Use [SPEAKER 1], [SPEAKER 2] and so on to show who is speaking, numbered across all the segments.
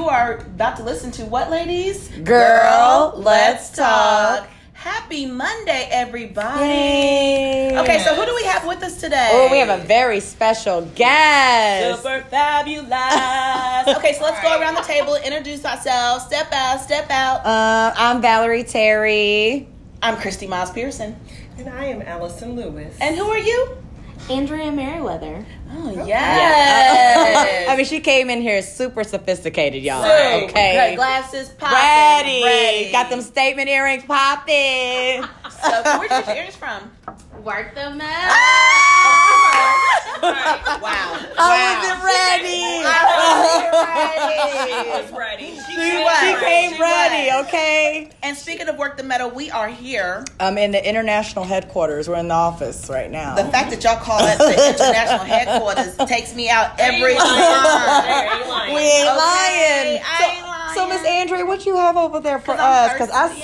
[SPEAKER 1] are about to listen to what, ladies?
[SPEAKER 2] Girl, let's talk.
[SPEAKER 1] Happy Monday, everybody.
[SPEAKER 2] Yay.
[SPEAKER 1] Okay, so who do we have with us today?
[SPEAKER 2] Oh, we have a very special guest.
[SPEAKER 1] Super fabulous. okay, so let's go around the table, introduce ourselves, step out, step out.
[SPEAKER 2] Uh, I'm Valerie Terry.
[SPEAKER 1] I'm Christy Miles Pearson.
[SPEAKER 3] And I am Allison Lewis.
[SPEAKER 1] And who are you?
[SPEAKER 4] Andrea Merriweather.
[SPEAKER 1] Oh,
[SPEAKER 2] I mean, she came in here super sophisticated, y'all. okay.
[SPEAKER 1] Good glasses popping.
[SPEAKER 2] Ready. Got them statement earrings
[SPEAKER 1] Oh,
[SPEAKER 2] popping.
[SPEAKER 1] So, where's your ears from?
[SPEAKER 4] Work the mess.
[SPEAKER 1] Wow.
[SPEAKER 2] I wasn't ready.
[SPEAKER 3] she was ready. She,
[SPEAKER 1] was.
[SPEAKER 2] she came
[SPEAKER 1] She
[SPEAKER 2] ready,
[SPEAKER 1] was.
[SPEAKER 2] okay?
[SPEAKER 1] And speaking of work the metal, we are here.
[SPEAKER 2] I'm in the international headquarters. We're in the office right now.
[SPEAKER 1] The fact that y'all call it the international headquarters takes me out every time.
[SPEAKER 2] we ain't
[SPEAKER 1] Okay,
[SPEAKER 2] lying.
[SPEAKER 1] I
[SPEAKER 2] So-
[SPEAKER 1] ain't lying.
[SPEAKER 2] So, Miss Andrea, what you have over there for
[SPEAKER 1] 'Cause I'm
[SPEAKER 2] us? Because I see.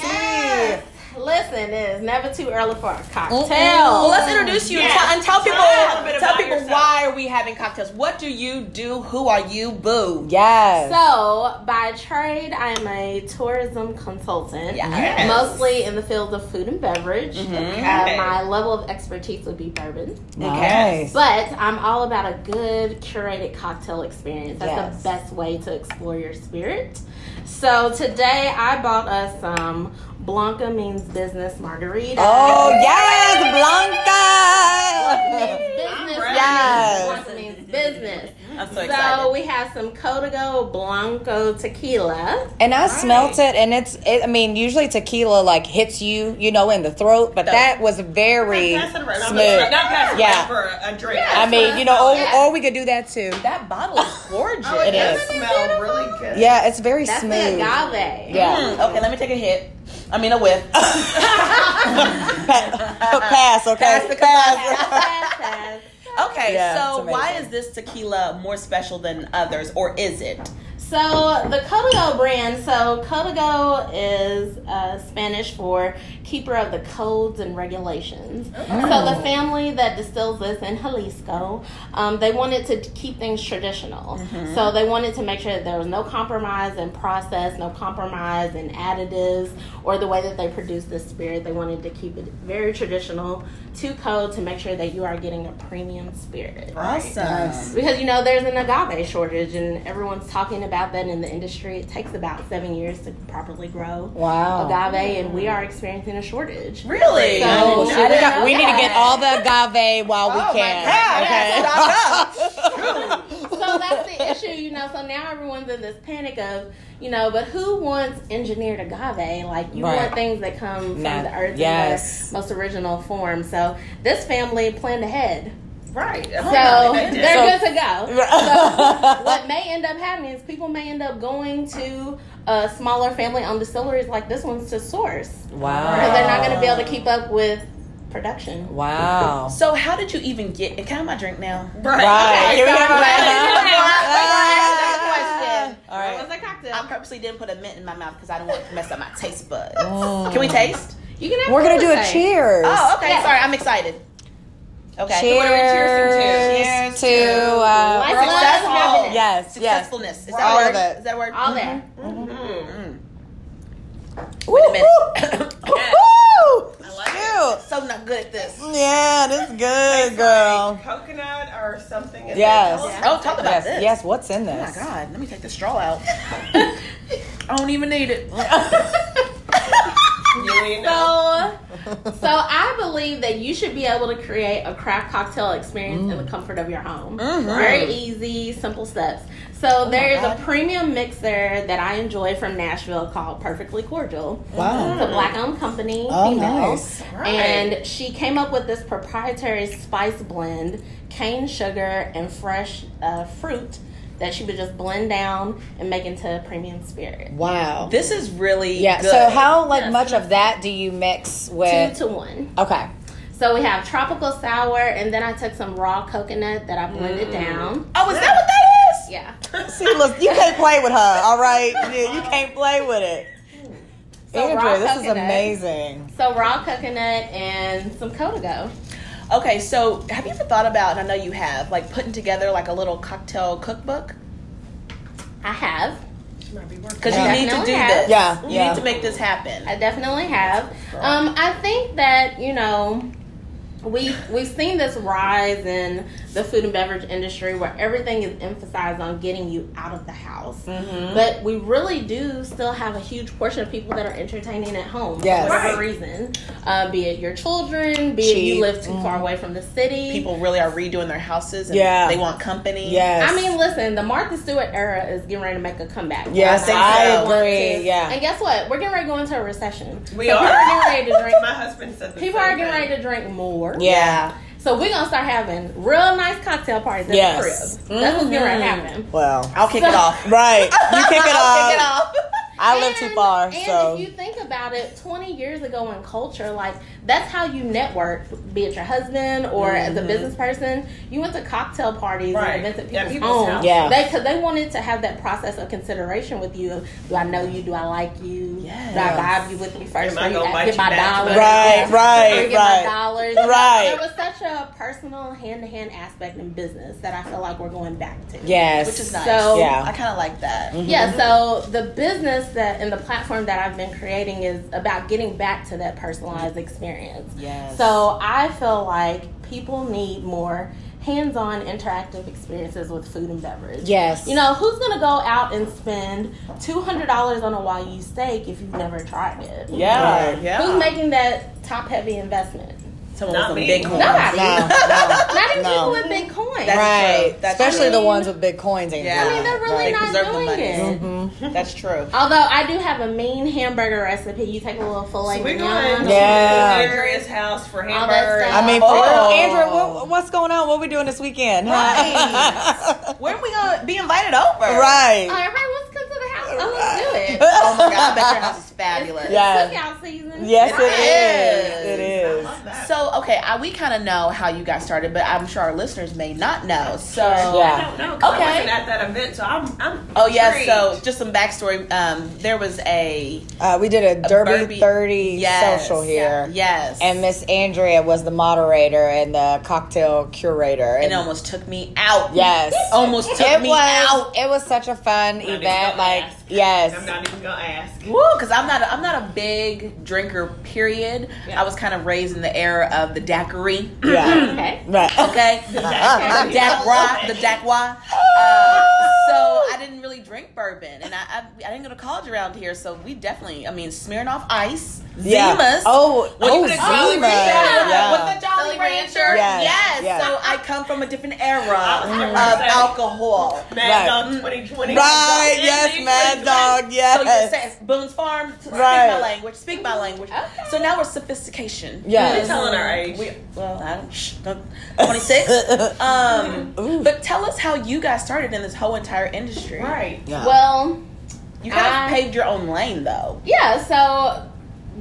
[SPEAKER 1] thirsty.
[SPEAKER 4] Listen, it is never too early for a cocktail.
[SPEAKER 1] Well, let's introduce you and
[SPEAKER 3] Yes.
[SPEAKER 1] tell- and Um, tell people
[SPEAKER 3] Tell a little bit
[SPEAKER 1] tell
[SPEAKER 3] about
[SPEAKER 1] people
[SPEAKER 3] yourself.
[SPEAKER 1] why are we having cocktails? What do you do? Who are you? Boo.
[SPEAKER 2] Yes.
[SPEAKER 4] So, by trade, I'm a tourism consultant,
[SPEAKER 1] Yes.
[SPEAKER 4] mostly in the field of food and beverage. Uh,
[SPEAKER 3] Okay.
[SPEAKER 4] my level of expertise would be bourbon,
[SPEAKER 2] nice.
[SPEAKER 4] but I'm all about a good curated cocktail experience. That's
[SPEAKER 2] Yes.
[SPEAKER 4] the best way to explore your spirit. So today, I bought us some Blanca means business margarita.
[SPEAKER 2] Oh yes, Blanca.
[SPEAKER 4] business.
[SPEAKER 3] Alright.
[SPEAKER 2] Yes.
[SPEAKER 4] Blanca means business.
[SPEAKER 1] I'm so
[SPEAKER 4] So,
[SPEAKER 1] excited.
[SPEAKER 4] we have some Código Blanco tequila.
[SPEAKER 2] And I smelt it, and it's. It, I mean, usually tequila like hits you, you know, in the throat, but that was very
[SPEAKER 3] Pass it around. Not
[SPEAKER 2] smooth.
[SPEAKER 3] pass it
[SPEAKER 2] Yeah.
[SPEAKER 3] around for a, a drink.
[SPEAKER 2] I mean, you know, or, or we could do that too.
[SPEAKER 1] That bottle is gorgeous.
[SPEAKER 3] Oh, it
[SPEAKER 2] It
[SPEAKER 3] does
[SPEAKER 2] is.
[SPEAKER 3] smell really good.
[SPEAKER 2] Yeah, it's very
[SPEAKER 4] That's the
[SPEAKER 2] smooth.
[SPEAKER 4] agave.
[SPEAKER 2] Yeah,
[SPEAKER 1] Mm, okay, let me take a hit. I mean a whiff.
[SPEAKER 2] Pa- pass. Okay,
[SPEAKER 1] Pass the
[SPEAKER 4] Yes, yes.
[SPEAKER 1] Okay,
[SPEAKER 2] Yeah,
[SPEAKER 1] so
[SPEAKER 2] it's
[SPEAKER 1] why is
[SPEAKER 2] amazing.
[SPEAKER 1] this tequila more special than others, or is it?
[SPEAKER 4] So the Código brand. So Código is uh, Spanish for keeper of the codes and regulations. So the family that distills this in Jalisco, um, they wanted to keep things traditional. So they wanted to make sure that there was no compromise in process, no compromise in additives, or the way that they produce this spirit. They wanted to keep it very traditional to code to make sure that you are getting a premium spirit.
[SPEAKER 1] Awesome.
[SPEAKER 4] Because you know there's an agave shortage, and everyone's talking about that in the industry. It takes about seven years to properly grow
[SPEAKER 2] Wow.
[SPEAKER 4] agave, and we are experiencing a shortage.
[SPEAKER 1] Really?
[SPEAKER 4] So-
[SPEAKER 1] I
[SPEAKER 2] Oh,
[SPEAKER 1] didn't
[SPEAKER 2] shit,
[SPEAKER 1] know
[SPEAKER 2] we,
[SPEAKER 1] that.
[SPEAKER 2] got, we need to get all the agave while we
[SPEAKER 1] Oh, my
[SPEAKER 2] can.
[SPEAKER 1] God,
[SPEAKER 4] So that's the issue, you know. So now everyone's in this panic of, you know, but who wants engineered agave? Like you
[SPEAKER 2] Right.
[SPEAKER 4] want things that come
[SPEAKER 2] Nah,
[SPEAKER 4] from the earth
[SPEAKER 2] yes.
[SPEAKER 4] in their most original form. So this family planned ahead.
[SPEAKER 3] Right.
[SPEAKER 4] So
[SPEAKER 3] they did.
[SPEAKER 4] they're
[SPEAKER 2] Oh, So-
[SPEAKER 4] good to go. So what may end up happening is people may end up going to uh, smaller family-owned distilleries like this one's to source because
[SPEAKER 2] Wow.
[SPEAKER 4] they're not going to be able to keep up with production.
[SPEAKER 2] Wow.
[SPEAKER 1] So how did you even get? Can I have my drink now?
[SPEAKER 3] Right.
[SPEAKER 2] Right.
[SPEAKER 3] Okay,
[SPEAKER 2] Here we go.
[SPEAKER 3] sorry.
[SPEAKER 2] Ah. All right.
[SPEAKER 4] that cocktail?
[SPEAKER 1] I purposely didn't put a mint in my mouth because I don't want to mess up my taste buds.
[SPEAKER 2] Oh.
[SPEAKER 1] Can we taste?
[SPEAKER 4] You can.
[SPEAKER 2] We're gonna do a
[SPEAKER 4] everything.
[SPEAKER 2] cheers.
[SPEAKER 1] Oh, okay.
[SPEAKER 4] Yeah.
[SPEAKER 1] Sorry, I'm excited. Okay.
[SPEAKER 2] Cheers,
[SPEAKER 1] What are we cheersing to?
[SPEAKER 2] to, uh,
[SPEAKER 4] Life,
[SPEAKER 1] Success.
[SPEAKER 4] love, happiness.
[SPEAKER 2] yes, yes.
[SPEAKER 1] Successfulness. Is that
[SPEAKER 2] All
[SPEAKER 1] a
[SPEAKER 2] of
[SPEAKER 1] word?
[SPEAKER 2] it.
[SPEAKER 1] Is that a word? Mm-hmm.
[SPEAKER 4] All that.
[SPEAKER 2] Wait
[SPEAKER 1] a minute.
[SPEAKER 2] Shoot.
[SPEAKER 1] So not good at this.
[SPEAKER 2] Yeah, that's good,
[SPEAKER 3] Like
[SPEAKER 2] girl.
[SPEAKER 3] Coconut or something. Is
[SPEAKER 2] Yes.
[SPEAKER 3] it-
[SPEAKER 1] Oh, talk about
[SPEAKER 2] Yes,
[SPEAKER 1] this.
[SPEAKER 2] yes. What's in
[SPEAKER 1] Oh my
[SPEAKER 2] this?
[SPEAKER 1] God. Let me take the straw out. I don't even need it.
[SPEAKER 3] You ain't know.
[SPEAKER 4] So, so I believe that you should be able to create a craft cocktail experience in the comfort of your home. Very easy, simple steps. So there is a
[SPEAKER 1] God.
[SPEAKER 4] premium mixer that I enjoy from Nashville called Perfectly Cordial.
[SPEAKER 2] Wow.
[SPEAKER 4] It's a black-owned company,
[SPEAKER 2] Oh,
[SPEAKER 4] female,
[SPEAKER 2] nice.
[SPEAKER 4] and she came up with this proprietary spice blend, cane sugar and fresh uh, fruit that she would just blend down and make into a premium spirit.
[SPEAKER 2] Wow.
[SPEAKER 1] This is really
[SPEAKER 2] Yeah.
[SPEAKER 1] Good.
[SPEAKER 2] So how like
[SPEAKER 4] Yes.
[SPEAKER 2] much of that do you mix
[SPEAKER 4] Two
[SPEAKER 2] with?
[SPEAKER 4] to one.
[SPEAKER 2] Okay.
[SPEAKER 4] So we have tropical sour, and then I took some raw coconut that I blended down.
[SPEAKER 1] Oh, is that what that is?
[SPEAKER 4] Yeah.
[SPEAKER 2] See, look, you can't play with her. All right, you, you can't play with it.
[SPEAKER 4] So raw
[SPEAKER 2] Andrea, this is
[SPEAKER 4] coconut.
[SPEAKER 2] amazing.
[SPEAKER 4] So raw coconut and some Código.
[SPEAKER 1] Okay, so have you ever thought about, and I know you have, like putting together like a little cocktail cookbook?
[SPEAKER 4] I have.
[SPEAKER 3] might be working.
[SPEAKER 1] Because you
[SPEAKER 2] Yeah.
[SPEAKER 1] need to
[SPEAKER 4] Definitely
[SPEAKER 1] do
[SPEAKER 4] has.
[SPEAKER 1] this.
[SPEAKER 2] Yeah,
[SPEAKER 1] You
[SPEAKER 2] yeah.
[SPEAKER 1] need to make this happen.
[SPEAKER 4] I definitely have. Um, I think that you know, we we've seen this rise in the food and beverage industry where everything is emphasized on getting you out of the house,
[SPEAKER 2] Mm-hmm.
[SPEAKER 4] but we really do still have a huge portion of people that are entertaining at home
[SPEAKER 2] Yes.
[SPEAKER 4] for whatever
[SPEAKER 3] Right.
[SPEAKER 4] reason, uh, be it your children, be it
[SPEAKER 2] Cheap. Mm-hmm.
[SPEAKER 4] you live too far away from the city.
[SPEAKER 1] People really are redoing their houses and
[SPEAKER 2] Yeah.
[SPEAKER 1] they want company.
[SPEAKER 2] Yes.
[SPEAKER 4] I mean, listen, the Martha Stewart era is getting ready to make a comeback.
[SPEAKER 2] Yes,
[SPEAKER 1] I
[SPEAKER 2] I,
[SPEAKER 1] think so.
[SPEAKER 2] agree.
[SPEAKER 4] And
[SPEAKER 2] Yeah.
[SPEAKER 4] guess what? We're getting ready to go into a recession.
[SPEAKER 3] We
[SPEAKER 4] So
[SPEAKER 3] are.
[SPEAKER 4] People are getting ready to drink.
[SPEAKER 3] My husband said the
[SPEAKER 4] People
[SPEAKER 3] same
[SPEAKER 4] are getting
[SPEAKER 3] thing.
[SPEAKER 4] ready to drink more.
[SPEAKER 2] Yeah.
[SPEAKER 4] So we're gonna start having real nice cocktail parties at
[SPEAKER 2] Yes.
[SPEAKER 4] the crib. That's what's getting ready to happen.
[SPEAKER 2] Well,
[SPEAKER 1] I'll kick it
[SPEAKER 4] So-
[SPEAKER 1] off.
[SPEAKER 2] right. You kick it
[SPEAKER 1] I'll kick it
[SPEAKER 2] off.
[SPEAKER 1] off.
[SPEAKER 2] I live too
[SPEAKER 4] And-
[SPEAKER 2] far,
[SPEAKER 4] And
[SPEAKER 2] so
[SPEAKER 4] if you think about it, 20 years ago in culture, like that's how you network, be it your husband or as a business person. You went to cocktail parties
[SPEAKER 3] Right.
[SPEAKER 4] and events at
[SPEAKER 3] Yeah,
[SPEAKER 4] people's
[SPEAKER 3] people's
[SPEAKER 4] homes.
[SPEAKER 3] house.
[SPEAKER 2] Yeah.
[SPEAKER 4] Because they, wanted to have that process of consideration with you. of, Do I know you? Do I like you? Do I
[SPEAKER 2] Yes.
[SPEAKER 4] vibe you with me first?
[SPEAKER 3] Am I
[SPEAKER 4] Or you
[SPEAKER 3] gonna
[SPEAKER 4] got-
[SPEAKER 3] bite
[SPEAKER 4] get
[SPEAKER 3] you
[SPEAKER 4] my
[SPEAKER 3] back?
[SPEAKER 4] dollars?
[SPEAKER 2] Right,
[SPEAKER 4] Yeah.
[SPEAKER 2] right,
[SPEAKER 4] Or get
[SPEAKER 2] right.
[SPEAKER 4] my dollars.
[SPEAKER 2] Right.
[SPEAKER 4] There was such a personal hand to hand aspect in business that I feel like we're going back to.
[SPEAKER 2] Yes.
[SPEAKER 1] Which is nice.
[SPEAKER 4] So-
[SPEAKER 2] Yeah. Mm-hmm.
[SPEAKER 1] I kind of like that.
[SPEAKER 4] Yeah, so the business that and the platform that I've been creating is about getting back to that personalized experience.
[SPEAKER 1] Yes.
[SPEAKER 4] So I feel like people need more hands-on interactive experiences with food and beverage.
[SPEAKER 2] Yes.
[SPEAKER 4] You know, who's gonna go out and spend two hundred dollars on a Wagyu steak if you've never tried it?
[SPEAKER 1] Yeah,
[SPEAKER 2] Right.
[SPEAKER 1] yeah.
[SPEAKER 4] Who's making that top-heavy investment?
[SPEAKER 1] Someone
[SPEAKER 3] Not
[SPEAKER 1] with
[SPEAKER 3] me.
[SPEAKER 1] some big horns.
[SPEAKER 4] Nobody.
[SPEAKER 2] No, no,
[SPEAKER 4] Not even
[SPEAKER 2] no.
[SPEAKER 4] people with big coins.
[SPEAKER 1] That's
[SPEAKER 2] right.
[SPEAKER 1] true. That's true.
[SPEAKER 2] Especially the ones with big coins. ain't
[SPEAKER 1] Yeah.
[SPEAKER 4] I
[SPEAKER 2] doing
[SPEAKER 4] mean, they're
[SPEAKER 2] it,
[SPEAKER 4] really
[SPEAKER 1] They
[SPEAKER 4] not
[SPEAKER 1] deserve the
[SPEAKER 4] doing
[SPEAKER 1] money.
[SPEAKER 4] it.
[SPEAKER 2] Mm-hmm.
[SPEAKER 1] That's true.
[SPEAKER 4] Although I do have a mean hamburger recipe. You take a little filet
[SPEAKER 3] So we're
[SPEAKER 4] mignon.
[SPEAKER 3] going
[SPEAKER 2] Yeah.
[SPEAKER 3] to Andrea's house for
[SPEAKER 4] that
[SPEAKER 3] hamburgers.
[SPEAKER 4] stuff.
[SPEAKER 2] I mean, for
[SPEAKER 1] Oh.
[SPEAKER 2] real. Andrew, what, what's going on? What we doing this weekend? Huh?
[SPEAKER 1] Where are we going to be invited over?
[SPEAKER 2] right.
[SPEAKER 4] All right, let's come to the house. Oh, let's do it.
[SPEAKER 1] Oh my God, I bet your house is fabulous.
[SPEAKER 2] Yeah.
[SPEAKER 4] Cookout season.
[SPEAKER 2] Yes,
[SPEAKER 1] Yes.
[SPEAKER 2] it
[SPEAKER 3] I
[SPEAKER 2] is. It is.
[SPEAKER 3] love that.
[SPEAKER 1] So, okay, I, we kind of know how you got started, but I'm sure our listeners may not know. So,
[SPEAKER 2] Yeah.
[SPEAKER 3] I don't know. 'cause
[SPEAKER 1] Okay.
[SPEAKER 3] I wasn't at that event, so I'm. I'm
[SPEAKER 1] oh, yeah,
[SPEAKER 3] intrigued.
[SPEAKER 1] so just some backstory. Um, there was a,
[SPEAKER 2] Uh, we did a Derby
[SPEAKER 1] Derby-
[SPEAKER 2] 30
[SPEAKER 1] Yes.
[SPEAKER 2] social here.
[SPEAKER 1] yes.
[SPEAKER 2] And Miss Andrea was the moderator and the cocktail curator.
[SPEAKER 1] and it almost took me out.
[SPEAKER 2] Yes.
[SPEAKER 1] Almost took
[SPEAKER 2] it
[SPEAKER 1] me
[SPEAKER 2] was
[SPEAKER 1] out.
[SPEAKER 2] it was such a fun
[SPEAKER 3] even
[SPEAKER 2] event.
[SPEAKER 3] gonna
[SPEAKER 2] Like
[SPEAKER 3] ask. I'm
[SPEAKER 2] yes.
[SPEAKER 3] not even gonna ask.
[SPEAKER 1] Woo, because I'm not a, I'm not a big drinker. Period.
[SPEAKER 3] Yeah.
[SPEAKER 1] I was kind of raised in the era of the daiquiri.
[SPEAKER 2] Yeah.
[SPEAKER 4] Okay.
[SPEAKER 2] Right. Uh-huh.
[SPEAKER 1] Okay, the
[SPEAKER 3] daiquiri.
[SPEAKER 1] daiquiri, the
[SPEAKER 3] Oh.
[SPEAKER 1] daiquiri. Uh, so I didn't really drink bourbon, and I, I I didn't go to college around here, so we definitely. I mean, Smirnoff Ice,
[SPEAKER 2] Yeah.
[SPEAKER 1] Zimas.
[SPEAKER 2] Oh,
[SPEAKER 1] When you
[SPEAKER 2] oh,
[SPEAKER 1] put a Jolly
[SPEAKER 2] Zima.
[SPEAKER 1] Rancher
[SPEAKER 2] Yeah.
[SPEAKER 1] with the Jolly
[SPEAKER 4] Jolly
[SPEAKER 1] Rancher.
[SPEAKER 4] Rancher.
[SPEAKER 2] Yes,
[SPEAKER 1] Yes.
[SPEAKER 2] yes.
[SPEAKER 1] So I come from a different era
[SPEAKER 3] I was gonna
[SPEAKER 1] of
[SPEAKER 3] say.
[SPEAKER 1] alcohol.
[SPEAKER 2] Right.
[SPEAKER 3] Mad Dog 2020.
[SPEAKER 2] Right, yes,
[SPEAKER 3] Disney
[SPEAKER 2] Mad
[SPEAKER 3] 2020.
[SPEAKER 2] Dog,
[SPEAKER 1] So you just
[SPEAKER 2] yes.
[SPEAKER 1] say Boone's Farm. Speak my
[SPEAKER 2] Right.
[SPEAKER 1] language. Speak my language.
[SPEAKER 4] Okay.
[SPEAKER 1] So now we're sophistication.
[SPEAKER 3] You're
[SPEAKER 2] Yes.
[SPEAKER 3] telling our age.
[SPEAKER 1] We, well, I don't, shh, don't- 26. um,
[SPEAKER 2] Ooh.
[SPEAKER 1] but tell us how you got started in this whole entire industry.
[SPEAKER 3] right.
[SPEAKER 2] Yeah.
[SPEAKER 4] Well,
[SPEAKER 1] You kind of
[SPEAKER 4] I-
[SPEAKER 1] paved your own lane, though.
[SPEAKER 4] yeah. So,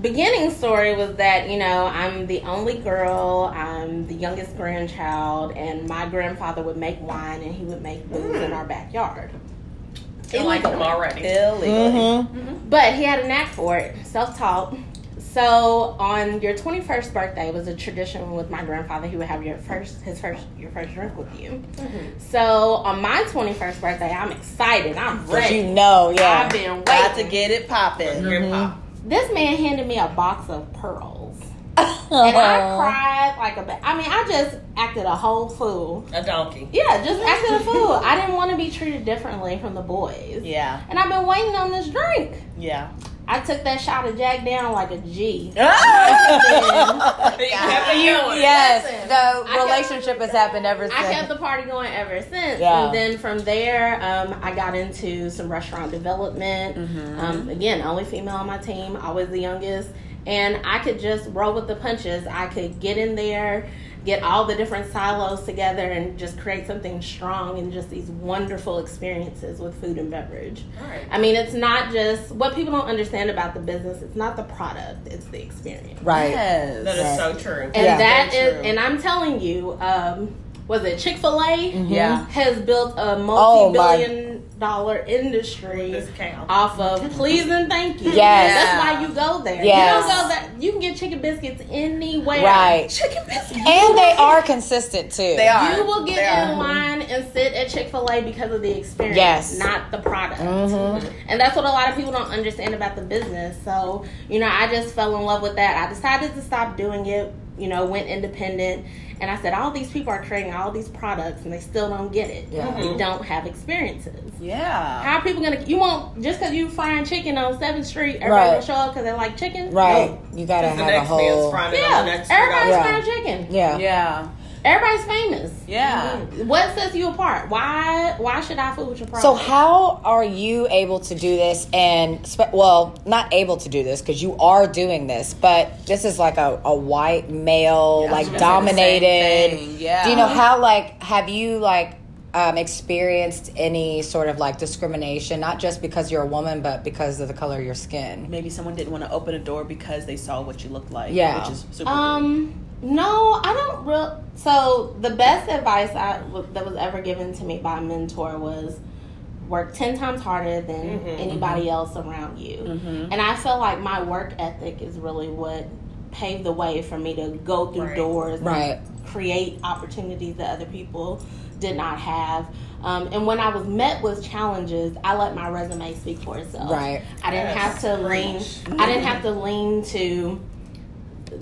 [SPEAKER 4] beginning story was that you know I'm the only girl. I'm the youngest grandchild, and my grandfather would make wine and he would make booze
[SPEAKER 2] Mm.
[SPEAKER 4] in our backyard.
[SPEAKER 3] I like them already.
[SPEAKER 1] Illegally.
[SPEAKER 4] Mm-hmm.
[SPEAKER 2] Mhm.
[SPEAKER 4] But he had a knack for it, self taught. So on your twenty first birthday was a tradition with my grandfather. He would have your first his first your first drink with you.
[SPEAKER 1] Mm-hmm.
[SPEAKER 4] So on my twenty first birthday, I'm excited. I'm
[SPEAKER 2] But
[SPEAKER 4] ready.
[SPEAKER 2] you know,
[SPEAKER 4] I've
[SPEAKER 2] yeah.
[SPEAKER 4] been
[SPEAKER 1] Got to
[SPEAKER 4] waiting.
[SPEAKER 1] get it
[SPEAKER 4] Mm-hmm.
[SPEAKER 1] popping.
[SPEAKER 3] Your pop.
[SPEAKER 4] This man handed me a box of pearls, and I cried like a. Ba- I mean, I just acted a whole fool.
[SPEAKER 3] A donkey.
[SPEAKER 4] Yeah, just acted a fool. I didn't want to be treated differently from the boys.
[SPEAKER 1] Yeah,
[SPEAKER 4] And I've been waiting on this drink.
[SPEAKER 1] yeah.
[SPEAKER 4] I took that shot of Jack down like a G.
[SPEAKER 3] They kept it going.
[SPEAKER 2] yes,
[SPEAKER 4] Listen, I
[SPEAKER 2] the
[SPEAKER 4] kept-
[SPEAKER 2] relationship has happened ever since.
[SPEAKER 4] I kept the party going ever since.
[SPEAKER 2] Yeah.
[SPEAKER 4] And then from there, um, I got into some restaurant development.
[SPEAKER 2] Mm-hmm.
[SPEAKER 4] Um, again, only female on my team, always the youngest. And I could just roll with the punches. I could get in there, get all the different silos together, and just create something strong and just these wonderful experiences with food and beverage.
[SPEAKER 3] Alright.
[SPEAKER 4] I mean, it's not just what people don't understand about the business, it's not the product, it's the experience.
[SPEAKER 2] right.
[SPEAKER 1] Yes.
[SPEAKER 3] That is so true.
[SPEAKER 4] And
[SPEAKER 2] Yeah.
[SPEAKER 4] that
[SPEAKER 1] Very
[SPEAKER 4] is,
[SPEAKER 1] true.
[SPEAKER 4] and I'm telling you, um, was it Chick Fil A
[SPEAKER 1] Yeah.
[SPEAKER 4] has built a
[SPEAKER 2] Mm-hmm. Oh, my-
[SPEAKER 4] multi-billion dollar industry
[SPEAKER 3] This cow.
[SPEAKER 4] off of please and thank you.
[SPEAKER 2] Yes.
[SPEAKER 4] That's why you go there.
[SPEAKER 2] Yes.
[SPEAKER 4] You don't go there. You can get chicken biscuits anywhere.
[SPEAKER 2] Right.
[SPEAKER 1] Chicken biscuit.
[SPEAKER 2] And they are consistent too.
[SPEAKER 1] They are.
[SPEAKER 4] You will get
[SPEAKER 1] They are.
[SPEAKER 4] in line and sit at Chick Fil A because of the experience,
[SPEAKER 2] Yes.
[SPEAKER 4] not the product.
[SPEAKER 2] Mhm.
[SPEAKER 4] And that's what a lot of people don't understand about the business. So, you know, I just fell in love with that. I decided to stop doing it. You know, went independent, and I said, all these people are creating all these products, and they still don't get it.
[SPEAKER 2] Yeah.
[SPEAKER 4] They don't have experiences.
[SPEAKER 1] Yeah.
[SPEAKER 4] How are people gonna? You won't just because you frying chicken on Seventh Street, everybody
[SPEAKER 2] Right.
[SPEAKER 4] will show up because they like chicken.
[SPEAKER 2] Right. You gotta
[SPEAKER 3] Because the
[SPEAKER 2] have a
[SPEAKER 3] next man's
[SPEAKER 2] whole.
[SPEAKER 3] frying it
[SPEAKER 4] Yeah,
[SPEAKER 3] on the next
[SPEAKER 4] everybody's
[SPEAKER 2] Yeah.
[SPEAKER 4] frying chicken.
[SPEAKER 2] Yeah.
[SPEAKER 1] Yeah.
[SPEAKER 4] Everybody's famous. Mm-hmm.
[SPEAKER 1] Yeah.
[SPEAKER 4] What sets you apart? Why? Why should I fool with your problem?
[SPEAKER 2] So how are you able to do this? And spe- well, not able to do this because you are doing this, but this is like a, a white male,
[SPEAKER 1] Yeah, I was gonna say the same
[SPEAKER 2] like dominated.
[SPEAKER 1] thing. Yeah.
[SPEAKER 2] Do you know how like have you like um, experienced any sort of like discrimination? Not just because you're a woman, but because of the color of your skin.
[SPEAKER 1] Maybe someone didn't want to open a door because they saw what you looked like.
[SPEAKER 2] Yeah.
[SPEAKER 1] Which is super.
[SPEAKER 4] Um, no, I don't real. So the best advice I w- that was ever given to me by a mentor was work ten times harder than anybody else around you. And I feel like my work ethic is really what paved the way for me to go through
[SPEAKER 3] Right.
[SPEAKER 4] doors, and
[SPEAKER 2] Right.
[SPEAKER 4] create opportunities that other people did not have. Um, and when I was met with challenges, I let my resume speak for itself.
[SPEAKER 2] Right.
[SPEAKER 4] I didn't
[SPEAKER 3] Yes.
[SPEAKER 4] have to
[SPEAKER 3] Preach.
[SPEAKER 4] lean. I didn't have to lean to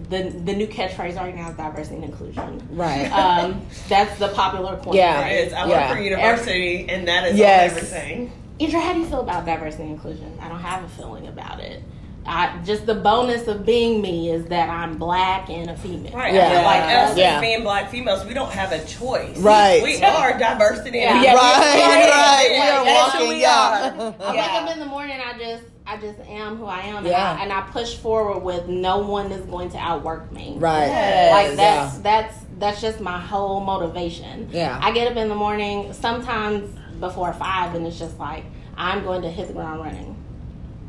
[SPEAKER 4] the the new catchphrase right now is diversity and inclusion.
[SPEAKER 2] Right.
[SPEAKER 4] Um, that's the popular coin.
[SPEAKER 2] Yeah.
[SPEAKER 4] phrase.
[SPEAKER 3] It is. I work
[SPEAKER 2] Yeah.
[SPEAKER 3] for university, and that is
[SPEAKER 2] Yes.
[SPEAKER 3] everything.
[SPEAKER 4] Idra, how do you feel about diversity and inclusion? I don't have a feeling about it. I, just the bonus of being me is that I'm black and a female.
[SPEAKER 3] Right.
[SPEAKER 2] Yeah.
[SPEAKER 3] I feel like us
[SPEAKER 2] Yeah.
[SPEAKER 3] as being black females, we don't have a choice.
[SPEAKER 5] Right.
[SPEAKER 3] We are diversity. and
[SPEAKER 4] Yeah.
[SPEAKER 5] Right,
[SPEAKER 3] Yeah.
[SPEAKER 5] right. We
[SPEAKER 3] Yeah.
[SPEAKER 5] are
[SPEAKER 1] That's who
[SPEAKER 5] walking.
[SPEAKER 1] we
[SPEAKER 5] Yeah.
[SPEAKER 1] are.
[SPEAKER 4] I wake up
[SPEAKER 1] yeah.
[SPEAKER 4] in the morning. I just, I just am who I am,
[SPEAKER 2] Yeah.
[SPEAKER 4] and, I, and I push forward with no one is going to outwork me.
[SPEAKER 2] right.
[SPEAKER 1] Yes.
[SPEAKER 4] Like that's
[SPEAKER 2] Yeah.
[SPEAKER 4] that's that's just my whole motivation.
[SPEAKER 2] Yeah.
[SPEAKER 4] I get up in the morning sometimes before five, and it's just like I'm going to hit the ground running.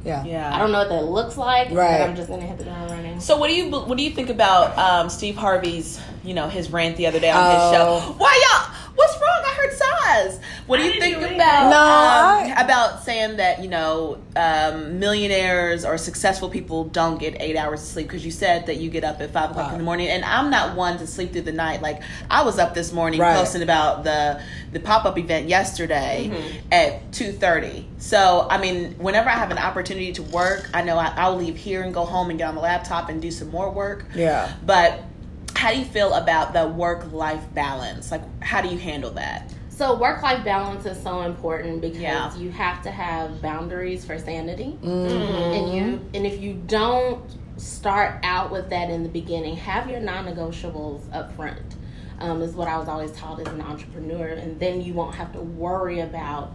[SPEAKER 2] Yeah.
[SPEAKER 4] I
[SPEAKER 1] Yeah.
[SPEAKER 4] don't know what that looks like,
[SPEAKER 2] Right.
[SPEAKER 4] but I'm just going to hit the ground running.
[SPEAKER 1] So what do you what do you think about um, Steve Harvey's you know his rant the other day on his
[SPEAKER 2] Oh.
[SPEAKER 1] show? Why y'all? What's wrong? I heard size. What do
[SPEAKER 3] I
[SPEAKER 1] you
[SPEAKER 3] didn't
[SPEAKER 1] think
[SPEAKER 3] do
[SPEAKER 1] about
[SPEAKER 2] No,
[SPEAKER 1] um,
[SPEAKER 2] I-
[SPEAKER 1] about saying that you know um, millionaires or successful people don't get eight hours of sleep? Because you said that you get up at five o'clock in the morning, and I'm not one to sleep through the night. Like I was up this morning
[SPEAKER 2] Right.
[SPEAKER 1] posting about the the pop up event yesterday
[SPEAKER 2] Mm-hmm.
[SPEAKER 1] at two thirty. So I mean, whenever I have an opportunity to work, I know I, I'll leave here and go home and get on the laptop and do some more work.
[SPEAKER 2] Yeah.
[SPEAKER 1] But how do you feel about the work life balance? Like, how do you handle that?
[SPEAKER 4] So work life balance is so important because
[SPEAKER 1] Yeah. Mm-hmm.
[SPEAKER 4] you have to have boundaries for sanity. And you and if you don't start out with that in the beginning, have your non-negotiables up front. Um, is what I was always taught as an entrepreneur, and then you won't have to worry about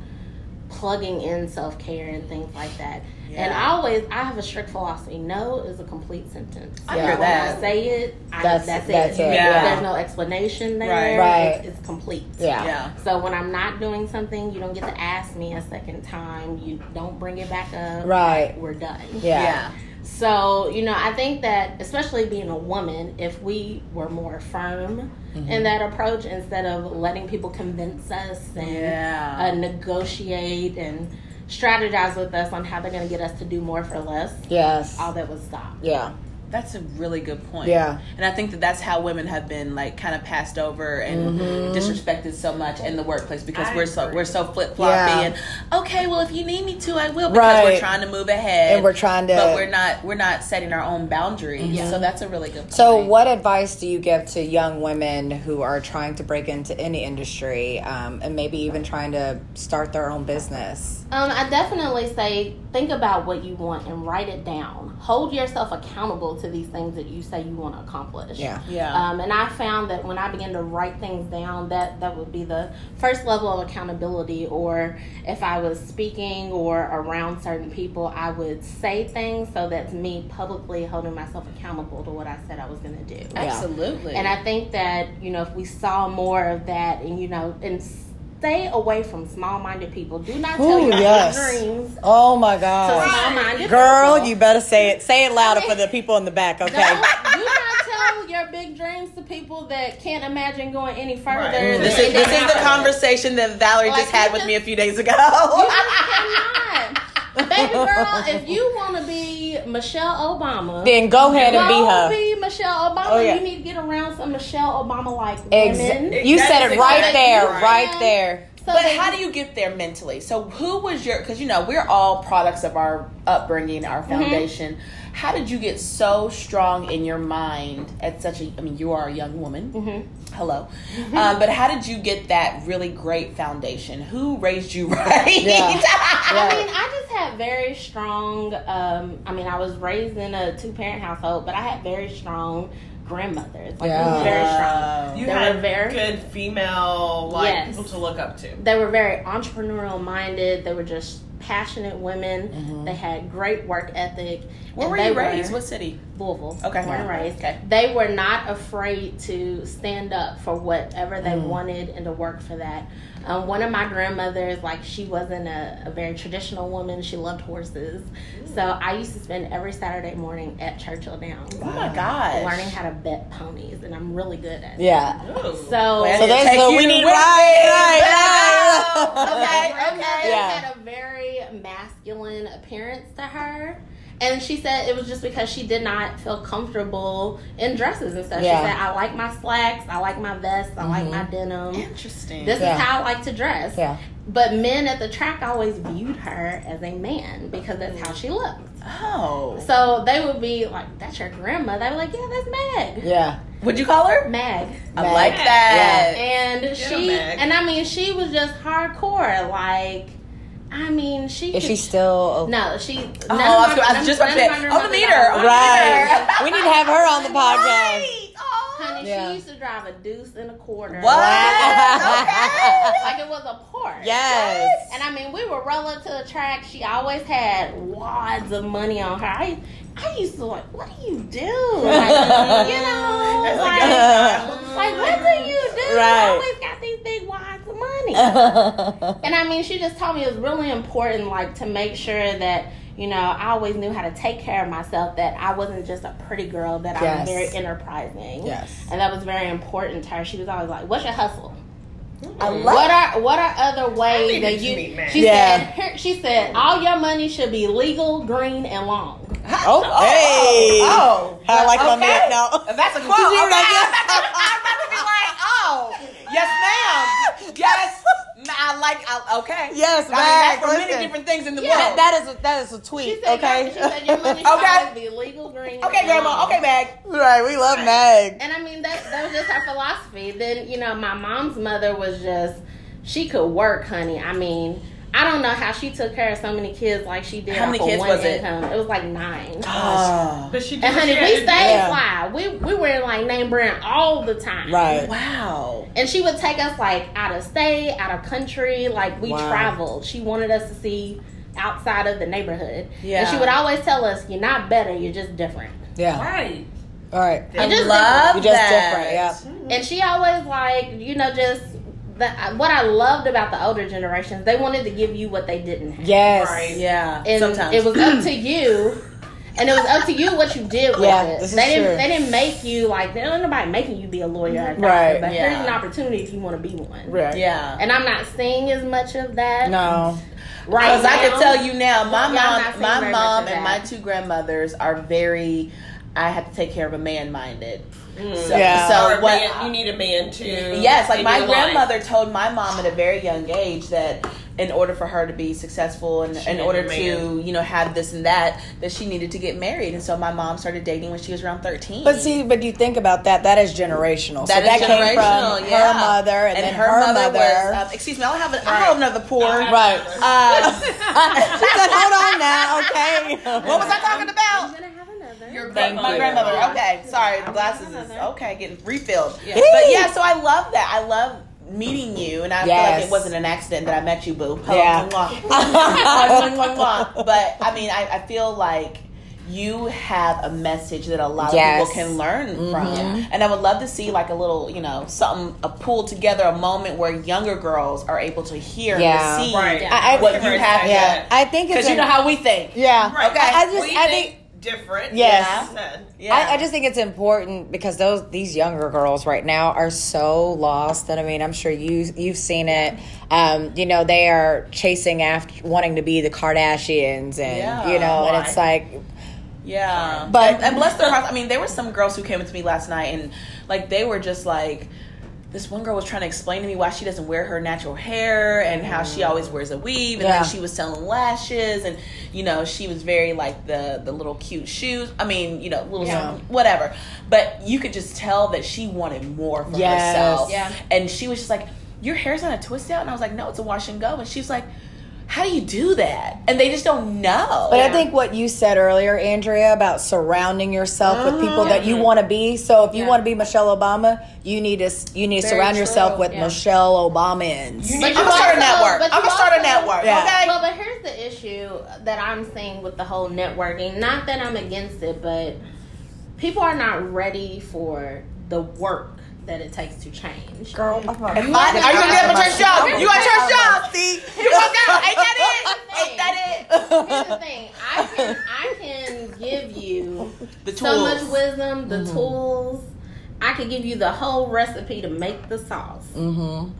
[SPEAKER 4] plugging in self care and things like that. And I always, I have a strict philosophy: no is a complete sentence.
[SPEAKER 1] I
[SPEAKER 2] Yeah.
[SPEAKER 1] hear
[SPEAKER 4] When I
[SPEAKER 1] that.
[SPEAKER 4] say it, I,
[SPEAKER 2] That's-
[SPEAKER 4] that's,
[SPEAKER 2] that's
[SPEAKER 4] it.
[SPEAKER 2] it.
[SPEAKER 1] Yeah.
[SPEAKER 4] There's no explanation there.
[SPEAKER 2] Right.
[SPEAKER 4] It's- It's, complete.
[SPEAKER 2] Yeah.
[SPEAKER 1] Yeah.
[SPEAKER 4] So when I'm not doing something, you don't get to ask me a second time. You don't bring it back up.
[SPEAKER 2] Right.
[SPEAKER 4] We're done.
[SPEAKER 2] Yeah.
[SPEAKER 1] Yeah.
[SPEAKER 4] So, you know, I think that especially being a woman, if we were more firm
[SPEAKER 2] Mm-hmm.
[SPEAKER 4] in that approach instead of letting people convince us and
[SPEAKER 1] Yeah.
[SPEAKER 4] uh, negotiate and strategize with us on how they're going to get us to do more for less,
[SPEAKER 2] Yes.
[SPEAKER 4] all that would stop.
[SPEAKER 2] Yeah.
[SPEAKER 1] That's a really good point.
[SPEAKER 2] Yeah.
[SPEAKER 1] And I think that that's how women have been like kind of passed over and
[SPEAKER 2] Mm-hmm.
[SPEAKER 1] disrespected so much in the workplace because
[SPEAKER 3] I
[SPEAKER 1] we're so
[SPEAKER 3] agree.
[SPEAKER 1] we're so flip floppy
[SPEAKER 2] Yeah.
[SPEAKER 1] and okay, well if you need me to, I will because
[SPEAKER 2] Right.
[SPEAKER 1] we're trying to move ahead
[SPEAKER 2] And we're trying to-
[SPEAKER 1] but we're not we're not setting our own boundaries. So that's a really good. point.
[SPEAKER 2] So, what advice do you give to young women who are trying to break into any industry um, and maybe even trying to start their own business?
[SPEAKER 4] Um, I definitely say think about what you want and write it down. Hold yourself accountable to these things that you say you want to accomplish.
[SPEAKER 2] Yeah.
[SPEAKER 1] Yeah.
[SPEAKER 4] Um, and I found that when I began to write things down, that that would be the first level of accountability. Or if I was speaking or around certain people, I would say things so that's me publicly holding myself accountable to what I said I was going to do.
[SPEAKER 1] Absolutely.
[SPEAKER 4] And I think that, you know, if we saw more of that and, you know, and stay away from small minded people. Do not tell
[SPEAKER 2] Ooh,
[SPEAKER 4] your
[SPEAKER 2] yes.
[SPEAKER 4] dreams
[SPEAKER 2] Oh my
[SPEAKER 4] to
[SPEAKER 2] gosh.
[SPEAKER 4] small minded
[SPEAKER 2] Girl, you better say it. Say it louder for the people in the back, okay?
[SPEAKER 4] Don't, do not tell your our big dreams to people that can't imagine going any further.
[SPEAKER 3] Right.
[SPEAKER 4] than
[SPEAKER 1] This is,
[SPEAKER 4] they
[SPEAKER 1] this is the
[SPEAKER 4] are.
[SPEAKER 1] conversation that Valerie
[SPEAKER 4] Like,
[SPEAKER 1] just had
[SPEAKER 4] you
[SPEAKER 1] with
[SPEAKER 4] just-
[SPEAKER 1] me a few days ago.
[SPEAKER 4] You just cannot. Baby girl, if you want to be Michelle Obama,
[SPEAKER 2] Then go ahead and be
[SPEAKER 4] go
[SPEAKER 2] her.
[SPEAKER 4] be Michelle Obama.
[SPEAKER 2] Oh, yeah.
[SPEAKER 4] you need to get around some Michelle Obama like
[SPEAKER 2] Ex-
[SPEAKER 4] women.
[SPEAKER 2] you
[SPEAKER 3] That
[SPEAKER 2] said
[SPEAKER 3] is
[SPEAKER 2] it right
[SPEAKER 3] exactly
[SPEAKER 2] there,
[SPEAKER 3] right.
[SPEAKER 2] right there.
[SPEAKER 4] So
[SPEAKER 1] But
[SPEAKER 4] they-
[SPEAKER 1] how do you get there mentally? So who was your? Because you know we're all products of our upbringing, our
[SPEAKER 4] Mm-hmm.
[SPEAKER 1] foundation. How did you get so strong in your mind at such a? I mean, you are a young woman.
[SPEAKER 4] Mm-hmm.
[SPEAKER 1] Hello, um, but how did you get that really great foundation? Who raised you right?
[SPEAKER 2] Yeah.
[SPEAKER 4] I mean, I just had very strong. Um, I mean, I was raised in a two parent household, but I had very strong grandmothers. Like,
[SPEAKER 2] Yeah.
[SPEAKER 4] very strong.
[SPEAKER 3] You
[SPEAKER 4] They
[SPEAKER 3] had
[SPEAKER 4] were very-
[SPEAKER 3] good female like
[SPEAKER 4] Yes.
[SPEAKER 3] people to look up to.
[SPEAKER 4] They were very entrepreneurial minded. They were just passionate women. They had great work ethic.
[SPEAKER 1] Mm-hmm. Where
[SPEAKER 4] and
[SPEAKER 1] were
[SPEAKER 4] they
[SPEAKER 1] you raised? What city?
[SPEAKER 4] Louisville.
[SPEAKER 1] Okay.
[SPEAKER 4] Born and raised.
[SPEAKER 1] Okay.
[SPEAKER 4] They were not afraid to stand up for whatever they
[SPEAKER 1] Mm.
[SPEAKER 4] wanted and to work for that. Um, one of my grandmothers, like, she wasn't a, a very traditional woman. She loved horses. So I used to spend every Saturday morning at Churchill Downs
[SPEAKER 1] Oh my gosh!
[SPEAKER 4] Uh, learning how to bet ponies, and I'm really good at it.
[SPEAKER 2] Yeah.
[SPEAKER 3] Ooh.
[SPEAKER 4] So,
[SPEAKER 1] Well,
[SPEAKER 2] So
[SPEAKER 1] It'll
[SPEAKER 2] there's
[SPEAKER 1] take
[SPEAKER 2] the
[SPEAKER 1] you
[SPEAKER 2] we
[SPEAKER 1] to
[SPEAKER 2] need
[SPEAKER 1] win.
[SPEAKER 2] right, right, right.
[SPEAKER 1] Okay,
[SPEAKER 4] My grandmother
[SPEAKER 2] Yeah.
[SPEAKER 4] had a very masculine appearance to her. And she said it was just because she did not feel comfortable in dresses and stuff.
[SPEAKER 2] Yeah. Mm-hmm.
[SPEAKER 4] She said, I like my slacks, I like my vests, I like my denim.
[SPEAKER 1] Interesting.
[SPEAKER 4] This
[SPEAKER 2] Yeah.
[SPEAKER 4] is how I like to dress.
[SPEAKER 2] Yeah.
[SPEAKER 4] But men at the track always viewed her as a man because that's
[SPEAKER 1] Mm-hmm.
[SPEAKER 4] how she looked.
[SPEAKER 1] oh,
[SPEAKER 4] So they would be like, That's your grandma. They were like, Yeah, that's Meg.
[SPEAKER 2] Yeah.
[SPEAKER 1] would you call her?
[SPEAKER 4] Meg.
[SPEAKER 1] I like that.
[SPEAKER 4] and she
[SPEAKER 3] Meg.
[SPEAKER 4] and I mean she was just hardcore. Like, I mean she.
[SPEAKER 2] Is
[SPEAKER 4] could-
[SPEAKER 2] she still?
[SPEAKER 4] No, she. none
[SPEAKER 1] Oh,
[SPEAKER 4] of
[SPEAKER 1] I was,
[SPEAKER 4] my-
[SPEAKER 1] gonna- I
[SPEAKER 4] none-
[SPEAKER 1] was just about to
[SPEAKER 4] none
[SPEAKER 1] say,
[SPEAKER 4] of my
[SPEAKER 1] on the
[SPEAKER 4] grandmothers
[SPEAKER 1] meter.
[SPEAKER 4] are-
[SPEAKER 1] on the
[SPEAKER 2] Right.
[SPEAKER 1] meter.
[SPEAKER 2] We need to have her on the podcast.
[SPEAKER 1] Right. Oh.
[SPEAKER 4] Honey,
[SPEAKER 2] Yeah.
[SPEAKER 4] she used to drive a deuce and a quarter.
[SPEAKER 1] What?
[SPEAKER 2] Wow.
[SPEAKER 4] Like it was a Porsche.
[SPEAKER 2] Yes.
[SPEAKER 4] And I mean, we were rolling to the track. She always had wads of money on her. I, I used to like, what do you do? Like, you know,
[SPEAKER 3] That's
[SPEAKER 4] like,
[SPEAKER 3] a good
[SPEAKER 4] like, what do you do? You
[SPEAKER 2] Right.
[SPEAKER 4] always got these big wads of money.
[SPEAKER 2] uh,
[SPEAKER 4] And I mean, she just told me it was really important, like, to make sure that, you know, I always knew how to take care of myself, that I wasn't just a pretty girl, that I
[SPEAKER 2] Yes.
[SPEAKER 4] was very enterprising.
[SPEAKER 2] yes.
[SPEAKER 4] And that was very important to her. She was always like, what's your hustle? Mm.
[SPEAKER 1] I love
[SPEAKER 4] What are what are other
[SPEAKER 3] I
[SPEAKER 4] ways that
[SPEAKER 3] needed
[SPEAKER 4] you?
[SPEAKER 3] to meet Matt.
[SPEAKER 4] She
[SPEAKER 2] Yeah.
[SPEAKER 4] said her- she said all your money should be legal, green, and long.
[SPEAKER 1] Mm.
[SPEAKER 2] Oh, hey.
[SPEAKER 1] Oh,
[SPEAKER 2] I like my man now.
[SPEAKER 1] That's a quote.
[SPEAKER 2] Did you
[SPEAKER 1] All right.
[SPEAKER 2] like it?
[SPEAKER 1] I'm about to be like, oh, yes, ma'am. Yes, ma- I like. I, okay.
[SPEAKER 2] Yes,
[SPEAKER 1] I mean, that's
[SPEAKER 2] Mac.
[SPEAKER 1] for many
[SPEAKER 2] listen.
[SPEAKER 1] different things in the
[SPEAKER 4] Yeah,
[SPEAKER 1] world.
[SPEAKER 2] That is a, that is a
[SPEAKER 4] She
[SPEAKER 2] tweet.
[SPEAKER 4] said,
[SPEAKER 2] okay.
[SPEAKER 4] "Your- she said your money should
[SPEAKER 1] Okay.
[SPEAKER 4] always be legal, green.
[SPEAKER 1] okay,
[SPEAKER 4] and
[SPEAKER 1] Grandma.
[SPEAKER 4] long."
[SPEAKER 1] Okay, Mag.
[SPEAKER 2] right. We love Meg.
[SPEAKER 4] And I mean that that was just her philosophy. Then you know my mom's mother was just she could work, honey. I mean. I don't know how she took care of so many kids like she did.
[SPEAKER 1] How many
[SPEAKER 4] off of
[SPEAKER 1] kids
[SPEAKER 4] one
[SPEAKER 1] was it?
[SPEAKER 4] income. It? was like nine.
[SPEAKER 1] Oh,
[SPEAKER 3] But she did
[SPEAKER 4] And
[SPEAKER 3] what
[SPEAKER 4] honey,
[SPEAKER 3] she
[SPEAKER 4] we
[SPEAKER 3] had
[SPEAKER 4] stayed
[SPEAKER 3] to do.
[SPEAKER 2] Yeah.
[SPEAKER 4] fly. We we were in like name brand all the time.
[SPEAKER 2] Right.
[SPEAKER 1] wow.
[SPEAKER 4] And she would take us like out of state, out of country. Like we
[SPEAKER 2] Wow.
[SPEAKER 4] traveled. She wanted us to see outside of the neighborhood.
[SPEAKER 1] Yeah.
[SPEAKER 4] And she would always tell us, "You're not better. You're just different."
[SPEAKER 2] Yeah.
[SPEAKER 3] Right.
[SPEAKER 2] All right.
[SPEAKER 1] I
[SPEAKER 4] You're just
[SPEAKER 1] love
[SPEAKER 2] You're just different.
[SPEAKER 1] that.
[SPEAKER 2] Yeah.
[SPEAKER 4] And she always like you know just the, what I loved about the older generations. They wanted to give you what they didn't have.
[SPEAKER 2] Yes.
[SPEAKER 3] Right.
[SPEAKER 1] Yeah.
[SPEAKER 4] And
[SPEAKER 1] Sometimes
[SPEAKER 4] it was up to you. And it was up to you what you did with
[SPEAKER 2] Yeah,
[SPEAKER 4] it.
[SPEAKER 2] this is
[SPEAKER 4] they didn't
[SPEAKER 2] true.
[SPEAKER 4] they didn't make you like there ain't nobody making you be a lawyer or a doctor,
[SPEAKER 2] Right.
[SPEAKER 4] but
[SPEAKER 1] Yeah.
[SPEAKER 4] here's an opportunity if you want to be one.
[SPEAKER 2] Right.
[SPEAKER 1] Yeah.
[SPEAKER 4] And I'm not seeing as much of that.
[SPEAKER 2] No.
[SPEAKER 4] Right.
[SPEAKER 1] Because I can
[SPEAKER 4] now.
[SPEAKER 1] tell you now, my
[SPEAKER 4] Y'all not
[SPEAKER 1] mom,
[SPEAKER 4] seeing
[SPEAKER 1] my
[SPEAKER 4] very
[SPEAKER 1] mom,
[SPEAKER 4] much of
[SPEAKER 1] and my
[SPEAKER 4] that.
[SPEAKER 1] two grandmothers are very. I have to take care of a man-minded. So,
[SPEAKER 2] Yeah.
[SPEAKER 1] so
[SPEAKER 3] Or a
[SPEAKER 1] what?
[SPEAKER 3] man, you need a man too.
[SPEAKER 1] Yes, like
[SPEAKER 3] in
[SPEAKER 1] my
[SPEAKER 3] your life.
[SPEAKER 1] grandmother told my mom at a very young age that in order for her to be successful and in
[SPEAKER 3] needed
[SPEAKER 1] order
[SPEAKER 3] a
[SPEAKER 1] to,
[SPEAKER 3] man.
[SPEAKER 1] you know, have this and that, that she needed to get married. And so my mom started dating when she was around 13.
[SPEAKER 2] But see, but you think about that. That is generational. so
[SPEAKER 1] That is
[SPEAKER 2] that came
[SPEAKER 1] generational,
[SPEAKER 2] from
[SPEAKER 1] yeah.
[SPEAKER 2] her mother and, then her, mother.
[SPEAKER 1] was, um, excuse me, I don't have, a, I don't have another pour.
[SPEAKER 3] Right.
[SPEAKER 2] right.
[SPEAKER 1] Uh,
[SPEAKER 2] she said, "Hold on now, okay."
[SPEAKER 1] what was I talking
[SPEAKER 4] I'm
[SPEAKER 1] about?
[SPEAKER 4] gonna have another.
[SPEAKER 3] Your
[SPEAKER 1] Thank
[SPEAKER 3] grandmother.
[SPEAKER 1] my grandmother. Okay, sorry, the
[SPEAKER 4] I'm
[SPEAKER 1] glasses
[SPEAKER 4] another.
[SPEAKER 1] is okay getting refilled.
[SPEAKER 3] Yeah.
[SPEAKER 1] But yeah, so I love that. I love meeting you, and I feel like
[SPEAKER 2] Yes.
[SPEAKER 1] it wasn't an accident that I met you, boo. Hello,
[SPEAKER 2] Yeah.
[SPEAKER 1] mwah, mwah. Mwah, mwah, mwah. but I mean, I, I feel like. You have a message that a lot of
[SPEAKER 2] Yes.
[SPEAKER 1] people can learn
[SPEAKER 2] Mhm.
[SPEAKER 1] from, and I would love to see like a little, you know, something a pull together a moment where younger girls are able to hear
[SPEAKER 2] Yeah.
[SPEAKER 1] and receive
[SPEAKER 3] Right.
[SPEAKER 2] I- I-
[SPEAKER 1] what you have,
[SPEAKER 3] Yeah.
[SPEAKER 1] yeah,
[SPEAKER 2] I think it's
[SPEAKER 1] because you
[SPEAKER 2] an-
[SPEAKER 1] know how we think.
[SPEAKER 2] yeah.
[SPEAKER 3] Right.
[SPEAKER 1] Okay.
[SPEAKER 2] I, I just
[SPEAKER 3] We
[SPEAKER 2] I
[SPEAKER 3] think
[SPEAKER 2] think
[SPEAKER 3] different.
[SPEAKER 2] Yes.
[SPEAKER 3] Yeah.
[SPEAKER 1] Yeah.
[SPEAKER 2] I, I just think it's important because those these younger girls right now are so lost, and I mean, I'm sure you you've seen it. Um, you know, they are chasing after wanting to be the Kardashians, and
[SPEAKER 1] Yeah.
[SPEAKER 2] you know, and it's like,
[SPEAKER 1] Yeah,
[SPEAKER 2] But-
[SPEAKER 1] but and, and bless their hearts. I mean, there were some girls who came up to me last night, and like they were just like, this one girl was trying to explain to me why she doesn't wear her natural hair and how she always wears a weave, and
[SPEAKER 2] Yeah.
[SPEAKER 1] then she was selling lashes, and you know she was very like the the little cute shoes. I mean, you know, little
[SPEAKER 2] Yeah.
[SPEAKER 1] whatever. But you could just tell that she wanted more for
[SPEAKER 2] Yes.
[SPEAKER 1] herself.
[SPEAKER 5] Yeah.
[SPEAKER 1] and she was just like, your hair's not a twist out, and I was like, no, it's a wash and go, and she was like. How do you do that? And they just don't know.
[SPEAKER 2] But I think what you said earlier, Andrea, about surrounding yourself with people that you want to be. So if you
[SPEAKER 5] Yeah.
[SPEAKER 2] want to be Michelle Obama, you need to s- you need to
[SPEAKER 1] Very
[SPEAKER 2] surround yourself
[SPEAKER 1] true,
[SPEAKER 2] with
[SPEAKER 5] yeah.
[SPEAKER 2] Michelle Obamans.
[SPEAKER 3] You
[SPEAKER 1] I'm
[SPEAKER 3] need to
[SPEAKER 1] gonna start a
[SPEAKER 4] also-
[SPEAKER 1] network.
[SPEAKER 4] but
[SPEAKER 1] I'm
[SPEAKER 4] you
[SPEAKER 1] gonna start a
[SPEAKER 4] also-
[SPEAKER 1] network.
[SPEAKER 2] Yeah.
[SPEAKER 1] Okay.
[SPEAKER 4] Well, but here's the issue that I'm seeing with the whole networking. Not that I'm against it, but people are not ready for the work that it takes to change.
[SPEAKER 2] Girl,
[SPEAKER 1] If I- are you gonna get up at church job? You at church job?
[SPEAKER 2] See,
[SPEAKER 1] You walk out. Ain't that it? Ain't that it?
[SPEAKER 4] Here's the thing. I can I can give you
[SPEAKER 1] The
[SPEAKER 4] so much wisdom, the tools. I could give you the whole recipe to make the sauce.
[SPEAKER 2] Mm-hmm.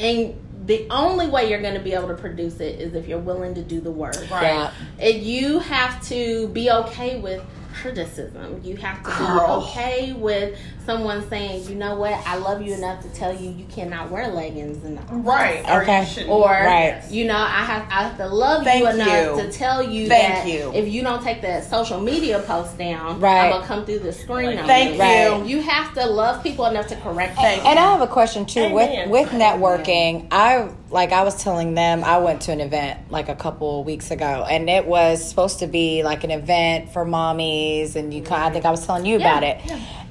[SPEAKER 4] And the only way you're going to be able to produce it is if you're willing to do the work.
[SPEAKER 2] Yeah.
[SPEAKER 4] And you have to be okay with criticism. You have to be okay with someone saying, you know what, I love you enough to tell you you cannot wear leggings enough.
[SPEAKER 3] Right. Or you
[SPEAKER 2] Okay.
[SPEAKER 3] shouldn't.
[SPEAKER 4] Or
[SPEAKER 2] Right.
[SPEAKER 4] you know, I have I have to love
[SPEAKER 1] Thank
[SPEAKER 4] you enough
[SPEAKER 1] you.
[SPEAKER 4] to tell you
[SPEAKER 1] Thank
[SPEAKER 4] that
[SPEAKER 1] you.
[SPEAKER 4] if you don't take that social media post down,
[SPEAKER 2] Right.
[SPEAKER 4] I'm gonna come through the screen. on
[SPEAKER 1] Thank
[SPEAKER 2] Right.
[SPEAKER 1] you.
[SPEAKER 4] You have to love people enough to correct
[SPEAKER 1] Thank
[SPEAKER 4] them.
[SPEAKER 2] And I have a question too
[SPEAKER 3] Amen.
[SPEAKER 2] with with networking. I like I was telling them I went to an event like a couple weeks ago, and it was supposed to be like an event for mommies, and you. I think I was telling you about it,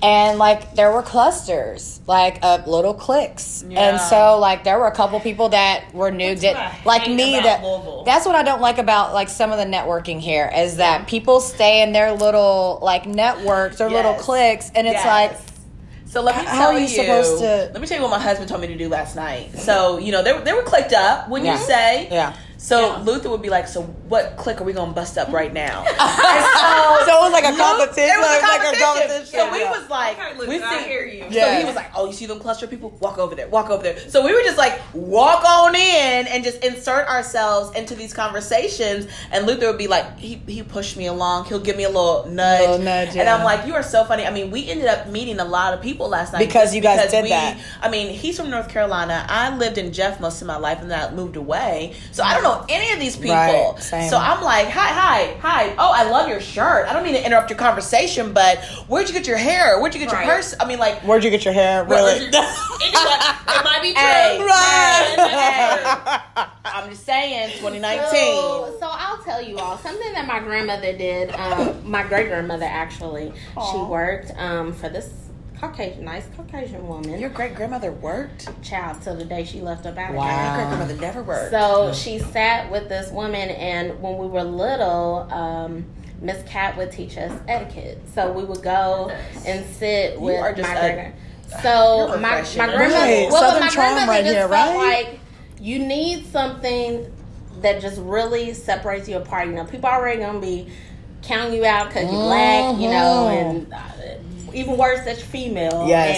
[SPEAKER 2] and like there were clusters, like uh, little cliques, and
[SPEAKER 1] Yeah.
[SPEAKER 2] so like there were a couple people that were new, did
[SPEAKER 3] what I
[SPEAKER 2] like
[SPEAKER 3] hate
[SPEAKER 2] me
[SPEAKER 3] about
[SPEAKER 2] that.
[SPEAKER 3] Louisville.
[SPEAKER 2] That's what I don't like about like some of the networking here is that people stay in their little like networks or little
[SPEAKER 1] Yes.
[SPEAKER 2] cliques, and it's
[SPEAKER 1] Yes.
[SPEAKER 2] like
[SPEAKER 1] So let me
[SPEAKER 2] H-
[SPEAKER 1] tell
[SPEAKER 2] how are you
[SPEAKER 1] you.
[SPEAKER 2] supposed to-
[SPEAKER 1] Let me tell you what my husband told me to do last night. So you know they were- they were clicked up. Wouldn't
[SPEAKER 2] Yeah.
[SPEAKER 1] you say?
[SPEAKER 2] yeah.
[SPEAKER 1] So Luther would be like, "So what click are we gonna bust up right now?" And
[SPEAKER 2] so it was like a competition.
[SPEAKER 1] It was a
[SPEAKER 2] like
[SPEAKER 1] competition. So we was like,
[SPEAKER 3] Okay, Luke,
[SPEAKER 1] we
[SPEAKER 3] I
[SPEAKER 1] see-
[SPEAKER 3] hear you.
[SPEAKER 1] So
[SPEAKER 2] Yeah.
[SPEAKER 1] he was like, "Oh, you see them cluster of people? Walk over there. Walk over there." So we were just like, "Walk on in and just insert ourselves into these conversations." And Luther would be like, "He he pushed me along. He'll give me a little nudge."
[SPEAKER 2] Little nudge,
[SPEAKER 1] And I'm
[SPEAKER 2] yeah.
[SPEAKER 1] like, "You are so funny." I mean, we ended up meeting a lot of people last night
[SPEAKER 2] Because you guys did
[SPEAKER 1] we-
[SPEAKER 2] that.
[SPEAKER 1] I mean, he's from North Carolina. I lived in Jeff most of my life, and then I moved away, so I don't know any of these people.
[SPEAKER 2] Right, same.
[SPEAKER 1] So I'm like, "Hi, hi, hi! Oh, I love your shirt. I don't mean to interrupt your conversation, but where'd you get your hair? Where'd you get
[SPEAKER 3] Right.
[SPEAKER 1] your purse? I mean, like."
[SPEAKER 2] Where'd you get your hair?
[SPEAKER 3] Anyway, it might be true.
[SPEAKER 1] Hey,
[SPEAKER 2] Right.
[SPEAKER 1] hey. I'm just saying, 2019.
[SPEAKER 4] So, so I'll tell you all something that my grandmother did. Um, my great grandmother actually, she worked um, for this Caucasian, nice Caucasian woman.
[SPEAKER 1] Your great grandmother worked.
[SPEAKER 4] child till the day she left her body.
[SPEAKER 2] Wow.
[SPEAKER 1] My great grandmother never worked.
[SPEAKER 4] So she sat with this woman, and when we were little, um, Miss Cat would teach us etiquette. So we would go and sit with
[SPEAKER 1] are just
[SPEAKER 4] my
[SPEAKER 1] a-
[SPEAKER 4] grandma. So
[SPEAKER 1] You're
[SPEAKER 4] my,
[SPEAKER 1] refreshing.
[SPEAKER 4] my grandmother,
[SPEAKER 2] Right.
[SPEAKER 4] well,
[SPEAKER 2] Southern
[SPEAKER 4] but my
[SPEAKER 2] charm
[SPEAKER 4] grandmother
[SPEAKER 2] right
[SPEAKER 4] just
[SPEAKER 2] here,
[SPEAKER 4] felt
[SPEAKER 2] right?
[SPEAKER 4] like you need something that just really separates you apart. You know, people are already gonna be counting you out because you're black, you know, and uh, even worse that you're female.
[SPEAKER 2] Mm-hmm. Yes.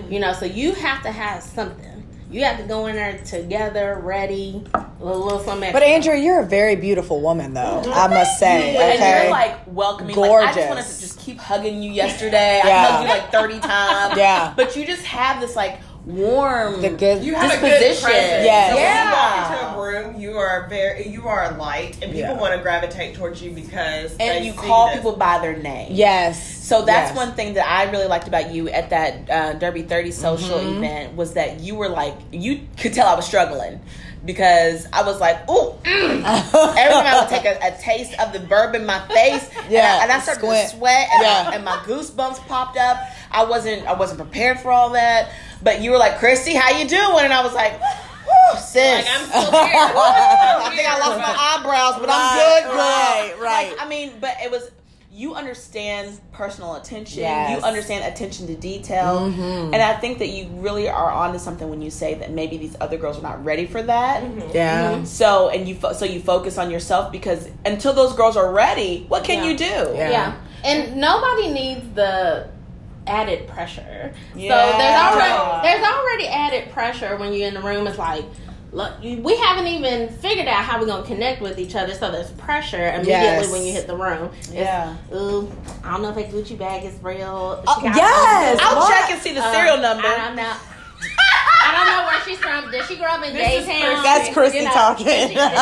[SPEAKER 4] And you know, so you have to have something. You have to go in there together, ready, a little, little something.
[SPEAKER 2] But Andrew,
[SPEAKER 4] extra.
[SPEAKER 2] you're a very beautiful woman, though. I must say.
[SPEAKER 1] And
[SPEAKER 2] Okay.
[SPEAKER 1] you're like welcoming. Like, I
[SPEAKER 2] Gorgeous.
[SPEAKER 1] just wanted to just keep hugging you yesterday.
[SPEAKER 2] Yeah.
[SPEAKER 1] I hugged you like 30 times.
[SPEAKER 2] Yeah.
[SPEAKER 1] But you just have this like warm.
[SPEAKER 2] the good.
[SPEAKER 3] You have
[SPEAKER 1] Disposition.
[SPEAKER 3] a good presence.
[SPEAKER 2] Yes.
[SPEAKER 3] So
[SPEAKER 1] Yeah.
[SPEAKER 3] When you walk into a room, you are very, you are a light, and people
[SPEAKER 2] Yeah.
[SPEAKER 3] want to gravitate towards you because
[SPEAKER 1] and
[SPEAKER 3] they
[SPEAKER 1] you
[SPEAKER 3] see
[SPEAKER 1] call
[SPEAKER 3] this.
[SPEAKER 1] people by their name.
[SPEAKER 2] yes.
[SPEAKER 1] So that's
[SPEAKER 2] Yes.
[SPEAKER 1] one thing that I really liked about you at that uh, Derby 30 social
[SPEAKER 2] Mm-hmm.
[SPEAKER 1] event was that you were like, you could tell I was struggling because I was like, ooh, mm. every time I would take a, a taste of the burb in my face, and I,
[SPEAKER 2] Yeah,
[SPEAKER 1] and I started
[SPEAKER 2] squint.
[SPEAKER 1] to sweat, and,
[SPEAKER 2] Yeah.
[SPEAKER 1] and my goosebumps popped up. I wasn't, I wasn't prepared for all that. But you were like, Christy, how you doing? And I was like, whew, sis.
[SPEAKER 3] Like I'm still there.
[SPEAKER 1] I think I lost my eyebrows, but I'm
[SPEAKER 2] Right,
[SPEAKER 1] good, girl.
[SPEAKER 2] right, right.
[SPEAKER 1] Like, I mean, but it was you understand personal attention.
[SPEAKER 2] Yes.
[SPEAKER 1] You understand attention to detail. And I think that you really are onto something when you say that maybe these other girls are not ready for that.
[SPEAKER 2] Yeah.
[SPEAKER 1] So and you fo- so you focus on yourself because until those girls are ready, what can
[SPEAKER 4] Yeah.
[SPEAKER 1] you do?
[SPEAKER 2] Yeah.
[SPEAKER 4] Yeah. And nobody needs the added pressure. So there's
[SPEAKER 1] Yeah.
[SPEAKER 4] already there's already added pressure when you're in the room. It's like look, you- we haven't even figured out how we're gonna connect with each other. So there's pressure immediately
[SPEAKER 2] Yes.
[SPEAKER 4] when you hit the room. It's,
[SPEAKER 1] Yeah.
[SPEAKER 4] Ooh, I don't know if that Gucci bag is real.
[SPEAKER 2] Oh,
[SPEAKER 4] She got-
[SPEAKER 2] yes.
[SPEAKER 1] I'll
[SPEAKER 2] What?
[SPEAKER 1] check and see the serial
[SPEAKER 4] Um,
[SPEAKER 1] number.
[SPEAKER 4] I don't know. I don't know where she's from. Did she grow up in
[SPEAKER 3] This is
[SPEAKER 4] Daytown?
[SPEAKER 3] Christy.
[SPEAKER 2] That's
[SPEAKER 4] You
[SPEAKER 2] Christy
[SPEAKER 4] know,
[SPEAKER 2] talking.
[SPEAKER 4] Did she, did she-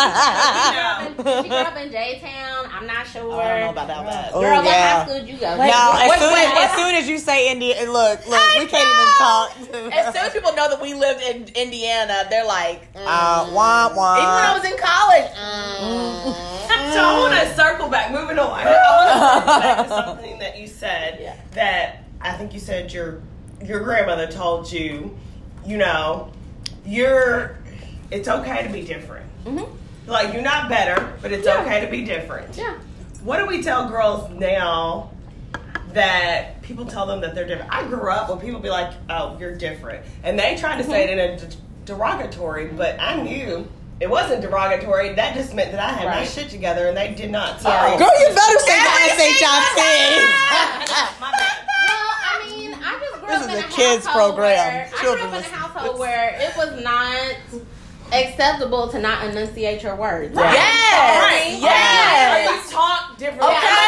[SPEAKER 3] No.
[SPEAKER 4] did she grow up in- did she grew up in Daytown. I'm not sure.
[SPEAKER 1] I don't know about that. that.
[SPEAKER 2] Oh,
[SPEAKER 4] Girl, what
[SPEAKER 2] yeah.
[SPEAKER 4] high school did you go? to?
[SPEAKER 2] No, as
[SPEAKER 1] what-
[SPEAKER 2] soon
[SPEAKER 1] what-
[SPEAKER 2] as, as soon as you say India, and look, look, we can't even talk.
[SPEAKER 1] As soon as people know that we lived in Indiana, they're like, mm.
[SPEAKER 2] uh, wah wah.
[SPEAKER 1] even when I was in college,
[SPEAKER 3] So I want
[SPEAKER 4] Ah.
[SPEAKER 3] to circle back. Moving on. I want to circle back to something that you said.
[SPEAKER 4] Yeah.
[SPEAKER 3] That I think you said your your grandmother told you. You know, you're. It's okay to be different.
[SPEAKER 4] Mhm.
[SPEAKER 3] Like you're not better, but it's
[SPEAKER 4] Yeah.
[SPEAKER 3] okay to be different.
[SPEAKER 4] Yeah.
[SPEAKER 3] What do we tell girls now that people tell them that they're different? I grew up when people be like, "Oh, you're different," and they tried to say it in a d- derogatory, but I knew it wasn't derogatory. That just meant that I had my
[SPEAKER 4] Right.
[SPEAKER 3] shit together, and they did not.
[SPEAKER 4] Yeah.
[SPEAKER 3] tell.
[SPEAKER 2] Girl, you better say that
[SPEAKER 3] Everything
[SPEAKER 2] St. John said.
[SPEAKER 3] My bad.
[SPEAKER 4] Well, I mean, I just grew
[SPEAKER 2] This
[SPEAKER 4] up
[SPEAKER 2] is
[SPEAKER 4] in
[SPEAKER 2] a
[SPEAKER 4] a
[SPEAKER 2] kids'
[SPEAKER 4] household
[SPEAKER 2] program.
[SPEAKER 4] Where, I grew
[SPEAKER 2] Children
[SPEAKER 4] up in a
[SPEAKER 2] listen.
[SPEAKER 4] household where it was not acceptable to not enunciate your words.
[SPEAKER 2] Right.
[SPEAKER 1] Yes.
[SPEAKER 4] Sorry.
[SPEAKER 1] Yes.
[SPEAKER 3] You talk different.
[SPEAKER 1] Okay.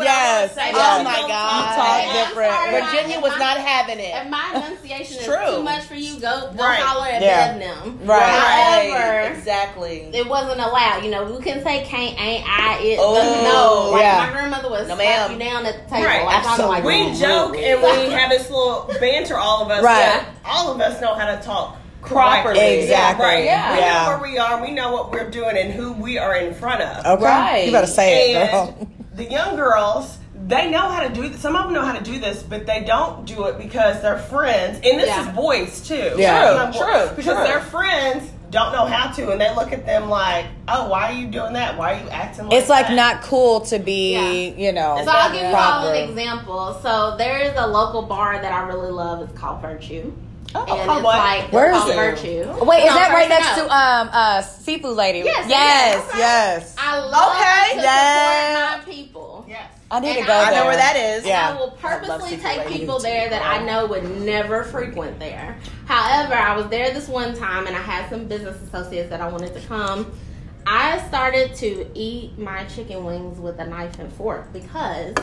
[SPEAKER 2] Yes.
[SPEAKER 1] Oh my God.
[SPEAKER 2] You talk
[SPEAKER 4] Yeah, I'm sorry,
[SPEAKER 2] different.
[SPEAKER 4] Ryan.
[SPEAKER 1] Virginia was not having it.
[SPEAKER 4] If my enunciation
[SPEAKER 1] It's
[SPEAKER 4] is
[SPEAKER 1] true.
[SPEAKER 4] too much for you, go go
[SPEAKER 3] Right.
[SPEAKER 4] holler at
[SPEAKER 2] Yeah.
[SPEAKER 4] Devnum.
[SPEAKER 2] Right.
[SPEAKER 1] Right.
[SPEAKER 4] However-
[SPEAKER 1] Exactly.
[SPEAKER 4] It wasn't allowed. You know, you can say can't, ain't, I, it,
[SPEAKER 1] Oh,
[SPEAKER 4] doesn't- no. Like
[SPEAKER 2] yeah.
[SPEAKER 4] my grandmother would
[SPEAKER 1] No,
[SPEAKER 4] slap
[SPEAKER 1] ma'am.
[SPEAKER 4] you down at the table.
[SPEAKER 3] Right.
[SPEAKER 4] Like, I'm like,
[SPEAKER 3] We
[SPEAKER 4] mm.
[SPEAKER 3] joke and we have this little banter, all of us.
[SPEAKER 2] Right.
[SPEAKER 3] but All of us know how to talk
[SPEAKER 1] Properly.
[SPEAKER 3] correctly.
[SPEAKER 2] Exactly.
[SPEAKER 3] Right.
[SPEAKER 1] Yeah.
[SPEAKER 3] We
[SPEAKER 2] Yeah.
[SPEAKER 3] know where we are. We know what we're doing and who we are in front of.
[SPEAKER 2] Okay,
[SPEAKER 1] Right.
[SPEAKER 2] you better say it, girl.
[SPEAKER 3] And the young girls, they know how to do. Some of them know how to do this, but they don't do it because their friends. And this
[SPEAKER 4] Yeah.
[SPEAKER 3] is boys too.
[SPEAKER 2] Yeah.
[SPEAKER 1] True, true,
[SPEAKER 3] Because
[SPEAKER 1] true.
[SPEAKER 3] their friends don't know how to, and they look at them like, "Oh, why are you doing that? Why are you acting like
[SPEAKER 2] It's like
[SPEAKER 3] that?"
[SPEAKER 2] not cool to be, you know.
[SPEAKER 4] So I'll give you all
[SPEAKER 2] proper.
[SPEAKER 4] an example. So there is a local bar that I really love. It's called Virtue.
[SPEAKER 1] Oh,
[SPEAKER 4] and
[SPEAKER 3] oh,
[SPEAKER 4] it's
[SPEAKER 3] what?
[SPEAKER 4] like
[SPEAKER 2] Where is
[SPEAKER 4] called
[SPEAKER 2] it?
[SPEAKER 4] Virtue.
[SPEAKER 2] Wait, is
[SPEAKER 4] No,
[SPEAKER 2] that right
[SPEAKER 4] first
[SPEAKER 2] next to
[SPEAKER 4] no.
[SPEAKER 2] um uh seafood lady?
[SPEAKER 4] Yes,
[SPEAKER 2] yes,
[SPEAKER 4] yes, okay.
[SPEAKER 2] yes.
[SPEAKER 4] I love
[SPEAKER 1] Okay,
[SPEAKER 4] to
[SPEAKER 2] yeah.
[SPEAKER 4] support my people.
[SPEAKER 3] Yes.
[SPEAKER 2] I need to
[SPEAKER 4] and
[SPEAKER 2] go
[SPEAKER 4] I-
[SPEAKER 1] I
[SPEAKER 2] there.
[SPEAKER 1] know where that is.
[SPEAKER 2] Yeah.
[SPEAKER 4] I will purposely
[SPEAKER 1] Seafood
[SPEAKER 4] take
[SPEAKER 1] Lady.
[SPEAKER 4] people there that I know would never frequent there. However, I was there this one time and I had some business associates that I wanted to come. I started to eat my chicken wings with a knife and fork because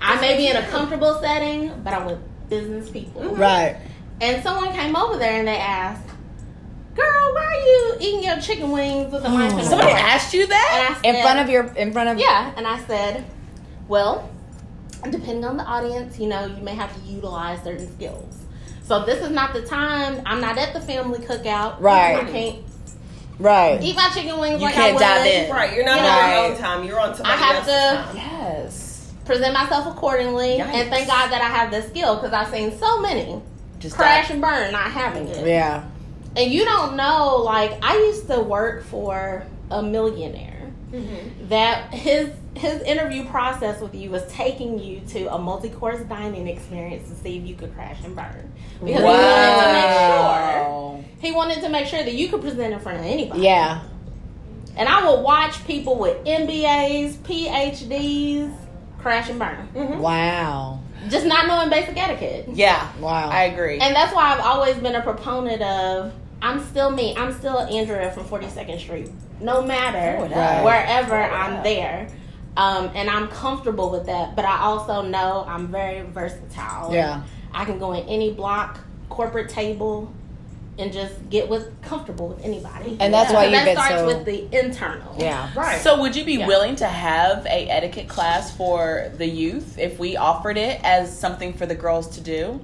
[SPEAKER 4] I may be in a comfortable setting, but I'm with business people.
[SPEAKER 2] Right.
[SPEAKER 4] And someone came over there and they asked, Girl, why are you eating your chicken wings with a knife and a
[SPEAKER 1] Somebody
[SPEAKER 4] fork?"
[SPEAKER 1] asked you that?
[SPEAKER 4] And I
[SPEAKER 2] In
[SPEAKER 4] said-
[SPEAKER 2] front of your in front of
[SPEAKER 4] yeah, and I said, well, depending on the audience, you know, you may have to utilize certain skills. So this is not the time. I'm not at the family cookout.
[SPEAKER 2] Right.
[SPEAKER 4] I can't
[SPEAKER 2] Right.
[SPEAKER 4] eat my chicken wings
[SPEAKER 1] You
[SPEAKER 4] like
[SPEAKER 1] can't
[SPEAKER 4] I
[SPEAKER 1] dive
[SPEAKER 4] would.
[SPEAKER 1] in.
[SPEAKER 3] Right. You're not
[SPEAKER 2] Right.
[SPEAKER 3] on your own time. You're on
[SPEAKER 4] I
[SPEAKER 3] somebody
[SPEAKER 4] have
[SPEAKER 3] else's
[SPEAKER 4] to
[SPEAKER 3] time.
[SPEAKER 1] Yes.
[SPEAKER 4] present myself accordingly,
[SPEAKER 1] Yikes.
[SPEAKER 4] and thank God that I have this skill because I've seen so many
[SPEAKER 1] Just
[SPEAKER 4] crash and burn not having it.
[SPEAKER 2] Yeah.
[SPEAKER 4] And you don't know, like I used to work for a millionaire.
[SPEAKER 2] Mm-hmm.
[SPEAKER 4] That his his interview process with you was taking you to a multi course dining experience to see if you could crash and burn because
[SPEAKER 1] Oh.
[SPEAKER 2] Wow.
[SPEAKER 4] he wanted to make sure he wanted to make sure that you could present in front of anybody.
[SPEAKER 2] Yeah.
[SPEAKER 4] And I would watch people with MBAs, PhDs, crash and burn,
[SPEAKER 2] Wow.
[SPEAKER 4] just not knowing basic etiquette.
[SPEAKER 1] Yeah.
[SPEAKER 2] Wow.
[SPEAKER 1] I agree.
[SPEAKER 4] And that's why I've always been a proponent of I'm still me. I'm still Andrea from 42nd Street. No matter
[SPEAKER 1] Throw it
[SPEAKER 2] up.
[SPEAKER 4] wherever
[SPEAKER 2] Oh,
[SPEAKER 1] Throw it
[SPEAKER 4] I'm
[SPEAKER 1] up.
[SPEAKER 4] there. Um, and I'm comfortable with that. But I also know I'm very versatile.
[SPEAKER 2] Yeah.
[SPEAKER 4] I can go in any block, corporate table, and just get with comfortable with anybody.
[SPEAKER 2] And that's why
[SPEAKER 4] But
[SPEAKER 2] you've
[SPEAKER 4] that
[SPEAKER 2] been
[SPEAKER 4] starts
[SPEAKER 2] so-
[SPEAKER 4] with the internal.
[SPEAKER 2] Yeah.
[SPEAKER 3] Right.
[SPEAKER 1] so would you be willing to have a etiquette class for the youth if we offered it as something for the girls to do?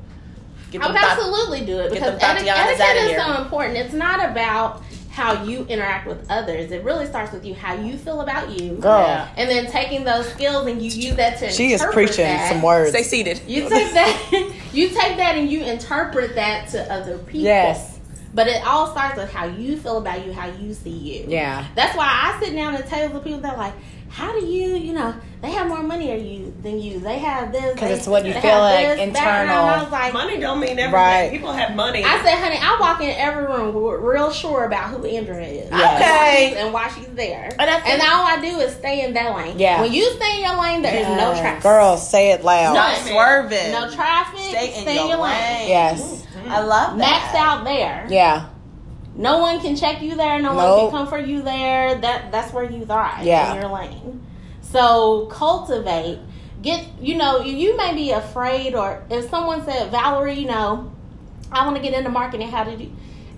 [SPEAKER 1] Get
[SPEAKER 4] I would
[SPEAKER 1] them thought-
[SPEAKER 4] absolutely do it
[SPEAKER 1] get
[SPEAKER 4] because
[SPEAKER 1] them
[SPEAKER 4] eti-
[SPEAKER 1] Tatianas
[SPEAKER 4] etiquette
[SPEAKER 1] outta
[SPEAKER 4] is
[SPEAKER 1] here.
[SPEAKER 4] so important. It's not about how you interact with others. It really starts with you, how you feel about you,
[SPEAKER 2] Girl.
[SPEAKER 1] Yeah.
[SPEAKER 4] and then taking those skills and you use that to.
[SPEAKER 2] She is
[SPEAKER 4] interpret
[SPEAKER 2] preaching
[SPEAKER 4] that.
[SPEAKER 2] some words.
[SPEAKER 1] Stay seated.
[SPEAKER 4] You take that, you take that, and you interpret that to other people.
[SPEAKER 2] Yes.
[SPEAKER 4] But it all starts with how you feel about you, how you see you.
[SPEAKER 2] Yeah.
[SPEAKER 4] That's why I sit down at tables with people that are like, how do you, you know, they have more money than you than you. They have this.
[SPEAKER 2] 'Cause
[SPEAKER 4] they-
[SPEAKER 2] it's what you
[SPEAKER 4] they
[SPEAKER 2] feel
[SPEAKER 4] have
[SPEAKER 2] like
[SPEAKER 4] this, that,"
[SPEAKER 2] internal.
[SPEAKER 4] and I was like,
[SPEAKER 3] Money don't mean everything.
[SPEAKER 2] Right.
[SPEAKER 3] People have money.
[SPEAKER 4] I said, honey, I walk in every room w- real sure about who Andrea is.
[SPEAKER 3] Okay.
[SPEAKER 4] And why she's there.
[SPEAKER 1] And
[SPEAKER 4] And,
[SPEAKER 1] I think-
[SPEAKER 4] all I do is stay in that lane.
[SPEAKER 2] Yeah.
[SPEAKER 4] When you stay in your lane, there is no
[SPEAKER 2] Yes.
[SPEAKER 4] traffic.
[SPEAKER 2] Girl, say it loud.
[SPEAKER 1] Stop
[SPEAKER 3] No.
[SPEAKER 1] swerving.
[SPEAKER 4] No traffic.
[SPEAKER 1] Stay in your,
[SPEAKER 4] lane.
[SPEAKER 1] lane.
[SPEAKER 2] Yes.
[SPEAKER 1] I love that.
[SPEAKER 4] Maxed out there.
[SPEAKER 2] Yeah.
[SPEAKER 4] No one can check you there. No
[SPEAKER 2] Nope.
[SPEAKER 4] one can comfort you there. That that's where you thrive
[SPEAKER 2] Yeah.
[SPEAKER 4] in your lane. So cultivate. Get you know you, you may be afraid, or if someone said Valerie, you know, I want to get into marketing. How did you?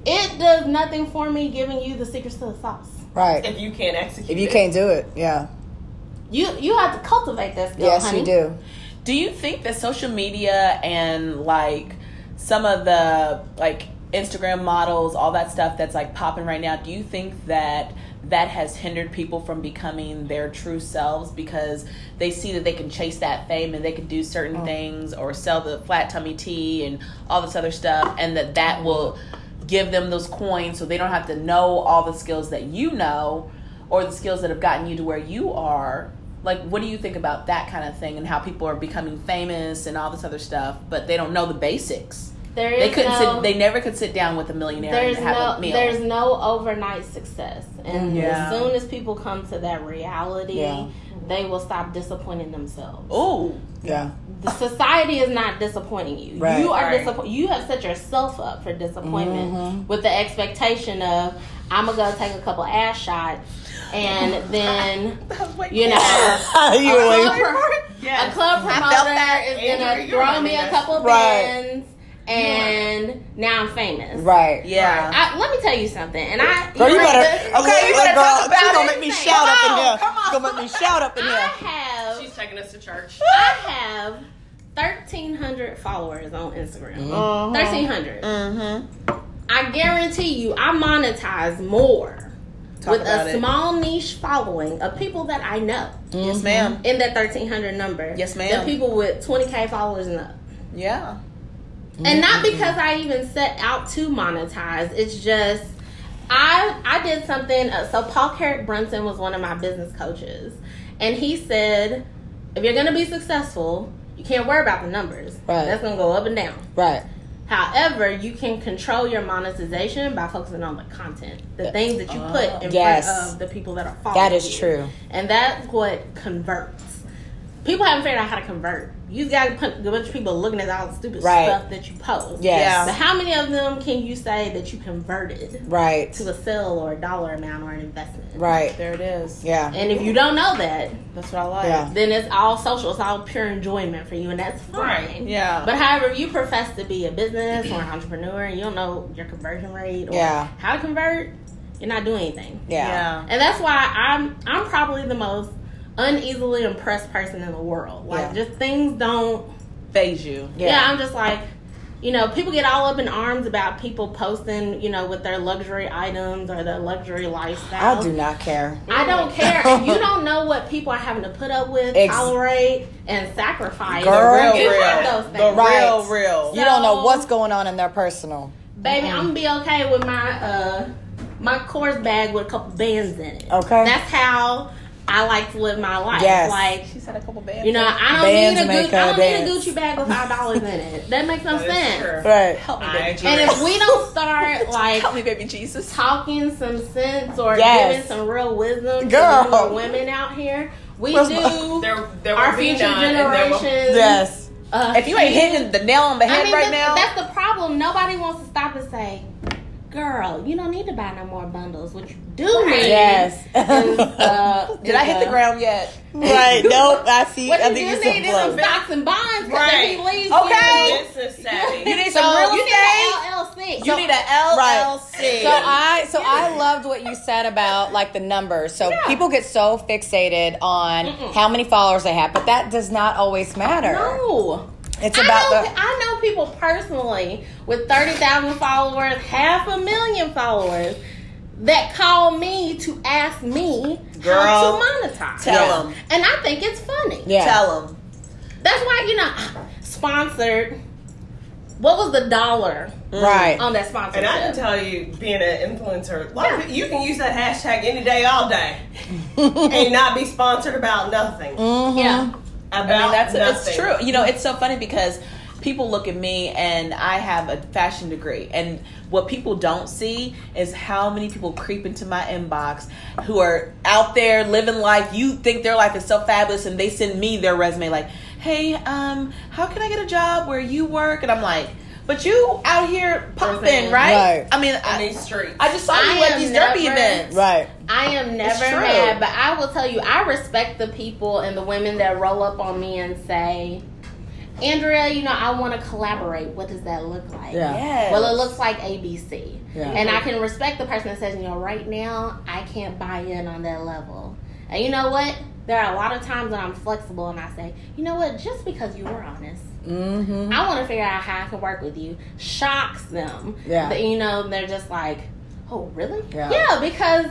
[SPEAKER 4] It does nothing for me giving you the secrets to the sauce.
[SPEAKER 2] Right.
[SPEAKER 3] if you can't execute,
[SPEAKER 2] If you
[SPEAKER 3] it.
[SPEAKER 2] can't do it, yeah.
[SPEAKER 4] You you have to cultivate that skill,
[SPEAKER 2] Yes,
[SPEAKER 4] honey.
[SPEAKER 2] you do.
[SPEAKER 1] Do you think that social media and like some of the like Instagram models, all that stuff that's like popping right now, do you think that that has hindered people from becoming their true selves because they see that they can chase that fame and they can do certain things or sell the flat tummy tea and all this other stuff and that that will give them those coins so they don't have to know all the skills that you know or the skills that have gotten you to where you are like what do you think about that kind of thing and how people are becoming famous and all this other stuff but they don't know the basics
[SPEAKER 4] There is
[SPEAKER 1] they couldn't
[SPEAKER 4] no,
[SPEAKER 1] sit they never could sit down with a millionaire
[SPEAKER 4] there's
[SPEAKER 1] and have
[SPEAKER 4] no
[SPEAKER 1] a meal
[SPEAKER 4] there's no overnight success and
[SPEAKER 1] Yeah.
[SPEAKER 4] as soon as people come to that reality
[SPEAKER 2] Mm-hmm. Yeah.
[SPEAKER 4] they will stop disappointing themselves
[SPEAKER 1] Ooh,
[SPEAKER 2] Yeah.
[SPEAKER 4] the society is not disappointing you
[SPEAKER 2] Right. Mm-hmm.
[SPEAKER 4] you are
[SPEAKER 3] Right.
[SPEAKER 4] disappointed you have set yourself up for disappointment with the expectation of i'm gonna go take a couple ass shots and then you know
[SPEAKER 2] you
[SPEAKER 4] a
[SPEAKER 2] were
[SPEAKER 4] club,
[SPEAKER 2] like,
[SPEAKER 4] pro-
[SPEAKER 3] Yes.
[SPEAKER 4] a club
[SPEAKER 3] felt
[SPEAKER 4] promoter
[SPEAKER 3] that.
[SPEAKER 4] is
[SPEAKER 3] Andrew,
[SPEAKER 4] gonna
[SPEAKER 3] you're
[SPEAKER 4] throw
[SPEAKER 3] right.
[SPEAKER 4] me a
[SPEAKER 3] Yes.
[SPEAKER 4] couple
[SPEAKER 2] Right.
[SPEAKER 4] bands, and now I'm famous.
[SPEAKER 2] right.
[SPEAKER 1] yeah
[SPEAKER 4] I, let me tell you something, and I
[SPEAKER 2] Girl, you
[SPEAKER 4] like,
[SPEAKER 2] better.
[SPEAKER 1] Okay, you better
[SPEAKER 2] girl,
[SPEAKER 1] talk about
[SPEAKER 2] you gonna
[SPEAKER 1] it.
[SPEAKER 2] make me shout up in
[SPEAKER 1] Come
[SPEAKER 2] here.
[SPEAKER 1] on,
[SPEAKER 2] You gonna make me shout up in
[SPEAKER 4] I
[SPEAKER 2] here.
[SPEAKER 4] have
[SPEAKER 3] taking us to church.
[SPEAKER 4] I have thirteen hundred followers on Instagram. hundred.
[SPEAKER 1] mm-hmm
[SPEAKER 4] I guarantee you, I monetize more
[SPEAKER 1] Talk
[SPEAKER 4] with
[SPEAKER 1] about
[SPEAKER 4] a
[SPEAKER 1] it.
[SPEAKER 4] small niche following of people that I know
[SPEAKER 1] yes ma'am
[SPEAKER 4] in that thirteen hundred number.
[SPEAKER 1] Yes,
[SPEAKER 4] The
[SPEAKER 1] ma'am.
[SPEAKER 4] people with twenty k followers and up.
[SPEAKER 1] yeah
[SPEAKER 4] and not because I even set out to monetize. It's just I I did something. Uh, so Paul Carrick Brunson was one of my business coaches, and he said, if you're gonna be successful, you can't worry about the numbers.
[SPEAKER 2] Right.
[SPEAKER 4] That's gonna go up and down.
[SPEAKER 2] Right.
[SPEAKER 4] However, you can control your monetization by focusing on the content, the things that you put in
[SPEAKER 2] Yes.
[SPEAKER 4] front of the people that are following.
[SPEAKER 2] That is
[SPEAKER 4] you.
[SPEAKER 2] true.
[SPEAKER 4] and that's what converts. People haven't figured out how to convert. You got a pun- a bunch of people looking at all the stupid
[SPEAKER 2] Right.
[SPEAKER 4] stuff that you post.
[SPEAKER 2] Yes.
[SPEAKER 4] But how many of them can you say that you converted
[SPEAKER 2] Right.
[SPEAKER 4] to a sale or a dollar amount or an investment?
[SPEAKER 2] Right.
[SPEAKER 1] there it is
[SPEAKER 2] Yeah.
[SPEAKER 4] And if you don't know that,
[SPEAKER 1] that's what i like
[SPEAKER 2] Yeah.
[SPEAKER 4] then it's all social. It's all pure enjoyment for you, and that's fine.
[SPEAKER 3] Right.
[SPEAKER 1] yeah
[SPEAKER 4] But however, if you profess to be a business or an entrepreneur and you don't know your conversion rate or
[SPEAKER 2] Yeah.
[SPEAKER 4] how to convert, you're not doing anything.
[SPEAKER 2] Yeah.
[SPEAKER 4] And that's why I'm I'm probably the most uneasily impressed person in the world. Like
[SPEAKER 2] Yeah.
[SPEAKER 4] just things don't
[SPEAKER 1] phase you
[SPEAKER 4] yeah. I'm just like you know, people get all up in arms about people posting, you know, with their luxury items or their luxury lifestyle.
[SPEAKER 2] I do not care.
[SPEAKER 4] I don't care. And you don't know what people are having to put up with,
[SPEAKER 2] Ex-
[SPEAKER 4] tolerate, and sacrifice.
[SPEAKER 2] Girl.
[SPEAKER 1] real
[SPEAKER 4] You have
[SPEAKER 1] real
[SPEAKER 4] those
[SPEAKER 1] the real
[SPEAKER 4] things.
[SPEAKER 2] Right.
[SPEAKER 1] real
[SPEAKER 2] You don't know
[SPEAKER 4] So-
[SPEAKER 2] what's going on in their personal.
[SPEAKER 4] Baby,
[SPEAKER 2] Mm-hmm.
[SPEAKER 4] I'm gonna be okay with my uh my course bag with a couple bands in it.
[SPEAKER 2] Okay.
[SPEAKER 4] That's how I like to live my life.
[SPEAKER 2] Yes.
[SPEAKER 4] Like
[SPEAKER 1] she said a couple bands
[SPEAKER 4] you know, I don't
[SPEAKER 2] Bands
[SPEAKER 4] need a
[SPEAKER 2] make
[SPEAKER 4] Gucci, I
[SPEAKER 2] her
[SPEAKER 4] don't need a
[SPEAKER 2] dance.
[SPEAKER 4] Gucci bag with five dollars in it. That makes no sense.
[SPEAKER 2] Right.
[SPEAKER 1] help me
[SPEAKER 3] I
[SPEAKER 1] baby
[SPEAKER 3] agree.
[SPEAKER 1] jesus
[SPEAKER 4] And if we don't start like
[SPEAKER 1] help me baby jesus
[SPEAKER 4] talking some sense or
[SPEAKER 2] Yes.
[SPEAKER 4] giving some real wisdom
[SPEAKER 2] Girl.
[SPEAKER 4] to newer women out here, we
[SPEAKER 2] Where's my-
[SPEAKER 4] do
[SPEAKER 3] There, there will
[SPEAKER 4] our
[SPEAKER 3] be
[SPEAKER 4] future
[SPEAKER 3] none, and there will-
[SPEAKER 4] generations.
[SPEAKER 2] Yes.
[SPEAKER 4] uh,
[SPEAKER 1] if you ain't hitting the nail on the head
[SPEAKER 4] I mean,
[SPEAKER 1] right
[SPEAKER 4] that's,
[SPEAKER 1] now
[SPEAKER 4] that's the problem. Nobody wants to stop and say, "Girl, you don't need to buy no more bundles." What you do need
[SPEAKER 2] Yes.
[SPEAKER 4] is, uh,
[SPEAKER 1] did i hit the
[SPEAKER 4] uh,
[SPEAKER 1] ground yet
[SPEAKER 2] Right. Nope. I see.
[SPEAKER 4] What
[SPEAKER 2] I
[SPEAKER 4] you
[SPEAKER 2] think
[SPEAKER 4] do
[SPEAKER 2] it's a
[SPEAKER 4] need is some
[SPEAKER 2] flow.
[SPEAKER 4] stocks and bonds. Because
[SPEAKER 3] Right.
[SPEAKER 4] if he leaves,
[SPEAKER 1] Okay.
[SPEAKER 4] you,
[SPEAKER 3] This is savvy.
[SPEAKER 1] you need
[SPEAKER 4] so
[SPEAKER 1] some real
[SPEAKER 4] you
[SPEAKER 1] estate
[SPEAKER 4] need an LLC.
[SPEAKER 1] You
[SPEAKER 4] So
[SPEAKER 1] need a LLC.
[SPEAKER 2] So I so I loved what you said about like the numbers. So people get so fixated on how many followers they have, but that does not always matter.
[SPEAKER 4] no.
[SPEAKER 2] It's
[SPEAKER 4] I know,
[SPEAKER 2] about the
[SPEAKER 4] I know people personally with 30,000 followers, half a million followers, that call me to ask me how
[SPEAKER 1] Girl,
[SPEAKER 4] to monetize.
[SPEAKER 1] tell 'em.
[SPEAKER 4] And I think it's funny.
[SPEAKER 2] yeah.
[SPEAKER 1] Tell them.
[SPEAKER 4] That's why you know, sponsored. What was the dollar
[SPEAKER 2] Mm. Right.
[SPEAKER 1] Um,
[SPEAKER 4] on that sponsorship?
[SPEAKER 3] And I can tell you, being an influencer, like, you can use that hashtag any day, all day, and not be sponsored about nothing.
[SPEAKER 4] Mm.
[SPEAKER 2] Uh-huh.
[SPEAKER 4] yeah.
[SPEAKER 3] About
[SPEAKER 1] I mean, that's
[SPEAKER 3] nothing.
[SPEAKER 1] it's true. You know, it's so funny because people look at me and I have a fashion degree, and what people don't see is how many people creep into my inbox who are out there living life. You think their life is so fabulous, and they send me their resume like, "Hey, um, how can I get a job where you work?" And I'm like. But you out here pumping, right?
[SPEAKER 4] Right.
[SPEAKER 2] Right.
[SPEAKER 1] I mean,
[SPEAKER 3] In these
[SPEAKER 1] I,
[SPEAKER 3] streets.
[SPEAKER 1] I just saw you
[SPEAKER 4] I
[SPEAKER 1] at
[SPEAKER 4] am
[SPEAKER 1] these derby
[SPEAKER 4] never-
[SPEAKER 1] events.
[SPEAKER 2] Right.
[SPEAKER 4] I am never
[SPEAKER 1] true.
[SPEAKER 4] mad, but I will tell you, I respect the people and the women that roll up on me and say, Andrea, you know, I want to collaborate. What does that look like?
[SPEAKER 2] Yeah.
[SPEAKER 1] Yes.
[SPEAKER 4] Well, it looks like ABC.
[SPEAKER 2] Yeah.
[SPEAKER 4] And I can respect the person that says, you know, right now, I can't buy in on that level. And you know what? There are a lot of times when I'm flexible and I say, you know what? Just because you were honest,
[SPEAKER 2] Mm-hmm.
[SPEAKER 4] I want to figure out how I can work with you. Shocks them.
[SPEAKER 2] Yeah.
[SPEAKER 4] But, you know, they're just like, oh, really?
[SPEAKER 2] Yeah.
[SPEAKER 4] because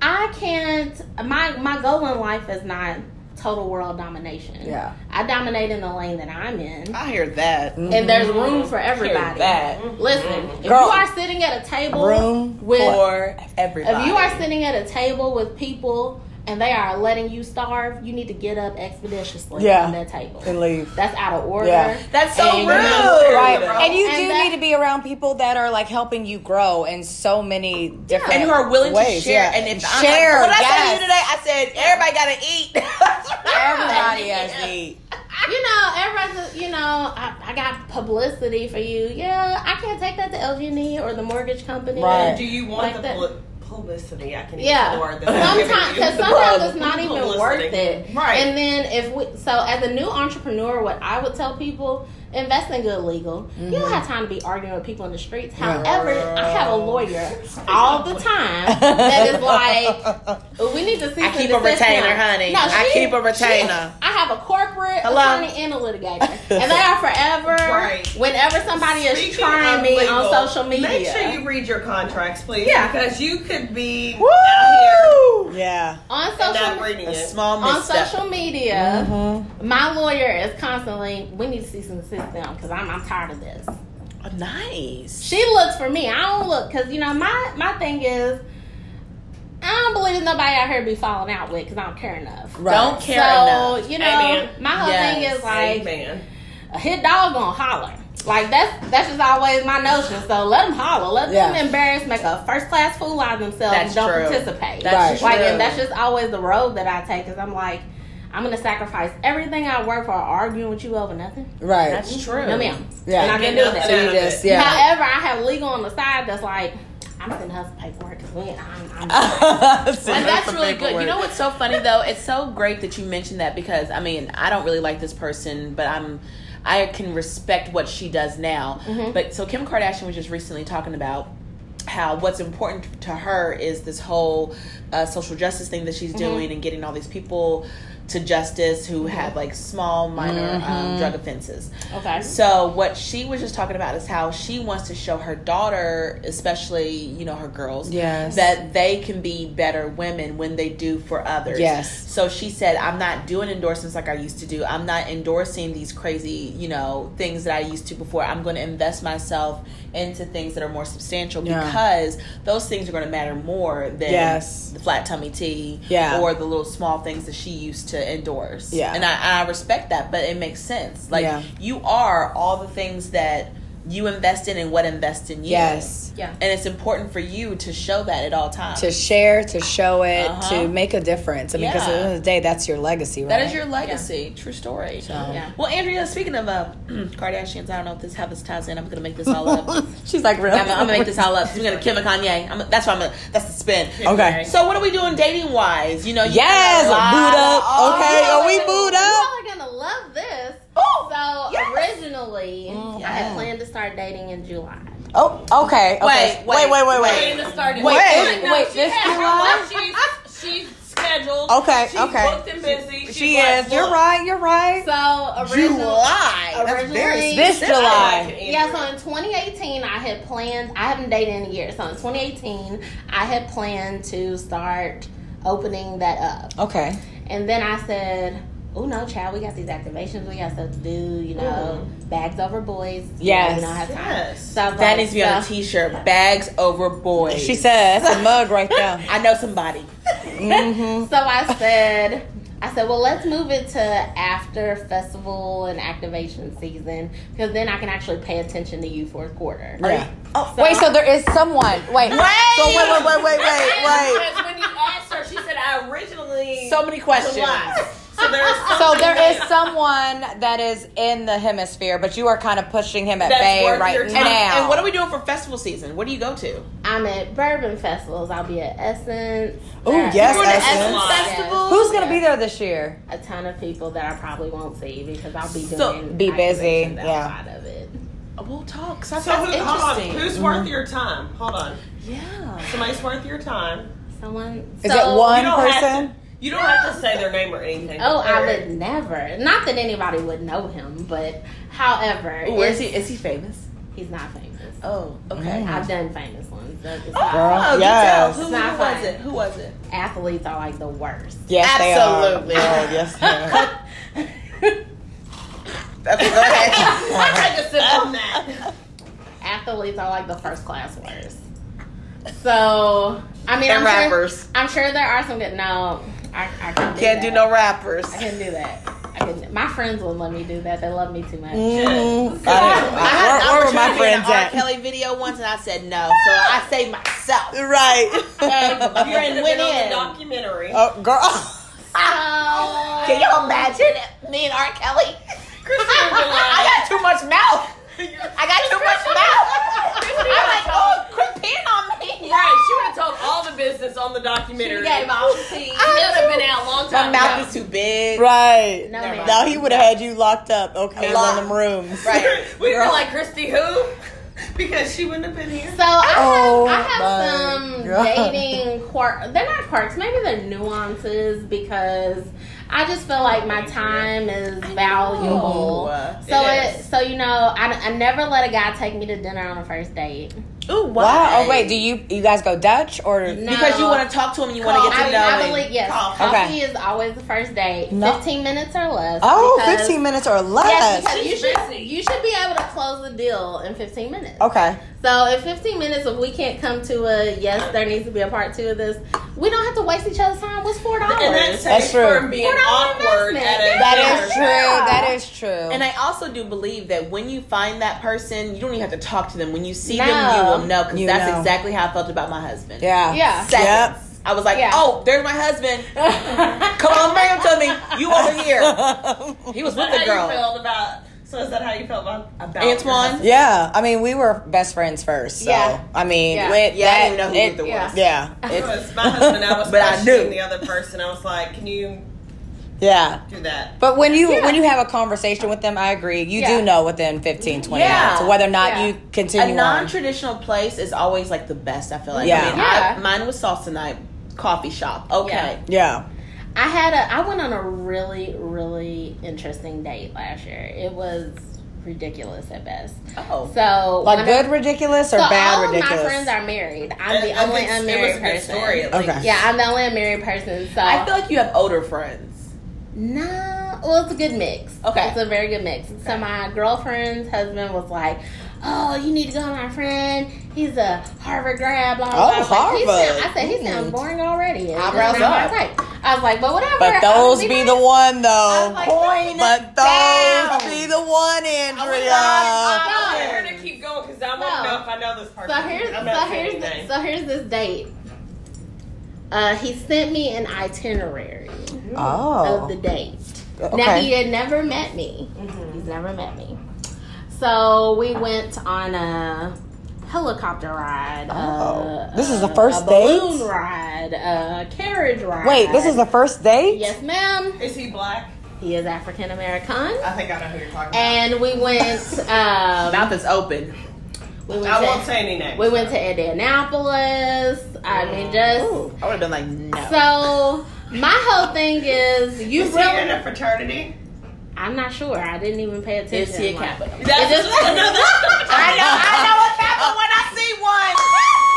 [SPEAKER 4] I can't, my, my goal in life is not total world domination.
[SPEAKER 2] Yeah.
[SPEAKER 4] I dominate in the lane that I'm in.
[SPEAKER 1] I hear that.
[SPEAKER 4] And there's room for
[SPEAKER 1] Hear
[SPEAKER 4] everybody. Mm-hmm.
[SPEAKER 1] that.
[SPEAKER 4] Listen, if you
[SPEAKER 2] Mm-hmm. Girl.
[SPEAKER 4] are sitting at a table
[SPEAKER 2] Room
[SPEAKER 4] with
[SPEAKER 1] For everybody.
[SPEAKER 4] if you are sitting at a table with people and they are letting you starve, you need to get up expeditiously
[SPEAKER 2] Yeah.
[SPEAKER 4] from that table.
[SPEAKER 2] And leave.
[SPEAKER 4] That's out of order.
[SPEAKER 2] Yeah.
[SPEAKER 1] That's so
[SPEAKER 4] And-
[SPEAKER 1] Oh, rude.
[SPEAKER 2] Right.
[SPEAKER 3] Girl.
[SPEAKER 2] And you
[SPEAKER 4] And
[SPEAKER 2] do
[SPEAKER 4] that-
[SPEAKER 2] need to be around people that are like helping you grow in so many different
[SPEAKER 1] and who are willing
[SPEAKER 2] ways,
[SPEAKER 1] to share.
[SPEAKER 2] yeah.
[SPEAKER 1] And if
[SPEAKER 2] share,
[SPEAKER 1] I'm like, what I said
[SPEAKER 2] yes.
[SPEAKER 1] to you today, I said everybody got to eat. That's right.
[SPEAKER 2] Everybody has to eat.
[SPEAKER 4] You know, everybody's, just- you know, I, I got publicity for you. Yeah, I can't take that to LG&E E or the mortgage company.
[SPEAKER 2] Right.
[SPEAKER 3] Do you want
[SPEAKER 4] Like
[SPEAKER 3] the
[SPEAKER 4] that.
[SPEAKER 3] plu- publicity? I can
[SPEAKER 4] Yeah.
[SPEAKER 3] use the word that I'm giving
[SPEAKER 4] Sometimes,
[SPEAKER 3] you.
[SPEAKER 4] because
[SPEAKER 3] The
[SPEAKER 4] sometimes it's
[SPEAKER 3] pub-
[SPEAKER 4] not even
[SPEAKER 3] publicity.
[SPEAKER 4] worth it.
[SPEAKER 3] Right.
[SPEAKER 4] And then if we, so as a new entrepreneur, what I would tell people, invest in good legal. You don't have time to be arguing with people in the streets. However, I have a lawyer all the time that is like, we need to see.
[SPEAKER 1] I keep a retainer, honey. I keep a retainer.
[SPEAKER 4] I have a corporate
[SPEAKER 1] Hello?
[SPEAKER 4] attorney and a litigator, and they are forever.
[SPEAKER 3] Right.
[SPEAKER 4] Whenever somebody is
[SPEAKER 3] Speaking
[SPEAKER 4] trying
[SPEAKER 3] of
[SPEAKER 4] me
[SPEAKER 3] legal,
[SPEAKER 4] on social media,
[SPEAKER 3] Make sure you read your contracts, please.
[SPEAKER 4] Yeah.
[SPEAKER 3] Because you could be
[SPEAKER 1] Woo!
[SPEAKER 3] out
[SPEAKER 2] Yeah.
[SPEAKER 4] on
[SPEAKER 3] here
[SPEAKER 4] social
[SPEAKER 3] not reading
[SPEAKER 1] A
[SPEAKER 3] it.
[SPEAKER 1] small
[SPEAKER 4] on
[SPEAKER 1] misstep.
[SPEAKER 4] social media, my lawyer is constantly, we need to see some system because I'm, I'm tired of this.
[SPEAKER 1] Oh, nice.
[SPEAKER 4] She looks for me. I don't look because, you know, my, my thing is, I don't believe there's nobody out here be falling out with because I don't care enough.
[SPEAKER 2] Right.
[SPEAKER 1] Don't care
[SPEAKER 4] so,
[SPEAKER 1] enough.
[SPEAKER 4] you know,
[SPEAKER 3] Amen.
[SPEAKER 4] my whole
[SPEAKER 1] Yes.
[SPEAKER 4] thing is like,
[SPEAKER 3] Amen.
[SPEAKER 4] a hit dog gonna holler. Like that's that's just always my notion. So let them holler. Let
[SPEAKER 2] Yeah.
[SPEAKER 4] them embarrass, make a first class fool out of themselves,
[SPEAKER 1] That's
[SPEAKER 4] and don't
[SPEAKER 1] true.
[SPEAKER 4] participate.
[SPEAKER 1] That's
[SPEAKER 4] like,
[SPEAKER 1] true.
[SPEAKER 4] and that's just always the road that I take. Cause I'm like, I'm gonna sacrifice everything I work for arguing with you over nothing.
[SPEAKER 2] Right.
[SPEAKER 1] That's true.
[SPEAKER 4] No, ma'am.
[SPEAKER 2] Yeah.
[SPEAKER 4] I'm not gonna do that.
[SPEAKER 2] so you just yeah.
[SPEAKER 4] However, I have legal on the side that's like, I'm sending her some paperwork. 'cause we ain't- I'm, I'm
[SPEAKER 1] And
[SPEAKER 2] That's
[SPEAKER 1] that's really good. You know what's so funny though? It's so great that you mentioned that because I mean I don't really like this person, but I'm I can respect what she does now. But so Kim Kardashian was just recently talking about how what's important to her is this whole uh, social justice thing that she's doing and getting all these people to justice who have like small minor um, drug offenses.
[SPEAKER 4] okay.
[SPEAKER 1] So what she was just talking about is how she wants to show her daughter, especially you know her girls,
[SPEAKER 2] Yes.
[SPEAKER 1] that they can be better women when they do for others.
[SPEAKER 2] Yes.
[SPEAKER 1] So she said, I'm not doing endorsements like I used to do. I'm not endorsing these crazy you know things that I used to before. I'm going to invest myself into things that are more substantial
[SPEAKER 2] Yeah.
[SPEAKER 1] because those things are going to matter more than
[SPEAKER 2] Yes.
[SPEAKER 1] the flat tummy tea
[SPEAKER 2] Yeah.
[SPEAKER 1] or the little small things that she used to endorse.
[SPEAKER 2] Yeah.
[SPEAKER 1] And I, I respect that, but it makes sense. Like
[SPEAKER 2] Yeah.
[SPEAKER 1] you are all the things that you invest in and what invest in you.
[SPEAKER 2] yes.
[SPEAKER 4] Yeah.
[SPEAKER 1] And it's important for you to show that at all times.
[SPEAKER 2] To share, to show it,
[SPEAKER 1] Uh-huh.
[SPEAKER 2] to make a difference. I mean, because at the end of the day, that's your legacy, right?
[SPEAKER 1] that is your legacy. True story.
[SPEAKER 4] Yeah.
[SPEAKER 1] Well, Andrea, speaking of uh, Kardashians, I don't know if this how this ties in. I'm gonna make this all up. I'm,
[SPEAKER 2] She's like, really?
[SPEAKER 1] gonna- I'm gonna make this all up. We're gonna Kim and Kanye. I'm, that's why I'm gonna. That's the spin.
[SPEAKER 2] Okay.
[SPEAKER 1] So what are we doing dating wise? You know. You
[SPEAKER 2] Yes,
[SPEAKER 1] got a
[SPEAKER 2] boot
[SPEAKER 1] lot
[SPEAKER 2] up.
[SPEAKER 1] of-
[SPEAKER 2] Okay,
[SPEAKER 4] y'all
[SPEAKER 2] are we
[SPEAKER 4] gonna-
[SPEAKER 2] booed up?
[SPEAKER 4] Oh, Y'all are gonna love this.
[SPEAKER 1] Oh,
[SPEAKER 4] so
[SPEAKER 1] yes.
[SPEAKER 4] originally, I
[SPEAKER 2] Mm, yeah.
[SPEAKER 4] had planned to start dating in July.
[SPEAKER 2] Oh, okay. okay.
[SPEAKER 1] Wait, wait,
[SPEAKER 2] wait, wait,
[SPEAKER 1] wait.
[SPEAKER 2] wait.
[SPEAKER 5] Wait, wait,
[SPEAKER 2] Wait,
[SPEAKER 5] wait,
[SPEAKER 2] wait,
[SPEAKER 5] she
[SPEAKER 2] this
[SPEAKER 5] has her
[SPEAKER 2] July?
[SPEAKER 5] lunch, She's, she's scheduled.
[SPEAKER 2] Okay,
[SPEAKER 5] she's
[SPEAKER 2] okay.
[SPEAKER 5] booked and busy. She's
[SPEAKER 2] She
[SPEAKER 5] like,
[SPEAKER 2] is. You're
[SPEAKER 5] look,
[SPEAKER 2] right. You're right.
[SPEAKER 4] So originally,
[SPEAKER 1] July. That's very
[SPEAKER 4] Originally-
[SPEAKER 2] This
[SPEAKER 1] specific.
[SPEAKER 2] July.
[SPEAKER 4] yeah. So in 2018, I had planned. I haven't dated in a year. So in 2018, I had planned to start opening that up,
[SPEAKER 2] Okay.
[SPEAKER 4] and then I said, oh no, child, we got these activations, we got stuff to do, you know, bags over boys.
[SPEAKER 2] Yes.
[SPEAKER 4] You know, we don't have time.
[SPEAKER 3] Yes.
[SPEAKER 4] Stuff
[SPEAKER 1] That
[SPEAKER 4] like-
[SPEAKER 1] needs to be on a
[SPEAKER 4] so-
[SPEAKER 1] t-shirt. Bags over boys.
[SPEAKER 2] She said, that's a mug right there.
[SPEAKER 1] I know somebody.
[SPEAKER 2] Mhm.
[SPEAKER 4] So I said, I said, well, let's move it to after festival and activation season because then I can actually pay attention to you fourth quarter.
[SPEAKER 2] Yeah.
[SPEAKER 1] Oh,
[SPEAKER 2] Wait, so there is someone. Wait.
[SPEAKER 1] So wait, wait, wait, wait,
[SPEAKER 5] Because
[SPEAKER 1] wait,
[SPEAKER 5] when you asked her, she said, I originally.
[SPEAKER 1] wait. So many questions.
[SPEAKER 3] July. So there's
[SPEAKER 2] So there is someone that is in the hemisphere, but you are kind of pushing him at
[SPEAKER 3] That's
[SPEAKER 2] bay
[SPEAKER 3] worth
[SPEAKER 2] right
[SPEAKER 3] your time.
[SPEAKER 1] And,
[SPEAKER 2] now.
[SPEAKER 1] and what are we doing for festival season? What do you go to?
[SPEAKER 4] I'm at bourbon festivals. I'll be at Essence.
[SPEAKER 2] Ooh,
[SPEAKER 4] Uh,
[SPEAKER 2] yes,
[SPEAKER 1] We're at
[SPEAKER 2] Essence.
[SPEAKER 4] Yes.
[SPEAKER 2] Who's gonna be there this year?
[SPEAKER 4] A ton of people that I probably won't see because I'll be doing
[SPEAKER 1] So,
[SPEAKER 2] be busy,
[SPEAKER 4] activations
[SPEAKER 2] yeah.
[SPEAKER 4] outside of it.
[SPEAKER 1] We'll talk.
[SPEAKER 3] So who,
[SPEAKER 1] um,
[SPEAKER 3] hold on. Who's worth your time? Hold on.
[SPEAKER 1] yeah.
[SPEAKER 3] Somebody's worth your time.
[SPEAKER 4] Someone
[SPEAKER 2] Is
[SPEAKER 4] so-
[SPEAKER 2] it one
[SPEAKER 3] you don't Have
[SPEAKER 2] person?
[SPEAKER 3] to, you don't have to say their name or anything.
[SPEAKER 4] Oh, I
[SPEAKER 3] They're-
[SPEAKER 4] would never. Not that anybody would know him, but however,
[SPEAKER 1] Ooh, is
[SPEAKER 4] it's-
[SPEAKER 1] he? Is he famous?
[SPEAKER 4] he's not famous.
[SPEAKER 1] Oh, okay.
[SPEAKER 4] I've done famous ones. but it's
[SPEAKER 1] Oh,
[SPEAKER 4] not-
[SPEAKER 2] Girl,
[SPEAKER 1] you
[SPEAKER 2] yes.
[SPEAKER 1] tell. Who,
[SPEAKER 4] It's not
[SPEAKER 1] who was
[SPEAKER 4] fun.
[SPEAKER 1] it? Who was it?
[SPEAKER 4] athletes are like the worst.
[SPEAKER 2] Yes,
[SPEAKER 1] Absolutely.
[SPEAKER 2] they are. Oh, yes, they are.
[SPEAKER 1] Okay, go ahead.
[SPEAKER 5] I take a sip on that.
[SPEAKER 4] athletes are like the first class worst. So I mean,
[SPEAKER 1] and
[SPEAKER 4] I'm sure-
[SPEAKER 1] rappers
[SPEAKER 4] I'm sure there are some good. No, I, I can't,
[SPEAKER 1] can't do
[SPEAKER 4] that.
[SPEAKER 1] no rappers.
[SPEAKER 4] I can't do that. I can, my friends wouldn't let me do that. They love me too much.
[SPEAKER 1] Mm.
[SPEAKER 2] Mhm.
[SPEAKER 1] I
[SPEAKER 2] I
[SPEAKER 1] had
[SPEAKER 2] don't-
[SPEAKER 1] an
[SPEAKER 2] I- Where where were my
[SPEAKER 1] opportunity in an
[SPEAKER 2] friends
[SPEAKER 1] R.
[SPEAKER 2] at?
[SPEAKER 1] Kelly video once, and I said no, so I saved myself.
[SPEAKER 2] Right.
[SPEAKER 3] You should have
[SPEAKER 1] went
[SPEAKER 3] been on
[SPEAKER 1] in.
[SPEAKER 3] the documentary.
[SPEAKER 2] oh, girl.
[SPEAKER 4] So-
[SPEAKER 1] Can y'all imagine me and R. Kelly?
[SPEAKER 5] Christina
[SPEAKER 1] I
[SPEAKER 5] July.
[SPEAKER 1] got too much mouth. I got too much mouth. I'm like, oh, quit peeing on me.
[SPEAKER 5] Right, she would have told all the business on the documentary.
[SPEAKER 4] gave all the tea.
[SPEAKER 5] It would have been out a long
[SPEAKER 1] My
[SPEAKER 5] time
[SPEAKER 1] mouth
[SPEAKER 5] ago.
[SPEAKER 1] is too big.
[SPEAKER 2] Right.
[SPEAKER 4] No, ma'am.
[SPEAKER 2] Now he would have had you locked up. Okay,
[SPEAKER 1] Locked.
[SPEAKER 2] on them rooms.
[SPEAKER 1] Right.
[SPEAKER 5] We
[SPEAKER 1] Girl.
[SPEAKER 5] were like, Christy, who?
[SPEAKER 3] Because she wouldn't have been here.
[SPEAKER 4] So I have,
[SPEAKER 2] Oh
[SPEAKER 4] I have
[SPEAKER 2] my
[SPEAKER 4] some
[SPEAKER 2] God.
[SPEAKER 4] dating quirks. They're not quirks. Maybe they're nuances because I just feel like my time is valuable.
[SPEAKER 1] uh,
[SPEAKER 4] So
[SPEAKER 3] It
[SPEAKER 4] it,
[SPEAKER 3] is.
[SPEAKER 4] so you know, I, I never let a guy take me to dinner on a first date.
[SPEAKER 1] Ooh,
[SPEAKER 2] Wow. Oh wait, do you you guys go Dutch or
[SPEAKER 4] No.
[SPEAKER 1] Because you want to talk to him, and you want to get
[SPEAKER 4] I,
[SPEAKER 1] to know
[SPEAKER 4] I
[SPEAKER 1] him.
[SPEAKER 4] believe yes.
[SPEAKER 3] Coffee.
[SPEAKER 4] Coffee
[SPEAKER 2] Okay.
[SPEAKER 4] is always the first date.
[SPEAKER 2] No.
[SPEAKER 4] Fifteen minutes or less.
[SPEAKER 2] Oh,
[SPEAKER 4] because-
[SPEAKER 2] 15 minutes or
[SPEAKER 4] Yes,
[SPEAKER 2] less.
[SPEAKER 4] because you
[SPEAKER 5] She's
[SPEAKER 4] should
[SPEAKER 5] busy.
[SPEAKER 4] you should be able to close the deal in fifteen minutes.
[SPEAKER 2] okay.
[SPEAKER 4] So in 15 minutes, if we can't come to a yes, there needs to be a part two of this. We don't have to waste each other's time. What's four
[SPEAKER 3] And that
[SPEAKER 2] That's
[SPEAKER 4] dollars?
[SPEAKER 3] saves her
[SPEAKER 2] true.
[SPEAKER 3] from being
[SPEAKER 4] We're not on
[SPEAKER 3] awkward
[SPEAKER 4] investment.
[SPEAKER 3] at a
[SPEAKER 2] That is
[SPEAKER 3] dinner.
[SPEAKER 2] true. That is true.
[SPEAKER 1] And I also do believe that when you find that person, you don't even have to talk to them. When you see them, you
[SPEAKER 4] No.
[SPEAKER 1] will know. Because
[SPEAKER 2] You
[SPEAKER 1] that's
[SPEAKER 2] know.
[SPEAKER 1] exactly how I felt about my husband.
[SPEAKER 2] yeah.
[SPEAKER 4] Yeah.
[SPEAKER 1] Seconds. I was like,
[SPEAKER 4] Yeah.
[SPEAKER 1] oh, there's my husband. Come on, bring him to me. You over here. He was with
[SPEAKER 3] Is that
[SPEAKER 1] the
[SPEAKER 3] how you
[SPEAKER 1] girl.
[SPEAKER 3] felt about? So is that how you felt about, about your
[SPEAKER 1] Antoine.
[SPEAKER 3] husband?
[SPEAKER 2] yeah. I mean, we were best friends first. So,
[SPEAKER 4] Yeah.
[SPEAKER 2] I mean,
[SPEAKER 4] Yeah.
[SPEAKER 2] with
[SPEAKER 1] Yeah, I
[SPEAKER 2] that,
[SPEAKER 1] didn't know who
[SPEAKER 2] it-
[SPEAKER 1] was the
[SPEAKER 4] yeah.
[SPEAKER 1] worst.
[SPEAKER 2] yeah.
[SPEAKER 3] It
[SPEAKER 2] It's-
[SPEAKER 3] was my husband. I was
[SPEAKER 1] But I
[SPEAKER 3] questioning
[SPEAKER 1] knew.
[SPEAKER 3] the other person. I was like, "Can you
[SPEAKER 2] yeah.
[SPEAKER 3] do that?"
[SPEAKER 2] But when you when you have a conversation with them, I agree. You
[SPEAKER 4] Yeah.
[SPEAKER 2] do know within 15, 20
[SPEAKER 1] Yeah.
[SPEAKER 2] minutes whether or not
[SPEAKER 4] Yeah.
[SPEAKER 2] you
[SPEAKER 1] A
[SPEAKER 2] continue on.
[SPEAKER 1] non-traditional place is always like the best. I feel like.
[SPEAKER 2] Yeah.
[SPEAKER 1] I mean,
[SPEAKER 4] Yeah.
[SPEAKER 1] I, mine was salsa night, coffee shop. Okay.
[SPEAKER 2] yeah.
[SPEAKER 4] I had a. I went on a really really interesting date last year. It was ridiculous at best.
[SPEAKER 1] Oh.
[SPEAKER 4] So
[SPEAKER 2] Like
[SPEAKER 4] one
[SPEAKER 2] good
[SPEAKER 4] Of,
[SPEAKER 2] ridiculous or
[SPEAKER 4] so
[SPEAKER 2] bad
[SPEAKER 4] all
[SPEAKER 2] ridiculous.
[SPEAKER 4] of my friends are married. I'm the
[SPEAKER 3] I- I
[SPEAKER 4] only
[SPEAKER 3] think
[SPEAKER 4] unmarried
[SPEAKER 3] It was a good
[SPEAKER 4] person.
[SPEAKER 3] story. At least.
[SPEAKER 2] Okay.
[SPEAKER 4] Yeah, I'm the only unmarried person. So
[SPEAKER 1] I feel like you have older friends.
[SPEAKER 4] No, well, it's a good mix.
[SPEAKER 1] Okay.
[SPEAKER 4] it's a very good mix. So my girlfriend's husband was like, "Oh, you need to go, with my friend. He's a Harvard grad." Blah blah.
[SPEAKER 2] Oh,
[SPEAKER 4] blah. I was like, "He
[SPEAKER 2] Harvard.
[SPEAKER 4] sound- I said he sounds
[SPEAKER 2] Mm.
[SPEAKER 4] boring already. It's
[SPEAKER 1] Eyebrows
[SPEAKER 4] just not my
[SPEAKER 1] up.
[SPEAKER 4] type." I was like, "But whatever."
[SPEAKER 2] But
[SPEAKER 4] I'll
[SPEAKER 2] those be the
[SPEAKER 4] nice."
[SPEAKER 2] one
[SPEAKER 4] I
[SPEAKER 2] though.
[SPEAKER 4] was like,
[SPEAKER 1] Point
[SPEAKER 2] But
[SPEAKER 1] down.
[SPEAKER 2] those be the one, Andrea.
[SPEAKER 3] I'm going to keep going because I want to
[SPEAKER 4] No.
[SPEAKER 3] know if I know this person.
[SPEAKER 4] So here's
[SPEAKER 3] I'm
[SPEAKER 4] so
[SPEAKER 3] not
[SPEAKER 4] here's
[SPEAKER 3] saying
[SPEAKER 4] this,
[SPEAKER 3] anything.
[SPEAKER 4] so here's this date. Uh, he sent me an itinerary of the
[SPEAKER 2] Oh.
[SPEAKER 4] date. Now he
[SPEAKER 2] Okay.
[SPEAKER 4] had never met me.
[SPEAKER 1] Mm-hmm.
[SPEAKER 4] He's never met me. So we went on a helicopter ride.
[SPEAKER 2] Oh.
[SPEAKER 4] a-
[SPEAKER 2] This is the
[SPEAKER 4] a-
[SPEAKER 2] first
[SPEAKER 4] a balloon
[SPEAKER 2] date?
[SPEAKER 4] ride, a carriage ride.
[SPEAKER 2] Wait, this is the first date?
[SPEAKER 4] yes, ma'am.
[SPEAKER 3] Is he black?
[SPEAKER 4] He is African American,
[SPEAKER 3] I think I know who you're talking about.
[SPEAKER 4] and we went. Um,
[SPEAKER 1] Mouth is open.
[SPEAKER 4] we went.
[SPEAKER 3] I won't
[SPEAKER 4] to,
[SPEAKER 3] say any names.
[SPEAKER 4] we went to Indianapolis. I mean, just
[SPEAKER 1] Ooh, Mm. I would have been like, no.
[SPEAKER 4] so. My whole thing is you
[SPEAKER 3] Is he in
[SPEAKER 4] really.
[SPEAKER 3] a fraternity?
[SPEAKER 4] I'm not sure. I didn't even pay attention.
[SPEAKER 1] Is he a
[SPEAKER 4] Like,
[SPEAKER 1] Kappa? I know.
[SPEAKER 3] That's
[SPEAKER 4] just-
[SPEAKER 1] I know a Kappa when I see one.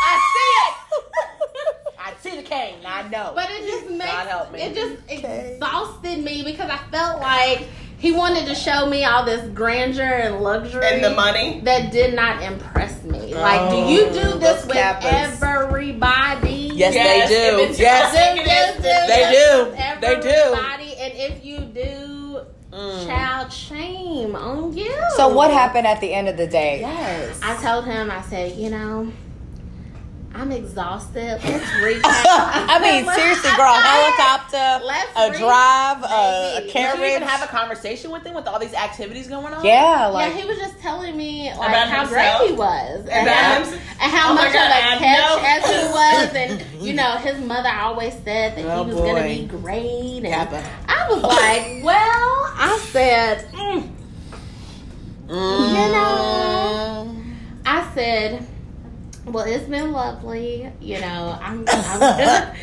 [SPEAKER 1] I see it. I see the
[SPEAKER 4] shame.
[SPEAKER 1] I know.
[SPEAKER 4] But it just makes
[SPEAKER 5] help me.
[SPEAKER 4] it just exhausted me because I felt like he wanted to show me all this grandeur and luxury
[SPEAKER 3] And the money.
[SPEAKER 4] that did not impress me. Like, do you do this
[SPEAKER 1] those
[SPEAKER 4] with
[SPEAKER 1] Kappas.
[SPEAKER 4] everybody?
[SPEAKER 2] Yes,
[SPEAKER 5] Yes, if
[SPEAKER 2] they
[SPEAKER 5] it's-
[SPEAKER 2] do. Yes,
[SPEAKER 4] Do this with
[SPEAKER 2] They do. They do.
[SPEAKER 4] Everybody, and if you do,
[SPEAKER 3] Mm.
[SPEAKER 4] child shame on you.
[SPEAKER 2] So what happened at the end of the day?
[SPEAKER 1] yes.
[SPEAKER 4] I told him, I said, you know, I'm exhausted. Let's recap. I
[SPEAKER 2] I mean, seriously, girl, a helicopter,
[SPEAKER 4] Let's
[SPEAKER 2] a
[SPEAKER 4] re-
[SPEAKER 2] drive, a,
[SPEAKER 4] Baby,
[SPEAKER 2] a
[SPEAKER 1] Did you even have a
[SPEAKER 2] carriage.
[SPEAKER 1] conversation with him with all these activities going on?
[SPEAKER 2] Yeah,
[SPEAKER 4] Yeah,
[SPEAKER 2] like
[SPEAKER 4] he was just telling me like
[SPEAKER 3] About
[SPEAKER 4] how
[SPEAKER 3] himself?
[SPEAKER 4] great he was and,
[SPEAKER 3] About
[SPEAKER 4] how,
[SPEAKER 3] himself?
[SPEAKER 4] and how
[SPEAKER 3] Oh my
[SPEAKER 4] much
[SPEAKER 3] God,
[SPEAKER 4] of
[SPEAKER 3] I
[SPEAKER 4] a catch
[SPEAKER 3] know.
[SPEAKER 4] as he was, and you know his mother always said that
[SPEAKER 1] Oh,
[SPEAKER 4] he was gonna
[SPEAKER 1] boy.
[SPEAKER 4] be great. And
[SPEAKER 1] Kappa.
[SPEAKER 4] I was like, well, I said, mm,
[SPEAKER 2] mm.
[SPEAKER 4] you know, I said. Well, it's been lovely. You know, I'm. I'm I,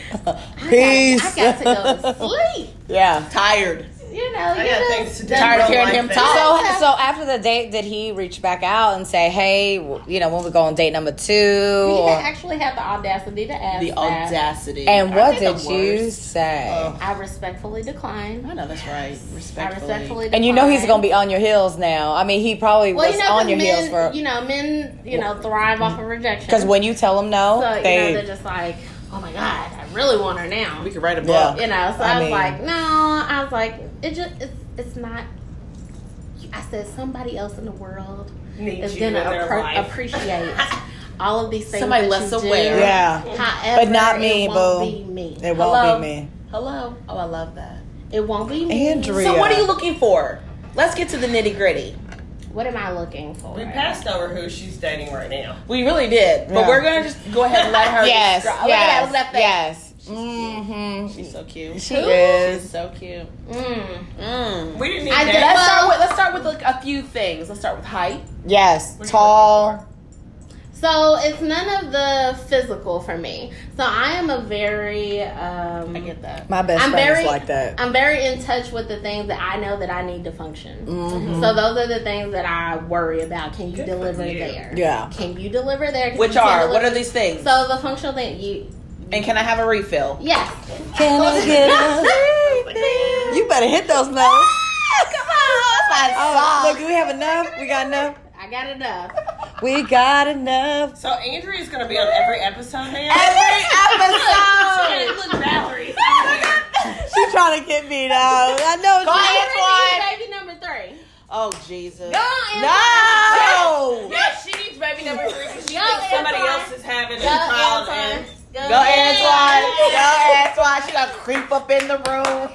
[SPEAKER 2] peace.
[SPEAKER 4] got, I got to go to sleep.
[SPEAKER 2] yeah.
[SPEAKER 1] Tired.
[SPEAKER 4] You know,
[SPEAKER 3] I
[SPEAKER 4] you
[SPEAKER 3] got
[SPEAKER 4] just-
[SPEAKER 3] things to do.
[SPEAKER 1] Tired of
[SPEAKER 3] Real
[SPEAKER 1] hearing
[SPEAKER 3] life
[SPEAKER 1] him
[SPEAKER 3] things.
[SPEAKER 1] talk.
[SPEAKER 2] So, so after the date, did he reach back out and say, "Hey, w- you know, when we go on date number two?
[SPEAKER 4] He
[SPEAKER 2] or-
[SPEAKER 4] actually had the audacity to ask
[SPEAKER 1] The
[SPEAKER 4] that.
[SPEAKER 1] audacity.
[SPEAKER 2] and
[SPEAKER 1] Aren't
[SPEAKER 2] what
[SPEAKER 1] they the
[SPEAKER 2] did you
[SPEAKER 1] worst?
[SPEAKER 2] say?
[SPEAKER 4] I respectfully declined.
[SPEAKER 1] I know that's right.
[SPEAKER 4] I
[SPEAKER 1] Respectfully.
[SPEAKER 4] respectfully declined.
[SPEAKER 2] and you know he's gonna be on your heels now. I mean, he probably
[SPEAKER 4] well,
[SPEAKER 2] was
[SPEAKER 4] you know, 'cause
[SPEAKER 2] on your
[SPEAKER 4] men,
[SPEAKER 2] heels for
[SPEAKER 4] you know men, you know thrive off of rejection.
[SPEAKER 2] because when you tell him no,
[SPEAKER 4] so you
[SPEAKER 2] they
[SPEAKER 4] know they're just like, oh my god, I really want her now.
[SPEAKER 1] We
[SPEAKER 4] You
[SPEAKER 1] could write a
[SPEAKER 2] Yeah.
[SPEAKER 1] book.
[SPEAKER 4] know, so
[SPEAKER 2] I
[SPEAKER 4] I, was
[SPEAKER 2] mean-
[SPEAKER 4] like, no, I was like, it just it's it's not. I said somebody else in the world
[SPEAKER 3] Need
[SPEAKER 4] is
[SPEAKER 3] you
[SPEAKER 4] gonna
[SPEAKER 3] in their
[SPEAKER 4] appro-
[SPEAKER 3] life.
[SPEAKER 4] appreciate all of these things.
[SPEAKER 1] Somebody
[SPEAKER 4] that
[SPEAKER 1] less
[SPEAKER 4] you do.
[SPEAKER 1] aware.
[SPEAKER 2] yeah,
[SPEAKER 4] However,
[SPEAKER 2] But not me,
[SPEAKER 4] it won't
[SPEAKER 2] boo.
[SPEAKER 4] Be me.
[SPEAKER 2] it won't
[SPEAKER 1] Hello?
[SPEAKER 2] be me.
[SPEAKER 1] Hello. Oh, I love that.
[SPEAKER 4] It won't be me.
[SPEAKER 2] Andrea,
[SPEAKER 1] So, what are you looking for? Let's get to the nitty gritty.
[SPEAKER 4] What am I looking for?
[SPEAKER 3] We passed over who she's dating right now.
[SPEAKER 1] We really did, but
[SPEAKER 2] Yeah.
[SPEAKER 1] we're gonna just go ahead and let her.
[SPEAKER 2] Yes,
[SPEAKER 1] describe- Oh,
[SPEAKER 2] yes,
[SPEAKER 1] Look at that. Look at that face.
[SPEAKER 2] yes. Mm-hmm.
[SPEAKER 1] She's so cute.
[SPEAKER 2] She is.
[SPEAKER 1] She's so cute.
[SPEAKER 4] Mm.
[SPEAKER 1] Mm.
[SPEAKER 3] We didn't need
[SPEAKER 4] I
[SPEAKER 3] that.
[SPEAKER 1] Let's
[SPEAKER 4] Well-
[SPEAKER 1] start with let's start with like a few things. Let's start with height.
[SPEAKER 2] Yes,
[SPEAKER 3] What are you
[SPEAKER 2] tall.
[SPEAKER 4] So it's none of the physical for me. So I am a very um
[SPEAKER 1] I get that.
[SPEAKER 2] My best
[SPEAKER 4] I'm
[SPEAKER 2] friend
[SPEAKER 4] very-
[SPEAKER 2] is like that.
[SPEAKER 4] I'm very in touch with the things that I know that I need to function.
[SPEAKER 1] Mm-hmm.
[SPEAKER 2] Mhm.
[SPEAKER 4] So those are the things that I worry about. Can you
[SPEAKER 3] Good for
[SPEAKER 4] deliver
[SPEAKER 3] you.
[SPEAKER 4] there?
[SPEAKER 2] Yeah.
[SPEAKER 4] Can you deliver there? 'Cause
[SPEAKER 1] Which
[SPEAKER 4] you can't
[SPEAKER 1] are what
[SPEAKER 4] deliver-
[SPEAKER 1] are these things?
[SPEAKER 4] So the functional thing you
[SPEAKER 1] and can I have a refill?
[SPEAKER 4] yes.
[SPEAKER 2] Can
[SPEAKER 1] Oh,
[SPEAKER 2] I get a- You better hit those notes.
[SPEAKER 1] Ah,
[SPEAKER 4] Come on.
[SPEAKER 2] Oh, look, we have enough. We got enough.
[SPEAKER 4] I got enough.
[SPEAKER 2] We got enough.
[SPEAKER 3] So Andrea's gonna be on every episode now.
[SPEAKER 2] Every
[SPEAKER 5] Oh.
[SPEAKER 2] episode.
[SPEAKER 4] Look, Valerie.
[SPEAKER 2] She's trying to get me now. I know.
[SPEAKER 1] Go ahead,
[SPEAKER 2] it's
[SPEAKER 4] Baby number three.
[SPEAKER 1] Oh Jesus.
[SPEAKER 2] hard. No.
[SPEAKER 5] Yes, she needs baby number three because she
[SPEAKER 4] Yo,
[SPEAKER 5] thinks somebody
[SPEAKER 4] Antoine.
[SPEAKER 5] else is having a
[SPEAKER 4] Go
[SPEAKER 5] child.
[SPEAKER 4] Antoine.
[SPEAKER 5] and-
[SPEAKER 1] Go Antoine. Go Antoine. She gonna creep up in the room.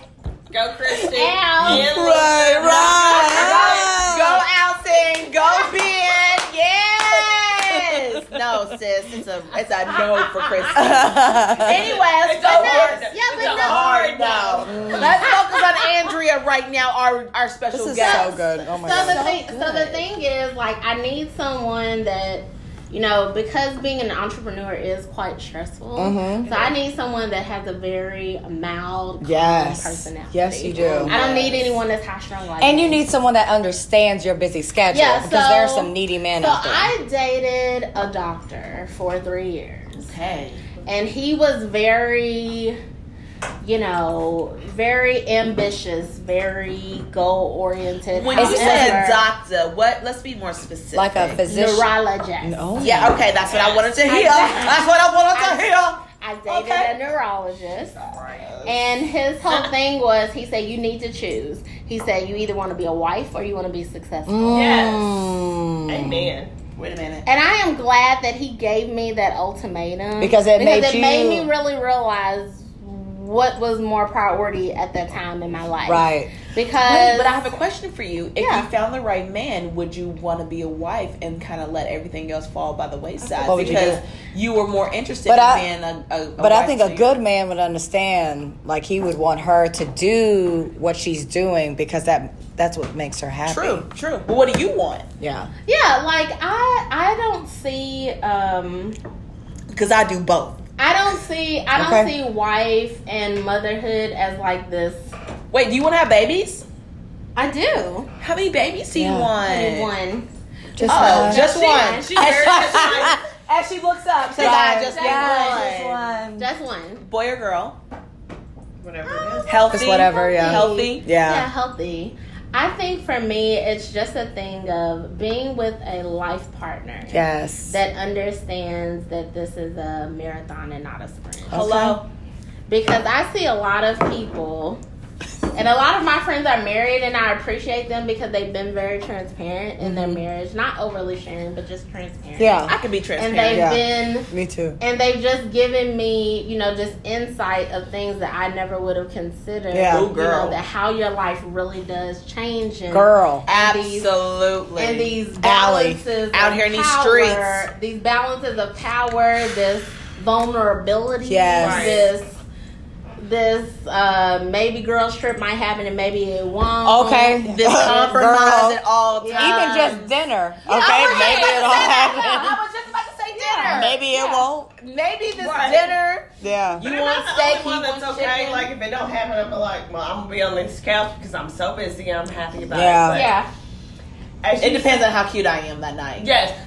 [SPEAKER 3] Go, Christy.
[SPEAKER 4] Ow.
[SPEAKER 3] Yeah, look.
[SPEAKER 2] Right, right.
[SPEAKER 1] Go Alton. Go Ben. Yes. No, sis. It's a it's a no for Christy. Anyway, let's
[SPEAKER 3] It's a
[SPEAKER 1] go
[SPEAKER 3] hard.
[SPEAKER 1] on.
[SPEAKER 4] Yeah, but
[SPEAKER 3] it's a
[SPEAKER 4] no.
[SPEAKER 3] hard
[SPEAKER 1] No.
[SPEAKER 3] no.
[SPEAKER 1] Let's focus on Andrea right now, our our special
[SPEAKER 2] This is
[SPEAKER 1] guest.
[SPEAKER 2] so good. Oh my
[SPEAKER 4] So the
[SPEAKER 2] god.
[SPEAKER 4] thing, so the thing is, like, I need someone that, you know, because being an entrepreneur is quite stressful.
[SPEAKER 2] Mhm.
[SPEAKER 4] So I need someone that has a very mild, calm
[SPEAKER 2] Yes.
[SPEAKER 4] personality.
[SPEAKER 2] Yes, you do.
[SPEAKER 4] I don't need anyone that's high strung like.
[SPEAKER 2] And you
[SPEAKER 4] me.
[SPEAKER 2] need someone that understands your busy schedule
[SPEAKER 4] Yeah,
[SPEAKER 2] because there are
[SPEAKER 4] so-
[SPEAKER 2] some needy men
[SPEAKER 4] So
[SPEAKER 2] out there.
[SPEAKER 4] I dated a doctor for three years,
[SPEAKER 1] Okay.
[SPEAKER 4] and he was very. You know, very ambitious, very goal oriented.
[SPEAKER 1] When you said
[SPEAKER 4] However,
[SPEAKER 1] doctor, what? Let's be more specific.
[SPEAKER 2] like a physician.
[SPEAKER 4] neurologist,
[SPEAKER 2] No.
[SPEAKER 1] Yeah. Okay. That's what I wanted to hear.
[SPEAKER 4] I-
[SPEAKER 1] That's what I wanted to hear.
[SPEAKER 4] I dated
[SPEAKER 1] Okay.
[SPEAKER 4] a neurologist. And his whole thing was he said, You need to choose. He said, You either want to be a wife or you want to be successful.
[SPEAKER 2] Mm.
[SPEAKER 3] Amen.
[SPEAKER 1] Wait a minute.
[SPEAKER 4] And I am glad that he gave me that ultimatum.
[SPEAKER 2] Because it made you-
[SPEAKER 4] made me really realize what was more priority at that time in my life.
[SPEAKER 2] Right.
[SPEAKER 4] Because.
[SPEAKER 1] but I have a question for you. If
[SPEAKER 4] Yeah.
[SPEAKER 1] you found the right man, would you want to be a wife and kind of let everything else fall by the wayside?
[SPEAKER 2] What would you do?
[SPEAKER 1] because you, were more interested
[SPEAKER 2] But
[SPEAKER 1] in
[SPEAKER 2] I-
[SPEAKER 1] being a, a, a
[SPEAKER 2] But I
[SPEAKER 1] wife
[SPEAKER 2] think
[SPEAKER 1] to
[SPEAKER 2] a
[SPEAKER 1] you.
[SPEAKER 2] good man would understand, like he would want her to do what she's doing because that that's what makes her happy.
[SPEAKER 1] True. True. But what do you want?
[SPEAKER 2] Yeah.
[SPEAKER 4] yeah, like, I, I don't see. um
[SPEAKER 1] Because I do both.
[SPEAKER 4] I don't see I don't
[SPEAKER 2] Okay.
[SPEAKER 4] see wife and motherhood as like this.
[SPEAKER 1] Wait. Do you want to have babies?
[SPEAKER 4] I do.
[SPEAKER 1] How many babies do
[SPEAKER 2] Yeah.
[SPEAKER 1] you want?
[SPEAKER 4] One.
[SPEAKER 2] Just
[SPEAKER 1] Oh,
[SPEAKER 2] uh,
[SPEAKER 1] just
[SPEAKER 4] She-
[SPEAKER 1] one.
[SPEAKER 5] She's very
[SPEAKER 6] As she looks up, says,
[SPEAKER 1] Guys,
[SPEAKER 6] I just
[SPEAKER 4] yes.
[SPEAKER 6] one.
[SPEAKER 4] Just one.
[SPEAKER 1] Boy or girl?
[SPEAKER 3] Whatever it is.
[SPEAKER 1] Healthy.
[SPEAKER 2] It's whatever, yeah.
[SPEAKER 1] Healthy.
[SPEAKER 4] Yeah.
[SPEAKER 2] uh, Yeah.
[SPEAKER 4] healthy. I think for me, it's just a thing of being with a life partner
[SPEAKER 2] Yes.
[SPEAKER 4] that understands that this is a marathon and not a sprint.
[SPEAKER 1] Hello.
[SPEAKER 4] because I see a lot of people, and a lot of my friends are married, and I appreciate them because they've been very transparent in their marriage, not overly sharing, but just transparent.
[SPEAKER 2] Mm-hmm. yeah.
[SPEAKER 1] I can be
[SPEAKER 4] and
[SPEAKER 1] transparent.
[SPEAKER 4] they've
[SPEAKER 2] Yeah.
[SPEAKER 4] been.
[SPEAKER 2] Me too.
[SPEAKER 4] And they've just given me, you know, just insight of things that I never would have considered.
[SPEAKER 2] Yeah.
[SPEAKER 1] Ooh,
[SPEAKER 4] you
[SPEAKER 1] girl.
[SPEAKER 4] know, that how your life really does change. And
[SPEAKER 2] Girl.
[SPEAKER 4] Absolutely.
[SPEAKER 1] Absolutely.
[SPEAKER 4] And these
[SPEAKER 2] Alley.
[SPEAKER 4] balances
[SPEAKER 1] Out
[SPEAKER 4] of
[SPEAKER 1] here in these
[SPEAKER 4] power,
[SPEAKER 1] streets.
[SPEAKER 4] these balances of power, this vulnerability,
[SPEAKER 2] Yes. Right.
[SPEAKER 4] this this uh, maybe girl trip might happen and maybe it won't.
[SPEAKER 2] Okay.
[SPEAKER 1] this compromise
[SPEAKER 2] Girl.
[SPEAKER 1] at all times.
[SPEAKER 2] Even just dinner. Okay.
[SPEAKER 4] right.
[SPEAKER 2] Maybe it'll happen.
[SPEAKER 4] I was just about to say dinner.
[SPEAKER 2] Maybe it won't.
[SPEAKER 4] Maybe this
[SPEAKER 3] Right.
[SPEAKER 4] dinner.
[SPEAKER 2] Yeah.
[SPEAKER 3] But
[SPEAKER 4] You
[SPEAKER 3] am
[SPEAKER 4] want
[SPEAKER 3] I the only
[SPEAKER 4] steak,
[SPEAKER 3] one
[SPEAKER 4] you
[SPEAKER 3] that's
[SPEAKER 4] want
[SPEAKER 3] okay.
[SPEAKER 4] chicken?
[SPEAKER 3] Like if it don't happen, I'm like, well, I'm gonna be on this couch because I'm so busy. I'm happy about
[SPEAKER 2] Yeah.
[SPEAKER 3] it. But
[SPEAKER 4] Yeah.
[SPEAKER 3] as
[SPEAKER 1] It
[SPEAKER 3] you
[SPEAKER 1] depends on how cute I am that night.
[SPEAKER 3] Yes.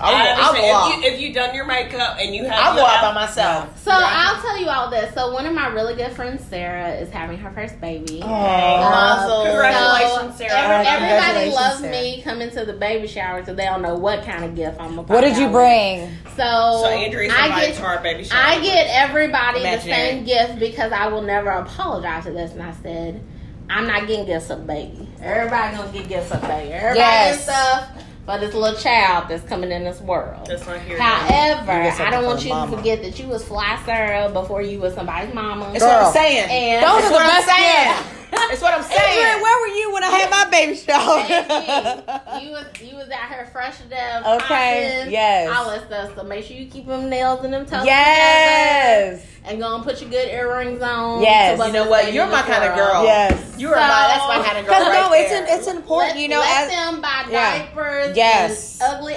[SPEAKER 1] I'll,
[SPEAKER 3] I
[SPEAKER 1] I'll go
[SPEAKER 3] understand.
[SPEAKER 1] out.
[SPEAKER 3] if, you, if you done your makeup and you have,
[SPEAKER 1] I'll go
[SPEAKER 3] your
[SPEAKER 1] out by
[SPEAKER 3] outfit-
[SPEAKER 1] myself.
[SPEAKER 4] So I'll tell you all this. So one of my really good friends, Sarah, is having her first baby.
[SPEAKER 2] Oh.
[SPEAKER 1] Muscles.
[SPEAKER 3] Congratulations,
[SPEAKER 4] So,
[SPEAKER 3] Sarah.
[SPEAKER 4] every- everybody
[SPEAKER 2] Congratulations,
[SPEAKER 4] loves
[SPEAKER 2] Sarah.
[SPEAKER 4] me coming to the baby shower because they don't know what kind of gift I'm. gonna
[SPEAKER 2] What
[SPEAKER 4] pop
[SPEAKER 2] did you
[SPEAKER 4] out
[SPEAKER 2] bring?
[SPEAKER 4] with. So,
[SPEAKER 3] So Andrea is
[SPEAKER 4] I
[SPEAKER 3] invited
[SPEAKER 4] get
[SPEAKER 3] to our baby shower.
[SPEAKER 4] I get everybody
[SPEAKER 1] Imaginary.
[SPEAKER 4] the same gift because I will never apologize to this. And I said, I'm not getting gifts of baby. Everybody gonna get gifts of baby. Everybody
[SPEAKER 2] Yes.
[SPEAKER 4] gets stuff for this little child that's coming in this world.
[SPEAKER 3] That's not here.
[SPEAKER 4] However,
[SPEAKER 2] You get something
[SPEAKER 4] I don't
[SPEAKER 2] for
[SPEAKER 4] want
[SPEAKER 2] the
[SPEAKER 4] you
[SPEAKER 2] mama.
[SPEAKER 4] to forget that you was fly Sarah before you was somebody's mama.
[SPEAKER 1] It's what
[SPEAKER 2] Girl.
[SPEAKER 1] I'm saying.
[SPEAKER 4] and
[SPEAKER 2] Those are the
[SPEAKER 1] what I'm
[SPEAKER 2] best
[SPEAKER 1] saying.
[SPEAKER 2] gifts.
[SPEAKER 1] It's what I'm
[SPEAKER 2] Adrian,
[SPEAKER 1] saying.
[SPEAKER 2] where were you when I had my baby
[SPEAKER 4] Thank
[SPEAKER 2] shower?
[SPEAKER 4] you You was you was out here fresh to death.
[SPEAKER 2] Okay,
[SPEAKER 4] popping,
[SPEAKER 2] yes.
[SPEAKER 4] All that stuff. So make sure you keep them nails and them toes. together
[SPEAKER 2] yes.
[SPEAKER 4] And go and put your good earrings on.
[SPEAKER 2] Yes.
[SPEAKER 4] to bust
[SPEAKER 1] You know
[SPEAKER 4] this
[SPEAKER 1] what?
[SPEAKER 4] baby
[SPEAKER 1] You're my
[SPEAKER 4] to
[SPEAKER 1] kind of
[SPEAKER 4] girl.
[SPEAKER 2] Oh.
[SPEAKER 1] girl.
[SPEAKER 2] Yes.
[SPEAKER 1] You are my. That's my kind of girl.
[SPEAKER 2] Because
[SPEAKER 1] Right
[SPEAKER 2] no, it's
[SPEAKER 1] there.
[SPEAKER 2] an, it's important,
[SPEAKER 4] Let,
[SPEAKER 2] you know.
[SPEAKER 4] let
[SPEAKER 2] As,
[SPEAKER 4] them buy
[SPEAKER 2] yeah.
[SPEAKER 4] diapers.
[SPEAKER 2] Yes.
[SPEAKER 4] And ugly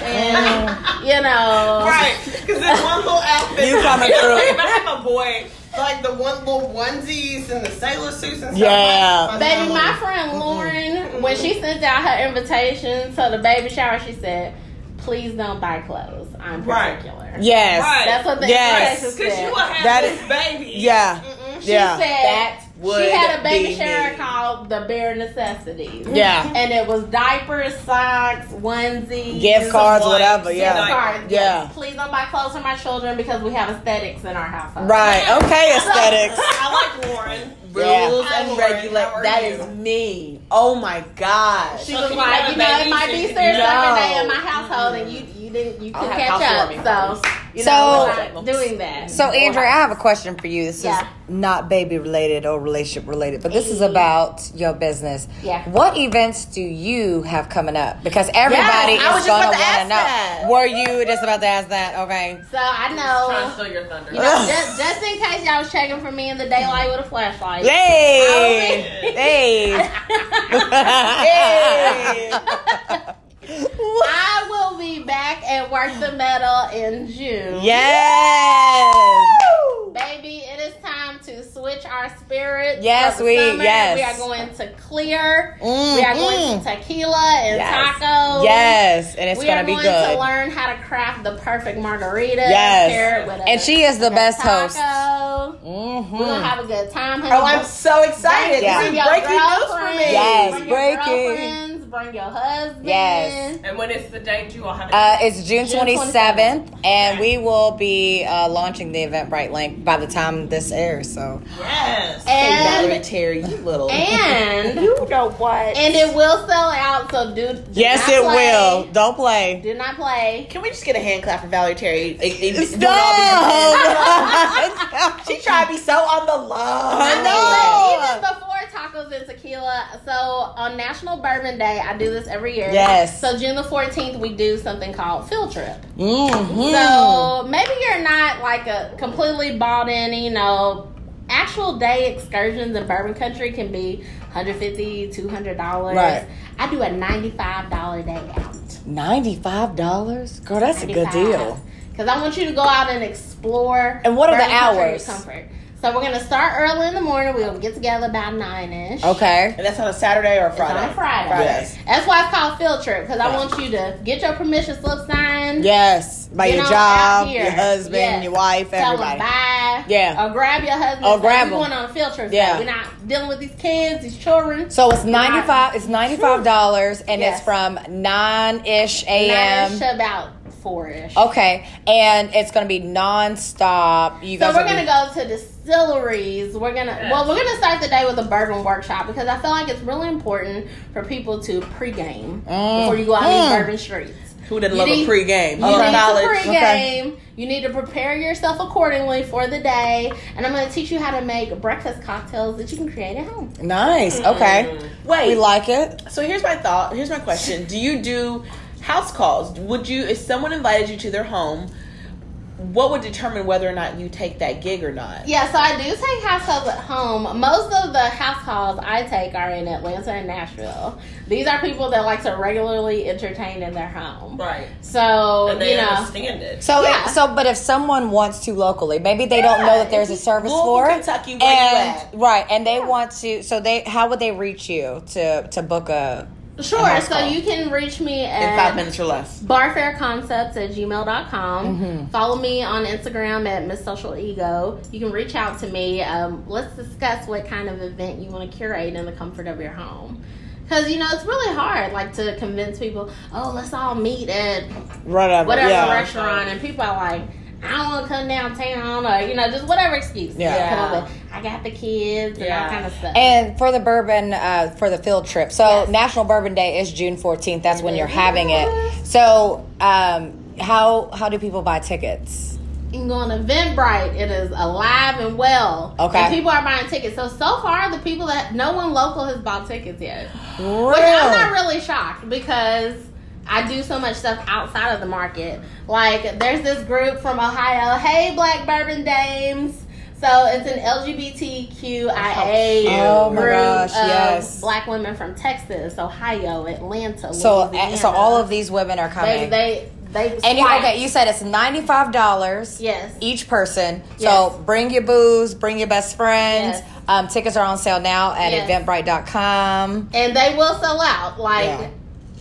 [SPEAKER 4] and you know.
[SPEAKER 3] Right, because this one little outfit.
[SPEAKER 2] You coming through.
[SPEAKER 3] If I have a boy, like the one little onesies and the sailor suits and stuff.
[SPEAKER 2] Yeah.
[SPEAKER 3] like,
[SPEAKER 4] Baby,
[SPEAKER 3] son
[SPEAKER 4] my
[SPEAKER 3] would-
[SPEAKER 2] Mm-hmm.
[SPEAKER 4] friend Lauren, when she sent out her invitation to the baby shower, she said, "Please don't buy clothes. I'm
[SPEAKER 3] Right.
[SPEAKER 4] particular."
[SPEAKER 2] Yes.
[SPEAKER 3] Right.
[SPEAKER 4] That's what the
[SPEAKER 2] Yes.
[SPEAKER 4] invitation
[SPEAKER 3] Because you
[SPEAKER 4] said.
[SPEAKER 3] will have
[SPEAKER 2] That
[SPEAKER 3] this baby.
[SPEAKER 2] Yeah.
[SPEAKER 4] She
[SPEAKER 2] Yeah.
[SPEAKER 4] said
[SPEAKER 1] That would
[SPEAKER 4] she had a baby
[SPEAKER 1] be
[SPEAKER 4] shower
[SPEAKER 1] me.
[SPEAKER 4] called the bare necessities.
[SPEAKER 2] Yeah.
[SPEAKER 4] And it was diapers, socks, onesies,
[SPEAKER 2] Gift cards,
[SPEAKER 3] Someone
[SPEAKER 2] whatever.
[SPEAKER 3] said
[SPEAKER 2] Yeah.
[SPEAKER 3] I-
[SPEAKER 4] Cards.
[SPEAKER 2] Yeah.
[SPEAKER 4] Yes. Please don't buy clothes for my children because we have aesthetics in our household.
[SPEAKER 2] Right. Okay. Aesthetics.
[SPEAKER 3] I like Lauren.
[SPEAKER 2] Yeah.
[SPEAKER 1] Rules
[SPEAKER 3] I'm
[SPEAKER 1] and
[SPEAKER 3] Lauren.
[SPEAKER 1] regulate.
[SPEAKER 3] How are
[SPEAKER 1] That
[SPEAKER 3] you?
[SPEAKER 1] is me. Oh my god.
[SPEAKER 4] She
[SPEAKER 3] So
[SPEAKER 4] was
[SPEAKER 3] can you
[SPEAKER 4] like,
[SPEAKER 3] have
[SPEAKER 4] you
[SPEAKER 3] a
[SPEAKER 4] know,
[SPEAKER 3] baby
[SPEAKER 4] it might be
[SPEAKER 3] so you
[SPEAKER 2] can-
[SPEAKER 4] serious every
[SPEAKER 2] No.
[SPEAKER 4] day in my household, and you you didn't you
[SPEAKER 1] I'll
[SPEAKER 4] could
[SPEAKER 1] have
[SPEAKER 4] catch up.
[SPEAKER 1] housewarming
[SPEAKER 4] So you
[SPEAKER 2] So-
[SPEAKER 4] know, we're not doing that.
[SPEAKER 2] So, Andrea, I have a question for you. This
[SPEAKER 4] Yeah.
[SPEAKER 2] is not baby related or relationship related, but this is about your business.
[SPEAKER 4] Yeah.
[SPEAKER 2] What events do you have coming up? Because everybody
[SPEAKER 1] Yes, I was just
[SPEAKER 2] is going
[SPEAKER 1] about
[SPEAKER 2] to
[SPEAKER 1] to
[SPEAKER 2] want
[SPEAKER 1] ask
[SPEAKER 2] to know.
[SPEAKER 1] that.
[SPEAKER 2] Were you just about to ask that? Okay.
[SPEAKER 4] So I know.
[SPEAKER 5] steal your thunder.
[SPEAKER 4] You know, just, just in case y'all was checking for me in the daylight with a flashlight.
[SPEAKER 2] Hey.
[SPEAKER 4] Oh,
[SPEAKER 2] Hey.
[SPEAKER 1] Hey.
[SPEAKER 4] I will be back at Work the Metal in June.
[SPEAKER 2] Yes.
[SPEAKER 4] Baby, it is time to switch our spirits.
[SPEAKER 2] Yes,
[SPEAKER 4] for the
[SPEAKER 2] we-
[SPEAKER 4] summer.
[SPEAKER 2] yes.
[SPEAKER 4] We are going to clear.
[SPEAKER 2] Mm,
[SPEAKER 4] We are going
[SPEAKER 2] mm.
[SPEAKER 4] to tequila and
[SPEAKER 2] Yes.
[SPEAKER 4] tacos.
[SPEAKER 2] Mm-hmm. Yes, and it's
[SPEAKER 4] we
[SPEAKER 2] gonna
[SPEAKER 4] are
[SPEAKER 2] be
[SPEAKER 4] going
[SPEAKER 2] good.
[SPEAKER 4] to learn how to craft the perfect margarita.
[SPEAKER 2] Yes.
[SPEAKER 4] pair it with a-
[SPEAKER 2] and she is the
[SPEAKER 4] with a
[SPEAKER 2] best host.
[SPEAKER 4] taco. We're gonna
[SPEAKER 2] Mm-hmm.
[SPEAKER 4] have a good time. honey.
[SPEAKER 1] Oh, I'm so excited.
[SPEAKER 2] Yeah.
[SPEAKER 1] This
[SPEAKER 4] Bring
[SPEAKER 1] is
[SPEAKER 4] your
[SPEAKER 1] breaking news for
[SPEAKER 4] girlfriends,
[SPEAKER 1] me.
[SPEAKER 2] Yes,
[SPEAKER 4] bring your
[SPEAKER 2] breaking.
[SPEAKER 4] girlfriends, Bring your husband.
[SPEAKER 2] Yes.
[SPEAKER 3] And when it's the date, you all have.
[SPEAKER 2] Uh, it's June
[SPEAKER 4] June
[SPEAKER 2] 27th, and we will be uh, launching the Eventbrite link by the time this airs. So,
[SPEAKER 3] yes.
[SPEAKER 1] Hey, Valerie
[SPEAKER 4] And
[SPEAKER 1] Terry, you little.
[SPEAKER 4] and
[SPEAKER 6] You know what?
[SPEAKER 4] and it will sell out. So do, do not play.
[SPEAKER 2] Don't play.
[SPEAKER 4] Do not play.
[SPEAKER 1] Can we just get a hand clap for Valerie Terry? It- it- doing all these-
[SPEAKER 2] Stop!
[SPEAKER 1] She tried to be so on the love.
[SPEAKER 2] I know.
[SPEAKER 4] Even before tacos and tequila, so on National Bourbon Day, I do this every year.
[SPEAKER 2] Yes.
[SPEAKER 4] So June the fourteenth, we do something called Field Trip.
[SPEAKER 2] Mhm.
[SPEAKER 4] So maybe you're not like a completely bought in, you know, actual day excursions in bourbon country can be $150, $200.
[SPEAKER 2] Right.
[SPEAKER 4] I do a $95 day out.
[SPEAKER 2] ninety-five dollars, girl. That's a good deal.
[SPEAKER 4] Because I want you to go out and explore.
[SPEAKER 2] And what are the
[SPEAKER 4] bourbon country
[SPEAKER 2] hours?
[SPEAKER 4] Comfort. So we're gonna start early in the morning. We're gonna get together about nine ish.
[SPEAKER 2] Okay.
[SPEAKER 1] And that's on a Saturday or a
[SPEAKER 4] It's
[SPEAKER 1] Friday.
[SPEAKER 4] on Friday.
[SPEAKER 1] Fridays.
[SPEAKER 4] That's why it's called field trip because I want you to get your permission slip signed.
[SPEAKER 2] Yes. By
[SPEAKER 4] You
[SPEAKER 2] your
[SPEAKER 4] know, out
[SPEAKER 2] job,
[SPEAKER 4] here.
[SPEAKER 2] your husband,
[SPEAKER 4] Yes.
[SPEAKER 2] your wife,
[SPEAKER 4] Tell them
[SPEAKER 2] everybody.
[SPEAKER 4] bye.
[SPEAKER 2] Yeah.
[SPEAKER 4] Or grab your husband.
[SPEAKER 2] Or
[SPEAKER 4] and say,
[SPEAKER 2] grab
[SPEAKER 4] we
[SPEAKER 2] him.
[SPEAKER 4] going on a field trip.
[SPEAKER 2] Yeah.
[SPEAKER 4] Yeah. We're not dealing with these kids, these children.
[SPEAKER 2] So it's ninety five. It's ninety five dollars, and
[SPEAKER 4] Yes.
[SPEAKER 2] it's from nine ish
[SPEAKER 4] Nine-ish
[SPEAKER 2] a.m. Oh,
[SPEAKER 4] to about four ish.
[SPEAKER 2] Okay, and it's gonna be nonstop. You
[SPEAKER 4] So
[SPEAKER 2] guys
[SPEAKER 4] we're
[SPEAKER 2] are
[SPEAKER 4] gonna go to distilleries. We're gonna well, we're gonna start the day with a bourbon workshop because I feel like it's really important for people to pregame before you go out
[SPEAKER 2] Mm.
[SPEAKER 4] on these bourbon streets.
[SPEAKER 1] Who didn't
[SPEAKER 4] You
[SPEAKER 1] love
[SPEAKER 4] need-
[SPEAKER 1] a pregame?
[SPEAKER 4] You
[SPEAKER 1] All the
[SPEAKER 4] need
[SPEAKER 1] knowledge.
[SPEAKER 4] to pregame. You need to prepare yourself accordingly for the day, and I'm gonna teach you how to make breakfast cocktails that you can create at home.
[SPEAKER 2] nice. Okay,
[SPEAKER 4] Mm-hmm.
[SPEAKER 2] we
[SPEAKER 1] Wait.
[SPEAKER 2] like it.
[SPEAKER 1] So here's my thought. Here's my question. Do you do house calls? Would you, if someone invited you to their home, what would determine whether or not you take that gig or not?
[SPEAKER 4] Yeah, so I do take house calls at home. Most of the house calls I take are in Atlanta and Nashville. These are people that like to regularly entertain in their home.
[SPEAKER 3] Right.
[SPEAKER 4] So
[SPEAKER 3] And they
[SPEAKER 4] you know.
[SPEAKER 3] understand it.
[SPEAKER 2] So,
[SPEAKER 4] Yeah.
[SPEAKER 2] if, so, but if someone wants to locally, maybe they don't know that there's a service
[SPEAKER 1] Louisville,
[SPEAKER 2] for it.
[SPEAKER 1] Kentucky, where you at?
[SPEAKER 2] and right, and they want to. So they, how would they reach you to to book a? a
[SPEAKER 4] Sure.
[SPEAKER 2] house
[SPEAKER 4] So
[SPEAKER 2] call?
[SPEAKER 4] you can reach me
[SPEAKER 1] In five
[SPEAKER 4] at
[SPEAKER 1] minutes or less.
[SPEAKER 4] barfairconcepts at gmail.com. Follow me on Instagram at Miss Social Ego. You can reach out to me. Um, let's discuss what kind of event you want to curate in the comfort of your home. Because, you know, it's really hard, like, to convince people, oh, let's all meet at
[SPEAKER 2] whatever.
[SPEAKER 4] whatever
[SPEAKER 2] yeah.
[SPEAKER 4] restaurant. And people are like, I don't want to come downtown or, you know, just whatever excuse.
[SPEAKER 2] Yeah.
[SPEAKER 4] They come up with, I got the kids and all
[SPEAKER 1] Yeah.
[SPEAKER 4] kind of stuff.
[SPEAKER 2] And for the bourbon, uh, for the field trip. So National Bourbon Day is June fourteenth. That's when you're having it. So um, how how do people buy tickets?
[SPEAKER 4] You can go on Eventbrite. It is alive and well.
[SPEAKER 2] Okay.
[SPEAKER 4] And people are buying tickets. So so far, the people that no one local has bought tickets yet.
[SPEAKER 2] Really?
[SPEAKER 4] Which I'm not really shocked because I do so much stuff outside of the market. Like there's this group from Ohio. Hey, Black Bourbon Dames. So it's an LGBTQIA
[SPEAKER 2] Oh, my
[SPEAKER 4] group
[SPEAKER 2] gosh,
[SPEAKER 4] of
[SPEAKER 2] yes.
[SPEAKER 4] black women from Texas, Ohio, Atlanta.
[SPEAKER 2] so
[SPEAKER 4] Louisiana.
[SPEAKER 2] so all of these women are
[SPEAKER 4] they
[SPEAKER 2] coming.
[SPEAKER 4] they they
[SPEAKER 2] and you,
[SPEAKER 4] swipe.
[SPEAKER 2] okay, you said it's ninety five dollars.
[SPEAKER 4] yes
[SPEAKER 2] Each person.
[SPEAKER 4] Yes.
[SPEAKER 2] So bring your booze, bring your best friends.
[SPEAKER 4] Yes.
[SPEAKER 2] Um, tickets are on sale now at
[SPEAKER 4] Yes.
[SPEAKER 2] eventbrite.com.
[SPEAKER 4] and they will sell out. Like
[SPEAKER 2] Yeah.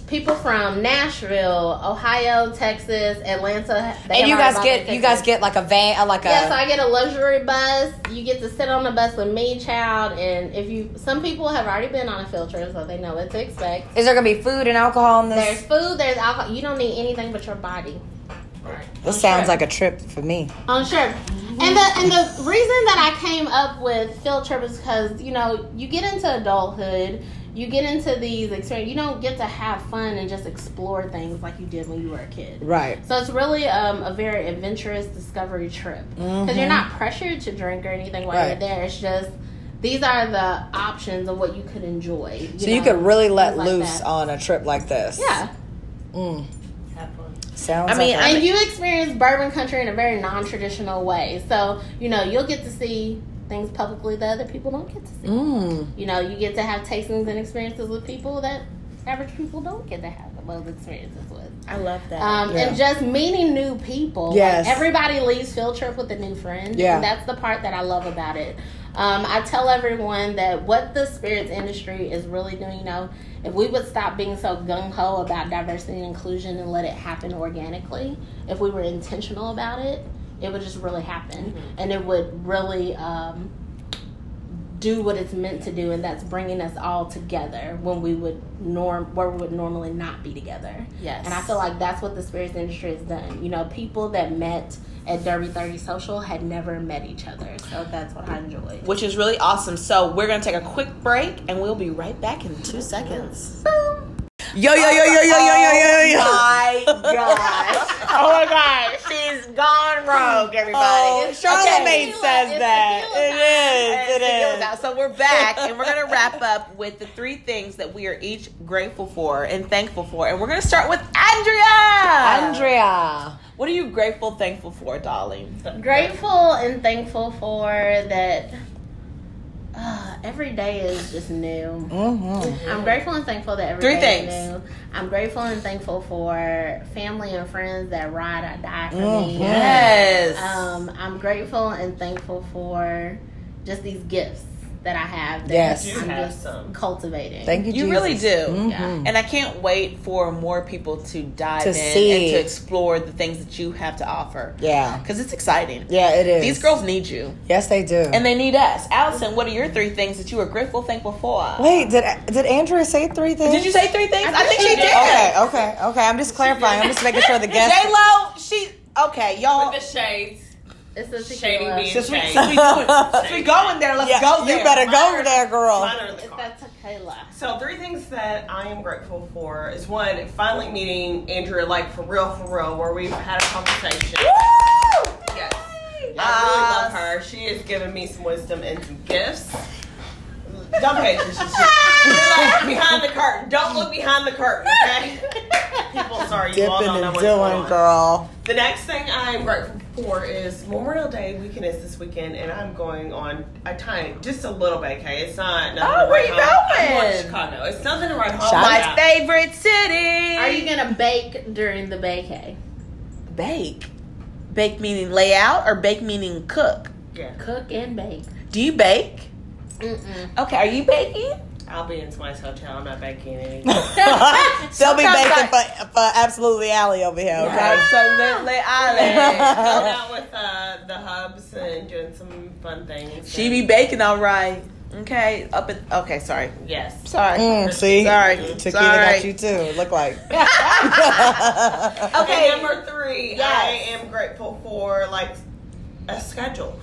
[SPEAKER 4] people from Nashville, Ohio, Texas, Atlanta. they have
[SPEAKER 2] And you
[SPEAKER 4] already
[SPEAKER 2] guys
[SPEAKER 4] bought
[SPEAKER 2] get
[SPEAKER 4] their
[SPEAKER 2] you guys
[SPEAKER 4] tickets.
[SPEAKER 2] get like a van uh, like a
[SPEAKER 4] Yeah, so I get a luxury bus. You get to sit on the bus with me, child. And if you, some people have already been on a field trip, so they know what to expect.
[SPEAKER 2] is there gonna be food and alcohol in
[SPEAKER 4] There's
[SPEAKER 2] this?
[SPEAKER 4] food, there's alcohol. You don't need anything but your body.
[SPEAKER 2] This sounds like a trip for me.
[SPEAKER 4] Um, sure. And the and the reason that I came up with field trip is because you know you get into adulthood, you get into these experiences. You don't get to have fun and just explore things like you did when you were a kid.
[SPEAKER 2] Right.
[SPEAKER 4] So it's really um, a very adventurous discovery trip because you're not pressured to drink or anything while
[SPEAKER 2] Mm-hmm. Right.
[SPEAKER 4] you're there. It's just these are the options of what you could enjoy.
[SPEAKER 2] So you
[SPEAKER 4] know,
[SPEAKER 2] could really let
[SPEAKER 4] things like
[SPEAKER 2] loose
[SPEAKER 4] that.
[SPEAKER 2] on a trip like this.
[SPEAKER 4] Yeah,
[SPEAKER 2] Mm. Sounds.
[SPEAKER 1] I mean,
[SPEAKER 2] like a-
[SPEAKER 4] and you experience bourbon country in a very non-traditional way. So you know you'll get to see things publicly that other people don't get to see.
[SPEAKER 2] Mm.
[SPEAKER 4] You know, you get to have tastings and experiences with people that average people don't get to have those experiences with.
[SPEAKER 1] I love that.
[SPEAKER 4] Um,
[SPEAKER 2] Yeah.
[SPEAKER 4] And just meeting new people.
[SPEAKER 2] Yes.
[SPEAKER 4] Like, everybody leaves field trip with a new friend.
[SPEAKER 2] Yeah.
[SPEAKER 4] And that's the part that I love about it. Um, I tell everyone that what the spirits industry is really doing, you know, if we would stop being so gung ho about diversity and inclusion and let it happen organically, if we were intentional about it, it would just really happen. And it would really. Um, do what it's meant to do, and that's bringing us all together when we would norm where we would normally not be together.
[SPEAKER 1] Yes.
[SPEAKER 4] and I feel like that's what the spirits industry has done. You know, people that met at Derby Thirty Social had never met each other, so that's what I enjoyed.
[SPEAKER 1] which is really awesome. So we're gonna take a quick break, and we'll be right back in two seconds.
[SPEAKER 2] Yo yo yo yo yo yo yo yo yo.
[SPEAKER 1] My gosh! oh my gosh! She's gone rogue, everybody.
[SPEAKER 2] Oh, Charlamagne
[SPEAKER 1] Okay.
[SPEAKER 2] says that. It
[SPEAKER 1] And
[SPEAKER 2] is.
[SPEAKER 1] it
[SPEAKER 2] It
[SPEAKER 1] goes out. So we're back, and we're gonna wrap up with the three things that we are each grateful for and thankful for, and we're gonna start with Andrea.
[SPEAKER 2] is. Andrea.
[SPEAKER 1] what are you grateful, thankful for, darling?
[SPEAKER 4] Grateful and thankful for that. Uh, every day is just new.
[SPEAKER 2] Mm-hmm.
[SPEAKER 4] I'm grateful and thankful that every
[SPEAKER 1] Three
[SPEAKER 4] day is
[SPEAKER 1] things.
[SPEAKER 4] new. I'm grateful and thankful for family and friends that ride or die for
[SPEAKER 2] Mhm.
[SPEAKER 4] me.
[SPEAKER 1] Yes.
[SPEAKER 4] Um, I'm grateful and thankful for just these gifts that I have that
[SPEAKER 2] Yes.
[SPEAKER 3] You
[SPEAKER 4] I'm
[SPEAKER 3] have
[SPEAKER 4] just
[SPEAKER 3] some.
[SPEAKER 4] cultivating.
[SPEAKER 2] Thank you.
[SPEAKER 1] You really do.
[SPEAKER 2] Jesus. Mhm.
[SPEAKER 4] Yeah.
[SPEAKER 1] And I can't wait for more people to dive
[SPEAKER 2] To
[SPEAKER 1] in
[SPEAKER 2] see.
[SPEAKER 1] and to explore the things that you have to offer.
[SPEAKER 2] Yeah.
[SPEAKER 1] Because it's exciting.
[SPEAKER 2] Yeah, it is.
[SPEAKER 1] These girls need you.
[SPEAKER 2] Yes, they do.
[SPEAKER 1] And they need us. Allison, what are your three things that you are grateful, thankful for?
[SPEAKER 2] Wait, did did Andrea say three things?
[SPEAKER 1] Did you say three things? I, think she did.
[SPEAKER 2] Okay, okay, okay. I'm just clarifying. I'm just making sure the guests.
[SPEAKER 1] J Lo, she okay, y'all.
[SPEAKER 5] The shades.
[SPEAKER 4] It's a
[SPEAKER 5] Shady
[SPEAKER 4] tequila.
[SPEAKER 5] being
[SPEAKER 1] Since we,
[SPEAKER 5] shady.
[SPEAKER 1] since we, doing, since we going there, let's
[SPEAKER 2] Yeah,
[SPEAKER 1] go there.
[SPEAKER 2] you better go there, girl.
[SPEAKER 3] Mine are in the
[SPEAKER 4] It's
[SPEAKER 3] car.
[SPEAKER 4] that tequila.
[SPEAKER 3] So three things that I am grateful for is one, finally meeting Andrea, like for real, for real, where we've had a conversation. Yes. I really love her. She has given me some wisdom and some gifts. Don't pay attention. She's like behind the curtain. Don't look behind the curtain, okay? People, sorry, you all
[SPEAKER 2] Dipping
[SPEAKER 3] don't know
[SPEAKER 2] and
[SPEAKER 3] what's going
[SPEAKER 2] doing,
[SPEAKER 3] on.
[SPEAKER 2] girl.
[SPEAKER 3] The next thing I'm grateful for is Memorial Day weekend is this weekend, and I'm going on a tiny, just a little vacay. It's not. nothing
[SPEAKER 1] Oh,
[SPEAKER 3] to
[SPEAKER 1] where
[SPEAKER 3] write
[SPEAKER 1] you
[SPEAKER 3] home. I'm going
[SPEAKER 1] going?
[SPEAKER 3] to Chicago. It's nothing to write home
[SPEAKER 1] My
[SPEAKER 3] about.
[SPEAKER 1] favorite city.
[SPEAKER 4] Are you gonna bake during the bakey?
[SPEAKER 1] bake? Bake meaning lay out or bake meaning cook?
[SPEAKER 3] Yeah,
[SPEAKER 4] Cook and bake.
[SPEAKER 1] Do you bake?
[SPEAKER 4] Mm-mm.
[SPEAKER 1] Okay, are you baking?
[SPEAKER 3] I'll be in somebody's hotel. I'm not baking anything.
[SPEAKER 2] They'll be
[SPEAKER 1] Sometimes
[SPEAKER 2] baking for, for absolutely Allie over here. Okay.
[SPEAKER 1] Absolutely, Island.
[SPEAKER 3] Going out with uh, the hubs and doing some fun things.
[SPEAKER 1] She be baking all right. Okay, up and okay. Sorry,
[SPEAKER 3] yes.
[SPEAKER 1] sorry.
[SPEAKER 2] Mm, see,
[SPEAKER 1] Sorry.
[SPEAKER 2] tequila
[SPEAKER 1] Sorry.
[SPEAKER 2] got you too. Look like
[SPEAKER 3] Okay, number three, I am grateful for like a schedule.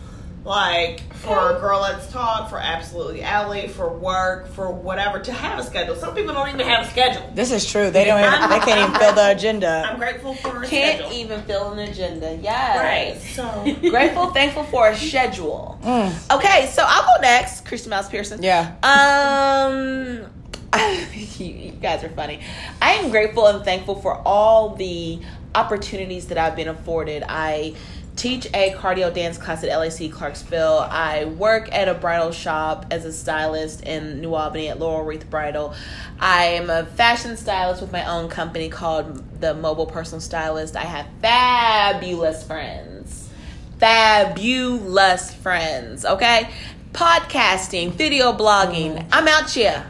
[SPEAKER 3] Like for Girl Let's Talk, for Absolutely Alley, for work, for whatever, to have a schedule. Some people don't even have a schedule.
[SPEAKER 2] this is true. They don't. Even, they can't even fill the agenda.
[SPEAKER 3] I'm grateful for a
[SPEAKER 1] Can't
[SPEAKER 3] schedule.
[SPEAKER 1] even fill an agenda. Yes.
[SPEAKER 3] Right. So
[SPEAKER 1] Grateful, thankful for a schedule.
[SPEAKER 2] Mm,
[SPEAKER 1] Okay, so I'll go next. Kristen Miles Pearson.
[SPEAKER 2] yeah.
[SPEAKER 1] Um, you, you guys are funny. I am grateful and thankful for all the opportunities that I've been afforded. I teach a cardio dance class at LAC Clarksville. I work at a bridal shop as a stylist in New Albany at Laurel Wreath Bridal. I am a fashion stylist with my own company called The Mobile Personal Stylist. I have fabulous friends fabulous friends, okay? Podcasting, video blogging.
[SPEAKER 3] Mm-hmm.
[SPEAKER 1] I'm out here.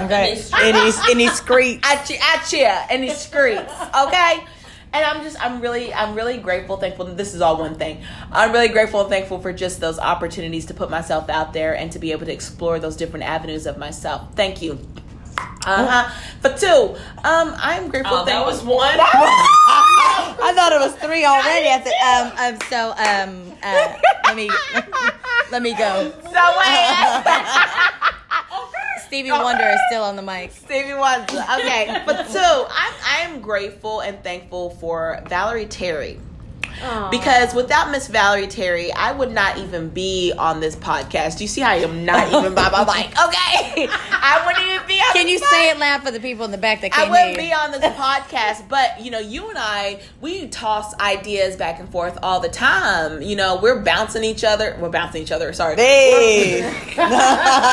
[SPEAKER 2] Okay. Any any screech.
[SPEAKER 1] At you, at you, and these streets, okay? And I'm just, I'm really, I'm really grateful, thankful. This is all one thing. I'm really grateful and thankful for just those opportunities to put myself out there and to be able to explore those different avenues of myself. Thank you. Uh huh. But two, um, I'm grateful.
[SPEAKER 3] oh, that
[SPEAKER 1] thankful-
[SPEAKER 3] was one.
[SPEAKER 2] I thought it was three already. I said, um, um, so um, uh, let me let me go.
[SPEAKER 1] no way.
[SPEAKER 2] Stevie Wonder is still on the mic.
[SPEAKER 1] Stevie Wonder. Okay, but two, I'm I'm grateful and thankful for Valerie Terry
[SPEAKER 4] Aw.
[SPEAKER 1] because without Miss Valerie Terry, I would not even be on this podcast. You see how I am not even by my mic? Okay, I wouldn't even be. On
[SPEAKER 2] Can you
[SPEAKER 1] this
[SPEAKER 2] say it loud for the people in the back that
[SPEAKER 1] I
[SPEAKER 2] can't
[SPEAKER 1] wouldn't
[SPEAKER 2] hear?
[SPEAKER 1] be on this podcast, but you know, you and I, we toss ideas back and forth all the time. You know, we're bouncing each other. We're bouncing each other. Sorry,
[SPEAKER 2] Hey.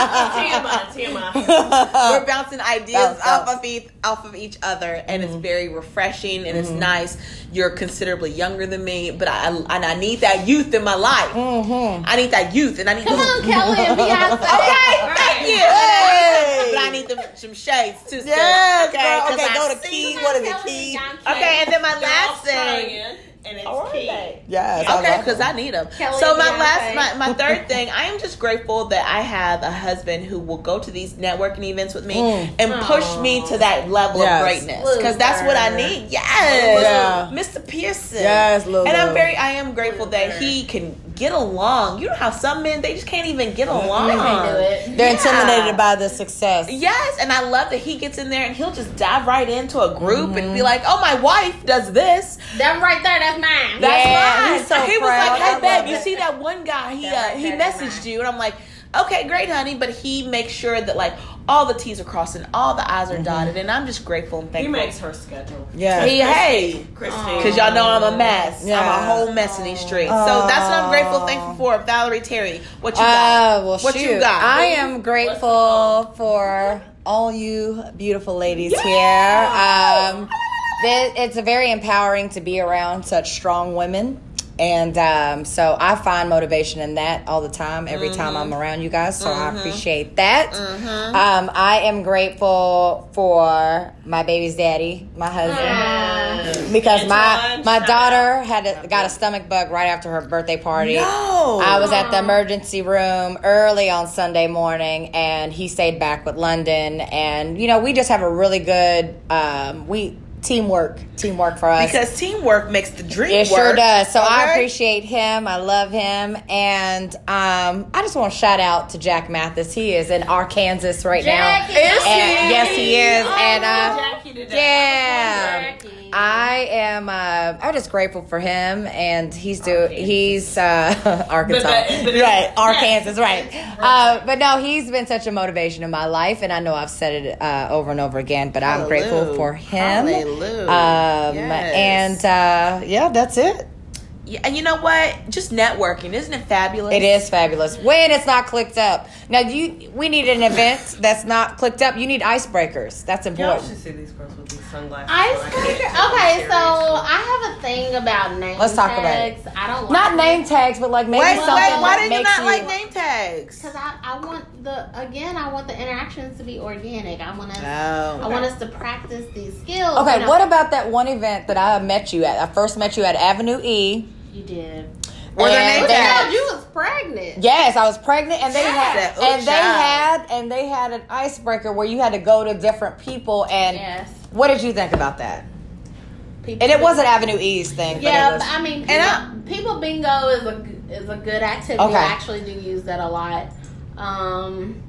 [SPEAKER 3] TMI, TMI.
[SPEAKER 1] we're bouncing ideas
[SPEAKER 2] Bounce,
[SPEAKER 1] off
[SPEAKER 2] bounce.
[SPEAKER 1] of each off of each other, and it's very refreshing and it's nice. You're considerably younger than me, but I I- and I need that youth in my life. I need that youth, and I need
[SPEAKER 4] Come
[SPEAKER 1] those-
[SPEAKER 4] on, Kelly and Beyonce.
[SPEAKER 1] Okay, thank you.
[SPEAKER 2] Hey.
[SPEAKER 1] But I need them, some shades too. still,
[SPEAKER 2] Yes,
[SPEAKER 1] okay,
[SPEAKER 2] girl.
[SPEAKER 1] 'cause
[SPEAKER 2] Okay,
[SPEAKER 1] I
[SPEAKER 2] go to
[SPEAKER 1] see
[SPEAKER 2] key.
[SPEAKER 1] them.
[SPEAKER 2] What is it,
[SPEAKER 4] Kelly
[SPEAKER 2] key?
[SPEAKER 4] and John
[SPEAKER 1] Okay,
[SPEAKER 4] Kelly.
[SPEAKER 1] and then my
[SPEAKER 3] They're
[SPEAKER 1] last thing.
[SPEAKER 3] Australian, and it's
[SPEAKER 1] How are
[SPEAKER 3] key.
[SPEAKER 1] they?
[SPEAKER 2] Yes. I
[SPEAKER 1] Okay,
[SPEAKER 2] love
[SPEAKER 1] because
[SPEAKER 2] it.
[SPEAKER 1] I need them.
[SPEAKER 4] Kelly
[SPEAKER 1] so
[SPEAKER 4] and
[SPEAKER 1] my
[SPEAKER 4] Beyonce.
[SPEAKER 1] last, my, my third thing, I am just grateful that I have a husband who will go to these networking events with me
[SPEAKER 2] Mm.
[SPEAKER 1] and push me to that level
[SPEAKER 2] Yes.
[SPEAKER 1] of greatness because that's what I
[SPEAKER 4] Luther.
[SPEAKER 1] need. Yes,
[SPEAKER 2] Yeah.
[SPEAKER 1] Mr. Pearson.
[SPEAKER 2] Yes, Lulu.
[SPEAKER 1] and I'm very, I am grateful that he can get along. You know how some men they just can't even get
[SPEAKER 2] Mm-hmm.
[SPEAKER 1] along.
[SPEAKER 4] Can't do it.
[SPEAKER 2] They're
[SPEAKER 1] Yeah.
[SPEAKER 2] intimidated by the success.
[SPEAKER 1] Yes, and I love that he gets in there and he'll just dive right into a group and
[SPEAKER 2] Mm-hmm.
[SPEAKER 1] be like, "Oh, my wife does this,
[SPEAKER 4] That right there, that's mine.
[SPEAKER 1] that's
[SPEAKER 2] Yeah,
[SPEAKER 1] mine.
[SPEAKER 2] he's so
[SPEAKER 1] he was
[SPEAKER 2] proud.
[SPEAKER 1] like,
[SPEAKER 2] I
[SPEAKER 1] "Hey,
[SPEAKER 2] love
[SPEAKER 1] babe, you
[SPEAKER 2] it.
[SPEAKER 1] see that one guy? He
[SPEAKER 4] That
[SPEAKER 1] uh,
[SPEAKER 4] right
[SPEAKER 1] he
[SPEAKER 4] there is
[SPEAKER 1] messaged
[SPEAKER 4] mine.
[SPEAKER 1] you," and I'm like, "Okay, great, honey." But he makes sure that like all the T's are crossed and all the I's are
[SPEAKER 2] Mm-hmm.
[SPEAKER 1] dotted, and I'm just grateful and
[SPEAKER 3] He
[SPEAKER 1] thankful.
[SPEAKER 3] makes her schedule.
[SPEAKER 2] Yeah.
[SPEAKER 1] He- hey,
[SPEAKER 3] Christine.
[SPEAKER 1] because y'all know I'm a mess. I'm
[SPEAKER 2] Yeah.
[SPEAKER 1] a whole mess in these streets. So that's what I'm grateful, thankful for. Valerie Terry, what you got?
[SPEAKER 2] Uh, well,
[SPEAKER 1] what
[SPEAKER 2] shoot.
[SPEAKER 1] you got?
[SPEAKER 2] I am grateful for all you beautiful ladies here. Um, thi- it's very empowering to be around such strong women. And um, so I find motivation in that all the time, every time I'm
[SPEAKER 1] Mm-hmm.
[SPEAKER 2] around you guys. So I appreciate that. Um, I am grateful for my baby's daddy, my husband, because my
[SPEAKER 3] Antoine,
[SPEAKER 2] my
[SPEAKER 3] shout
[SPEAKER 2] daughter had a, got a stomach bug right after her birthday party.
[SPEAKER 3] No.
[SPEAKER 2] I was at the emergency room early on Sunday morning, and he stayed back with London. And you know, we just have a really good um, we teamwork teamwork for us.
[SPEAKER 7] Because teamwork makes the dream
[SPEAKER 2] It
[SPEAKER 7] work.
[SPEAKER 2] sure does. So I
[SPEAKER 7] okay?
[SPEAKER 2] appreciate him. I love him, and um, I just want to shout out to Jack Mathis. He is in Arkansas right now.
[SPEAKER 4] Is
[SPEAKER 2] And- yes, he is. and uh,
[SPEAKER 3] Jackie today.
[SPEAKER 2] yeah. I am. Uh, I'm just grateful for him, and he's do he's uh, Arkansas,
[SPEAKER 3] But- but-
[SPEAKER 2] right? Arkansas, right? Uh, but no, he's been such a motivation in my life, and I know I've said it uh, over and over again, but I'm grateful
[SPEAKER 7] Hallelujah.
[SPEAKER 2] for him.
[SPEAKER 7] Hallelujah.
[SPEAKER 2] Um,
[SPEAKER 7] Yes.
[SPEAKER 2] and uh, yeah, that's it.
[SPEAKER 7] Yeah, and you know what? Just networking, isn't it fabulous?
[SPEAKER 2] It is fabulous when it's not clicked up. Now you, we need an event that's not clicked up. You need icebreakers. That's
[SPEAKER 3] Y'all
[SPEAKER 2] important.
[SPEAKER 3] should see these girls with these sunglasses.
[SPEAKER 4] Ice
[SPEAKER 3] on.
[SPEAKER 4] cream. Okay, so I have a thing about name
[SPEAKER 2] Let's talk about
[SPEAKER 4] tags. I don't like
[SPEAKER 2] Not name tags, but like maybe
[SPEAKER 7] Wait, wait,
[SPEAKER 2] something
[SPEAKER 7] why
[SPEAKER 2] that
[SPEAKER 7] did you
[SPEAKER 2] makes
[SPEAKER 7] not
[SPEAKER 2] you.
[SPEAKER 7] like name tags?
[SPEAKER 4] because I, I want the again I want the interactions to be organic. I want us
[SPEAKER 1] Oh.
[SPEAKER 4] I
[SPEAKER 7] No.
[SPEAKER 4] want us to practice these skills.
[SPEAKER 2] Okay,
[SPEAKER 4] you know.
[SPEAKER 2] what about that one event that I met you at? I first met you at Avenue E.
[SPEAKER 4] you did?
[SPEAKER 7] Were there
[SPEAKER 2] And
[SPEAKER 7] name
[SPEAKER 4] Look
[SPEAKER 2] they-
[SPEAKER 4] at
[SPEAKER 7] tags?
[SPEAKER 4] how you was pregnant.
[SPEAKER 2] Yes, I was pregnant, and they had
[SPEAKER 7] Yes. Oh,
[SPEAKER 2] and they
[SPEAKER 7] child.
[SPEAKER 2] had and they had an icebreaker where you had to go to different people. And
[SPEAKER 4] Yes.
[SPEAKER 2] what did you think about that?
[SPEAKER 4] People
[SPEAKER 2] And it wasn't Avenue E's thing.
[SPEAKER 4] Yeah,
[SPEAKER 2] but it
[SPEAKER 4] but
[SPEAKER 2] was,
[SPEAKER 4] I mean, people,
[SPEAKER 7] And
[SPEAKER 4] people bingo is a g- is a good activity.
[SPEAKER 2] Okay.
[SPEAKER 4] I actually do use that a lot. Um,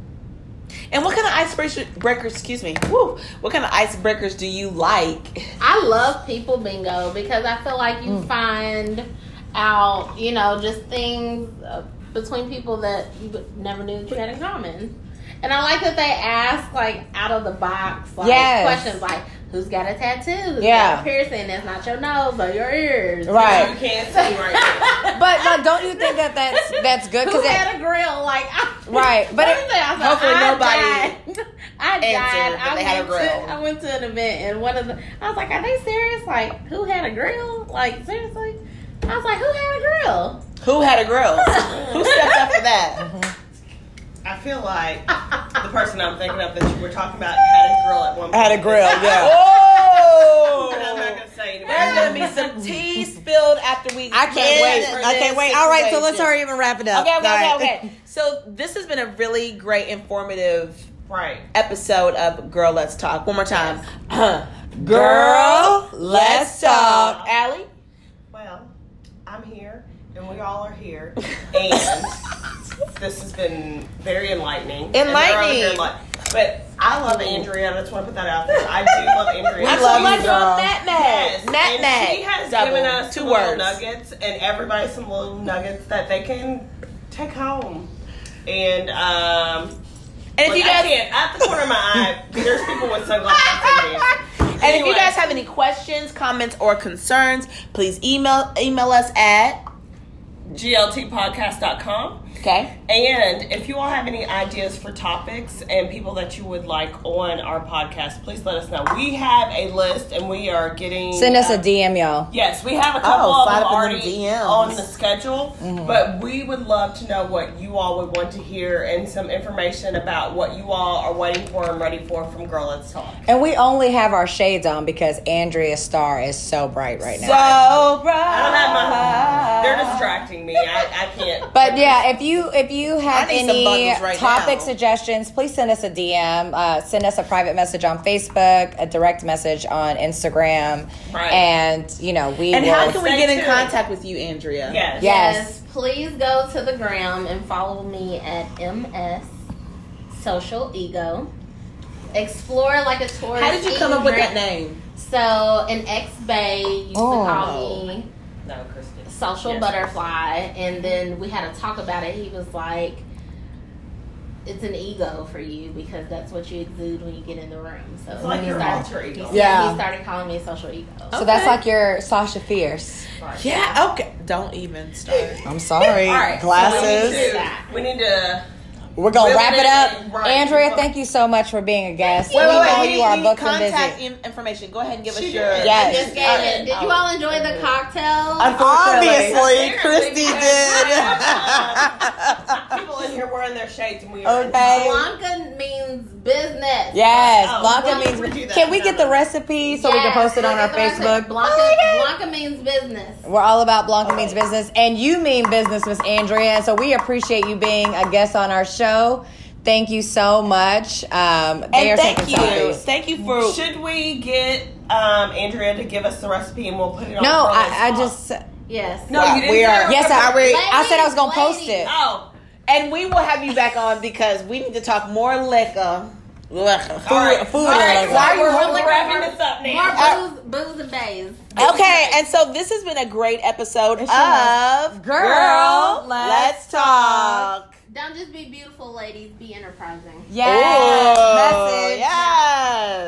[SPEAKER 7] And what kind of icebreakers? Breakers, excuse me. Woo, what kind of icebreakers do you like?
[SPEAKER 4] I love people bingo because I feel like
[SPEAKER 2] Mm.
[SPEAKER 4] you find out, you know, just things uh, between people that you would- never knew that you had in common. And I like that they ask like out of the box like
[SPEAKER 2] Yes.
[SPEAKER 4] questions like who's got a tattoo? Who's
[SPEAKER 2] Yeah.
[SPEAKER 4] got a piercing that's not your nose or your ears.
[SPEAKER 2] right.
[SPEAKER 3] You can't see right now.
[SPEAKER 2] But like, don't you think that that's that's good?
[SPEAKER 4] Who
[SPEAKER 2] Because
[SPEAKER 4] had a grill? Like I,
[SPEAKER 2] Right, but it-
[SPEAKER 4] First thing I was like,
[SPEAKER 7] hopefully
[SPEAKER 4] I
[SPEAKER 7] nobody
[SPEAKER 4] died. I died.
[SPEAKER 7] answered that
[SPEAKER 4] I
[SPEAKER 7] they had a
[SPEAKER 4] went
[SPEAKER 7] grill.
[SPEAKER 4] To, I went to an event and one of the. I was like, are they serious? Like, who had a grill? Like, seriously? I was like, who had a grill?
[SPEAKER 7] Who had a grill? Who stepped up for that?
[SPEAKER 3] I feel like the person I'm thinking of that you were talking about had a grill at one point.
[SPEAKER 2] had a grill, yeah.
[SPEAKER 3] But I'm not
[SPEAKER 7] Oh!
[SPEAKER 3] gonna say it.
[SPEAKER 7] There's gonna be some tea spilled after we.
[SPEAKER 2] I can't
[SPEAKER 7] end
[SPEAKER 2] wait.
[SPEAKER 7] for
[SPEAKER 2] I
[SPEAKER 7] this
[SPEAKER 2] can't wait. All right, so let's
[SPEAKER 7] situation.
[SPEAKER 2] hurry up and wrap it up.
[SPEAKER 7] Okay, okay,
[SPEAKER 2] All
[SPEAKER 7] okay,
[SPEAKER 2] right.
[SPEAKER 7] okay. So this has been a really great, informative
[SPEAKER 3] right.
[SPEAKER 7] episode of Girl Let's Talk. One more time.
[SPEAKER 2] Girl, let's talk.
[SPEAKER 7] Allie?
[SPEAKER 3] Well, I'm here, and we all are here, and this has been very enlightening. And they're all
[SPEAKER 7] Enlightening.
[SPEAKER 3] very enlight- But I love Andrea. I just want to put that out there. I do love Andrea.
[SPEAKER 7] We
[SPEAKER 3] I
[SPEAKER 7] love you,
[SPEAKER 3] love
[SPEAKER 7] girl.
[SPEAKER 3] Yes, and she
[SPEAKER 7] Nat
[SPEAKER 3] has
[SPEAKER 7] Nat.
[SPEAKER 3] given
[SPEAKER 7] Double.
[SPEAKER 3] us
[SPEAKER 7] Two
[SPEAKER 3] two little
[SPEAKER 7] words.
[SPEAKER 3] nuggets, and everybody some little nuggets that they can take home. And um,
[SPEAKER 7] And if you
[SPEAKER 3] look,
[SPEAKER 7] guys
[SPEAKER 3] I can't, out the corner of my eye, there's people with sunglasses. in there.
[SPEAKER 7] and if you guys have any questions, comments, or concerns, please email email us at
[SPEAKER 3] gltpodcast.com.
[SPEAKER 7] okay.
[SPEAKER 3] And if you all have any ideas for topics and people that you would like on our podcast, please let us know. We have a list and we are getting.
[SPEAKER 2] Send us a
[SPEAKER 3] uh,
[SPEAKER 2] DM, y'all.
[SPEAKER 3] Yes, we have a couple
[SPEAKER 7] Oh,
[SPEAKER 3] of
[SPEAKER 7] slide
[SPEAKER 3] them
[SPEAKER 7] up in them
[SPEAKER 3] already
[SPEAKER 7] DMs.
[SPEAKER 3] on the schedule, but we would love to know what you all would want to hear and some information about what you all are waiting for and ready for from Girl Let's Talk.
[SPEAKER 2] And we only have our shades on because Andrea's star is so bright right now.
[SPEAKER 7] So
[SPEAKER 3] I don't
[SPEAKER 7] bright.
[SPEAKER 3] have my. They're distracting me. I, I can't.
[SPEAKER 2] But yeah, if you if you have
[SPEAKER 7] I need some
[SPEAKER 2] any
[SPEAKER 7] buckles right
[SPEAKER 2] topic
[SPEAKER 7] now.
[SPEAKER 2] suggestions, please send us a DM. Uh, send us a private message on Facebook, a direct message on Instagram,
[SPEAKER 3] Right.
[SPEAKER 2] and you know we
[SPEAKER 7] And
[SPEAKER 2] will.
[SPEAKER 7] how can we
[SPEAKER 3] Stay
[SPEAKER 7] get in
[SPEAKER 3] tuned.
[SPEAKER 7] contact with you, Andrea?
[SPEAKER 3] Yes.
[SPEAKER 2] yes,
[SPEAKER 4] Please go to the gram and follow me at ms social ego. Explore like a tourist.
[SPEAKER 7] How did you come up with that name?
[SPEAKER 4] So in X Bay used
[SPEAKER 2] Oh.
[SPEAKER 4] to call me
[SPEAKER 3] No, Kristen.
[SPEAKER 4] social
[SPEAKER 3] Yes.
[SPEAKER 4] butterfly and then we had a talk about it he was like it's an ego for you because that's what you exude when you get in the room so
[SPEAKER 3] It's like
[SPEAKER 4] he,
[SPEAKER 3] your
[SPEAKER 4] started,
[SPEAKER 3] alter ego.
[SPEAKER 4] he,
[SPEAKER 2] Yeah.
[SPEAKER 4] he started calling me social ego
[SPEAKER 2] so that's like your Sasha Fierce.
[SPEAKER 3] Right.
[SPEAKER 7] Yeah. Okay. Don't even start.
[SPEAKER 2] I'm sorry,
[SPEAKER 3] All right, so
[SPEAKER 2] glasses.
[SPEAKER 3] We need to, we need to
[SPEAKER 2] We're gonna wrap it up.
[SPEAKER 3] Right.
[SPEAKER 2] Andrea, thank you so much for being a guest.
[SPEAKER 8] Wait,
[SPEAKER 2] we
[SPEAKER 8] wait, wait.
[SPEAKER 2] know
[SPEAKER 8] We
[SPEAKER 2] you are
[SPEAKER 8] need
[SPEAKER 2] booked and
[SPEAKER 8] contact
[SPEAKER 2] busy.
[SPEAKER 8] in- information. Go ahead and give us
[SPEAKER 3] She
[SPEAKER 8] your.
[SPEAKER 3] did.
[SPEAKER 2] Yes.
[SPEAKER 4] Just gave it. Did you all enjoy the cocktail?
[SPEAKER 1] Obviously, Christy
[SPEAKER 3] People in here wearing their shades and we are.
[SPEAKER 2] Okay.
[SPEAKER 4] Blanca means business.
[SPEAKER 2] Yes,
[SPEAKER 3] Oh,
[SPEAKER 2] Blanca
[SPEAKER 3] Blanca
[SPEAKER 2] means.
[SPEAKER 3] would do that.
[SPEAKER 2] Can we get the recipe so we can
[SPEAKER 4] Yes,
[SPEAKER 2] post it on
[SPEAKER 4] look
[SPEAKER 2] our
[SPEAKER 4] at the recipe.
[SPEAKER 2] Facebook?
[SPEAKER 4] Blanca,
[SPEAKER 2] Oh my God.
[SPEAKER 4] Blanca means business.
[SPEAKER 2] We're all about Blanca means business, and you mean business, Miss Andrea. And so we appreciate you being a guest on our show. Thank you so much. Um, they are
[SPEAKER 1] And thank
[SPEAKER 2] taking
[SPEAKER 1] you.
[SPEAKER 2] selfies.
[SPEAKER 1] Thank you for.
[SPEAKER 3] Should we get um, Andrea to give us the recipe and we'll put it on?
[SPEAKER 2] No,
[SPEAKER 3] Promo's
[SPEAKER 2] I, I
[SPEAKER 3] blog?
[SPEAKER 2] just
[SPEAKER 4] Yes.
[SPEAKER 3] No, you didn't.
[SPEAKER 1] we
[SPEAKER 3] say
[SPEAKER 1] are-
[SPEAKER 3] it.
[SPEAKER 2] yes, I,
[SPEAKER 1] Ladies,
[SPEAKER 2] I said I was gonna post
[SPEAKER 4] ladies.
[SPEAKER 2] it.
[SPEAKER 3] Oh,
[SPEAKER 1] And we will have you back on because we need to talk more liquor.
[SPEAKER 2] Food, food and liquor.
[SPEAKER 1] Why
[SPEAKER 4] We're
[SPEAKER 1] we're
[SPEAKER 4] really
[SPEAKER 3] wrapping this up now.
[SPEAKER 2] Uh,
[SPEAKER 4] More booze, booze and bays.
[SPEAKER 1] Okay, and so this has been a great episode of Girl,
[SPEAKER 2] Girl,
[SPEAKER 1] Let's Talk.
[SPEAKER 4] Don't just be beautiful, ladies. Be enterprising.
[SPEAKER 2] Yes,
[SPEAKER 1] Ooh,
[SPEAKER 2] message.
[SPEAKER 1] Oh, Yes.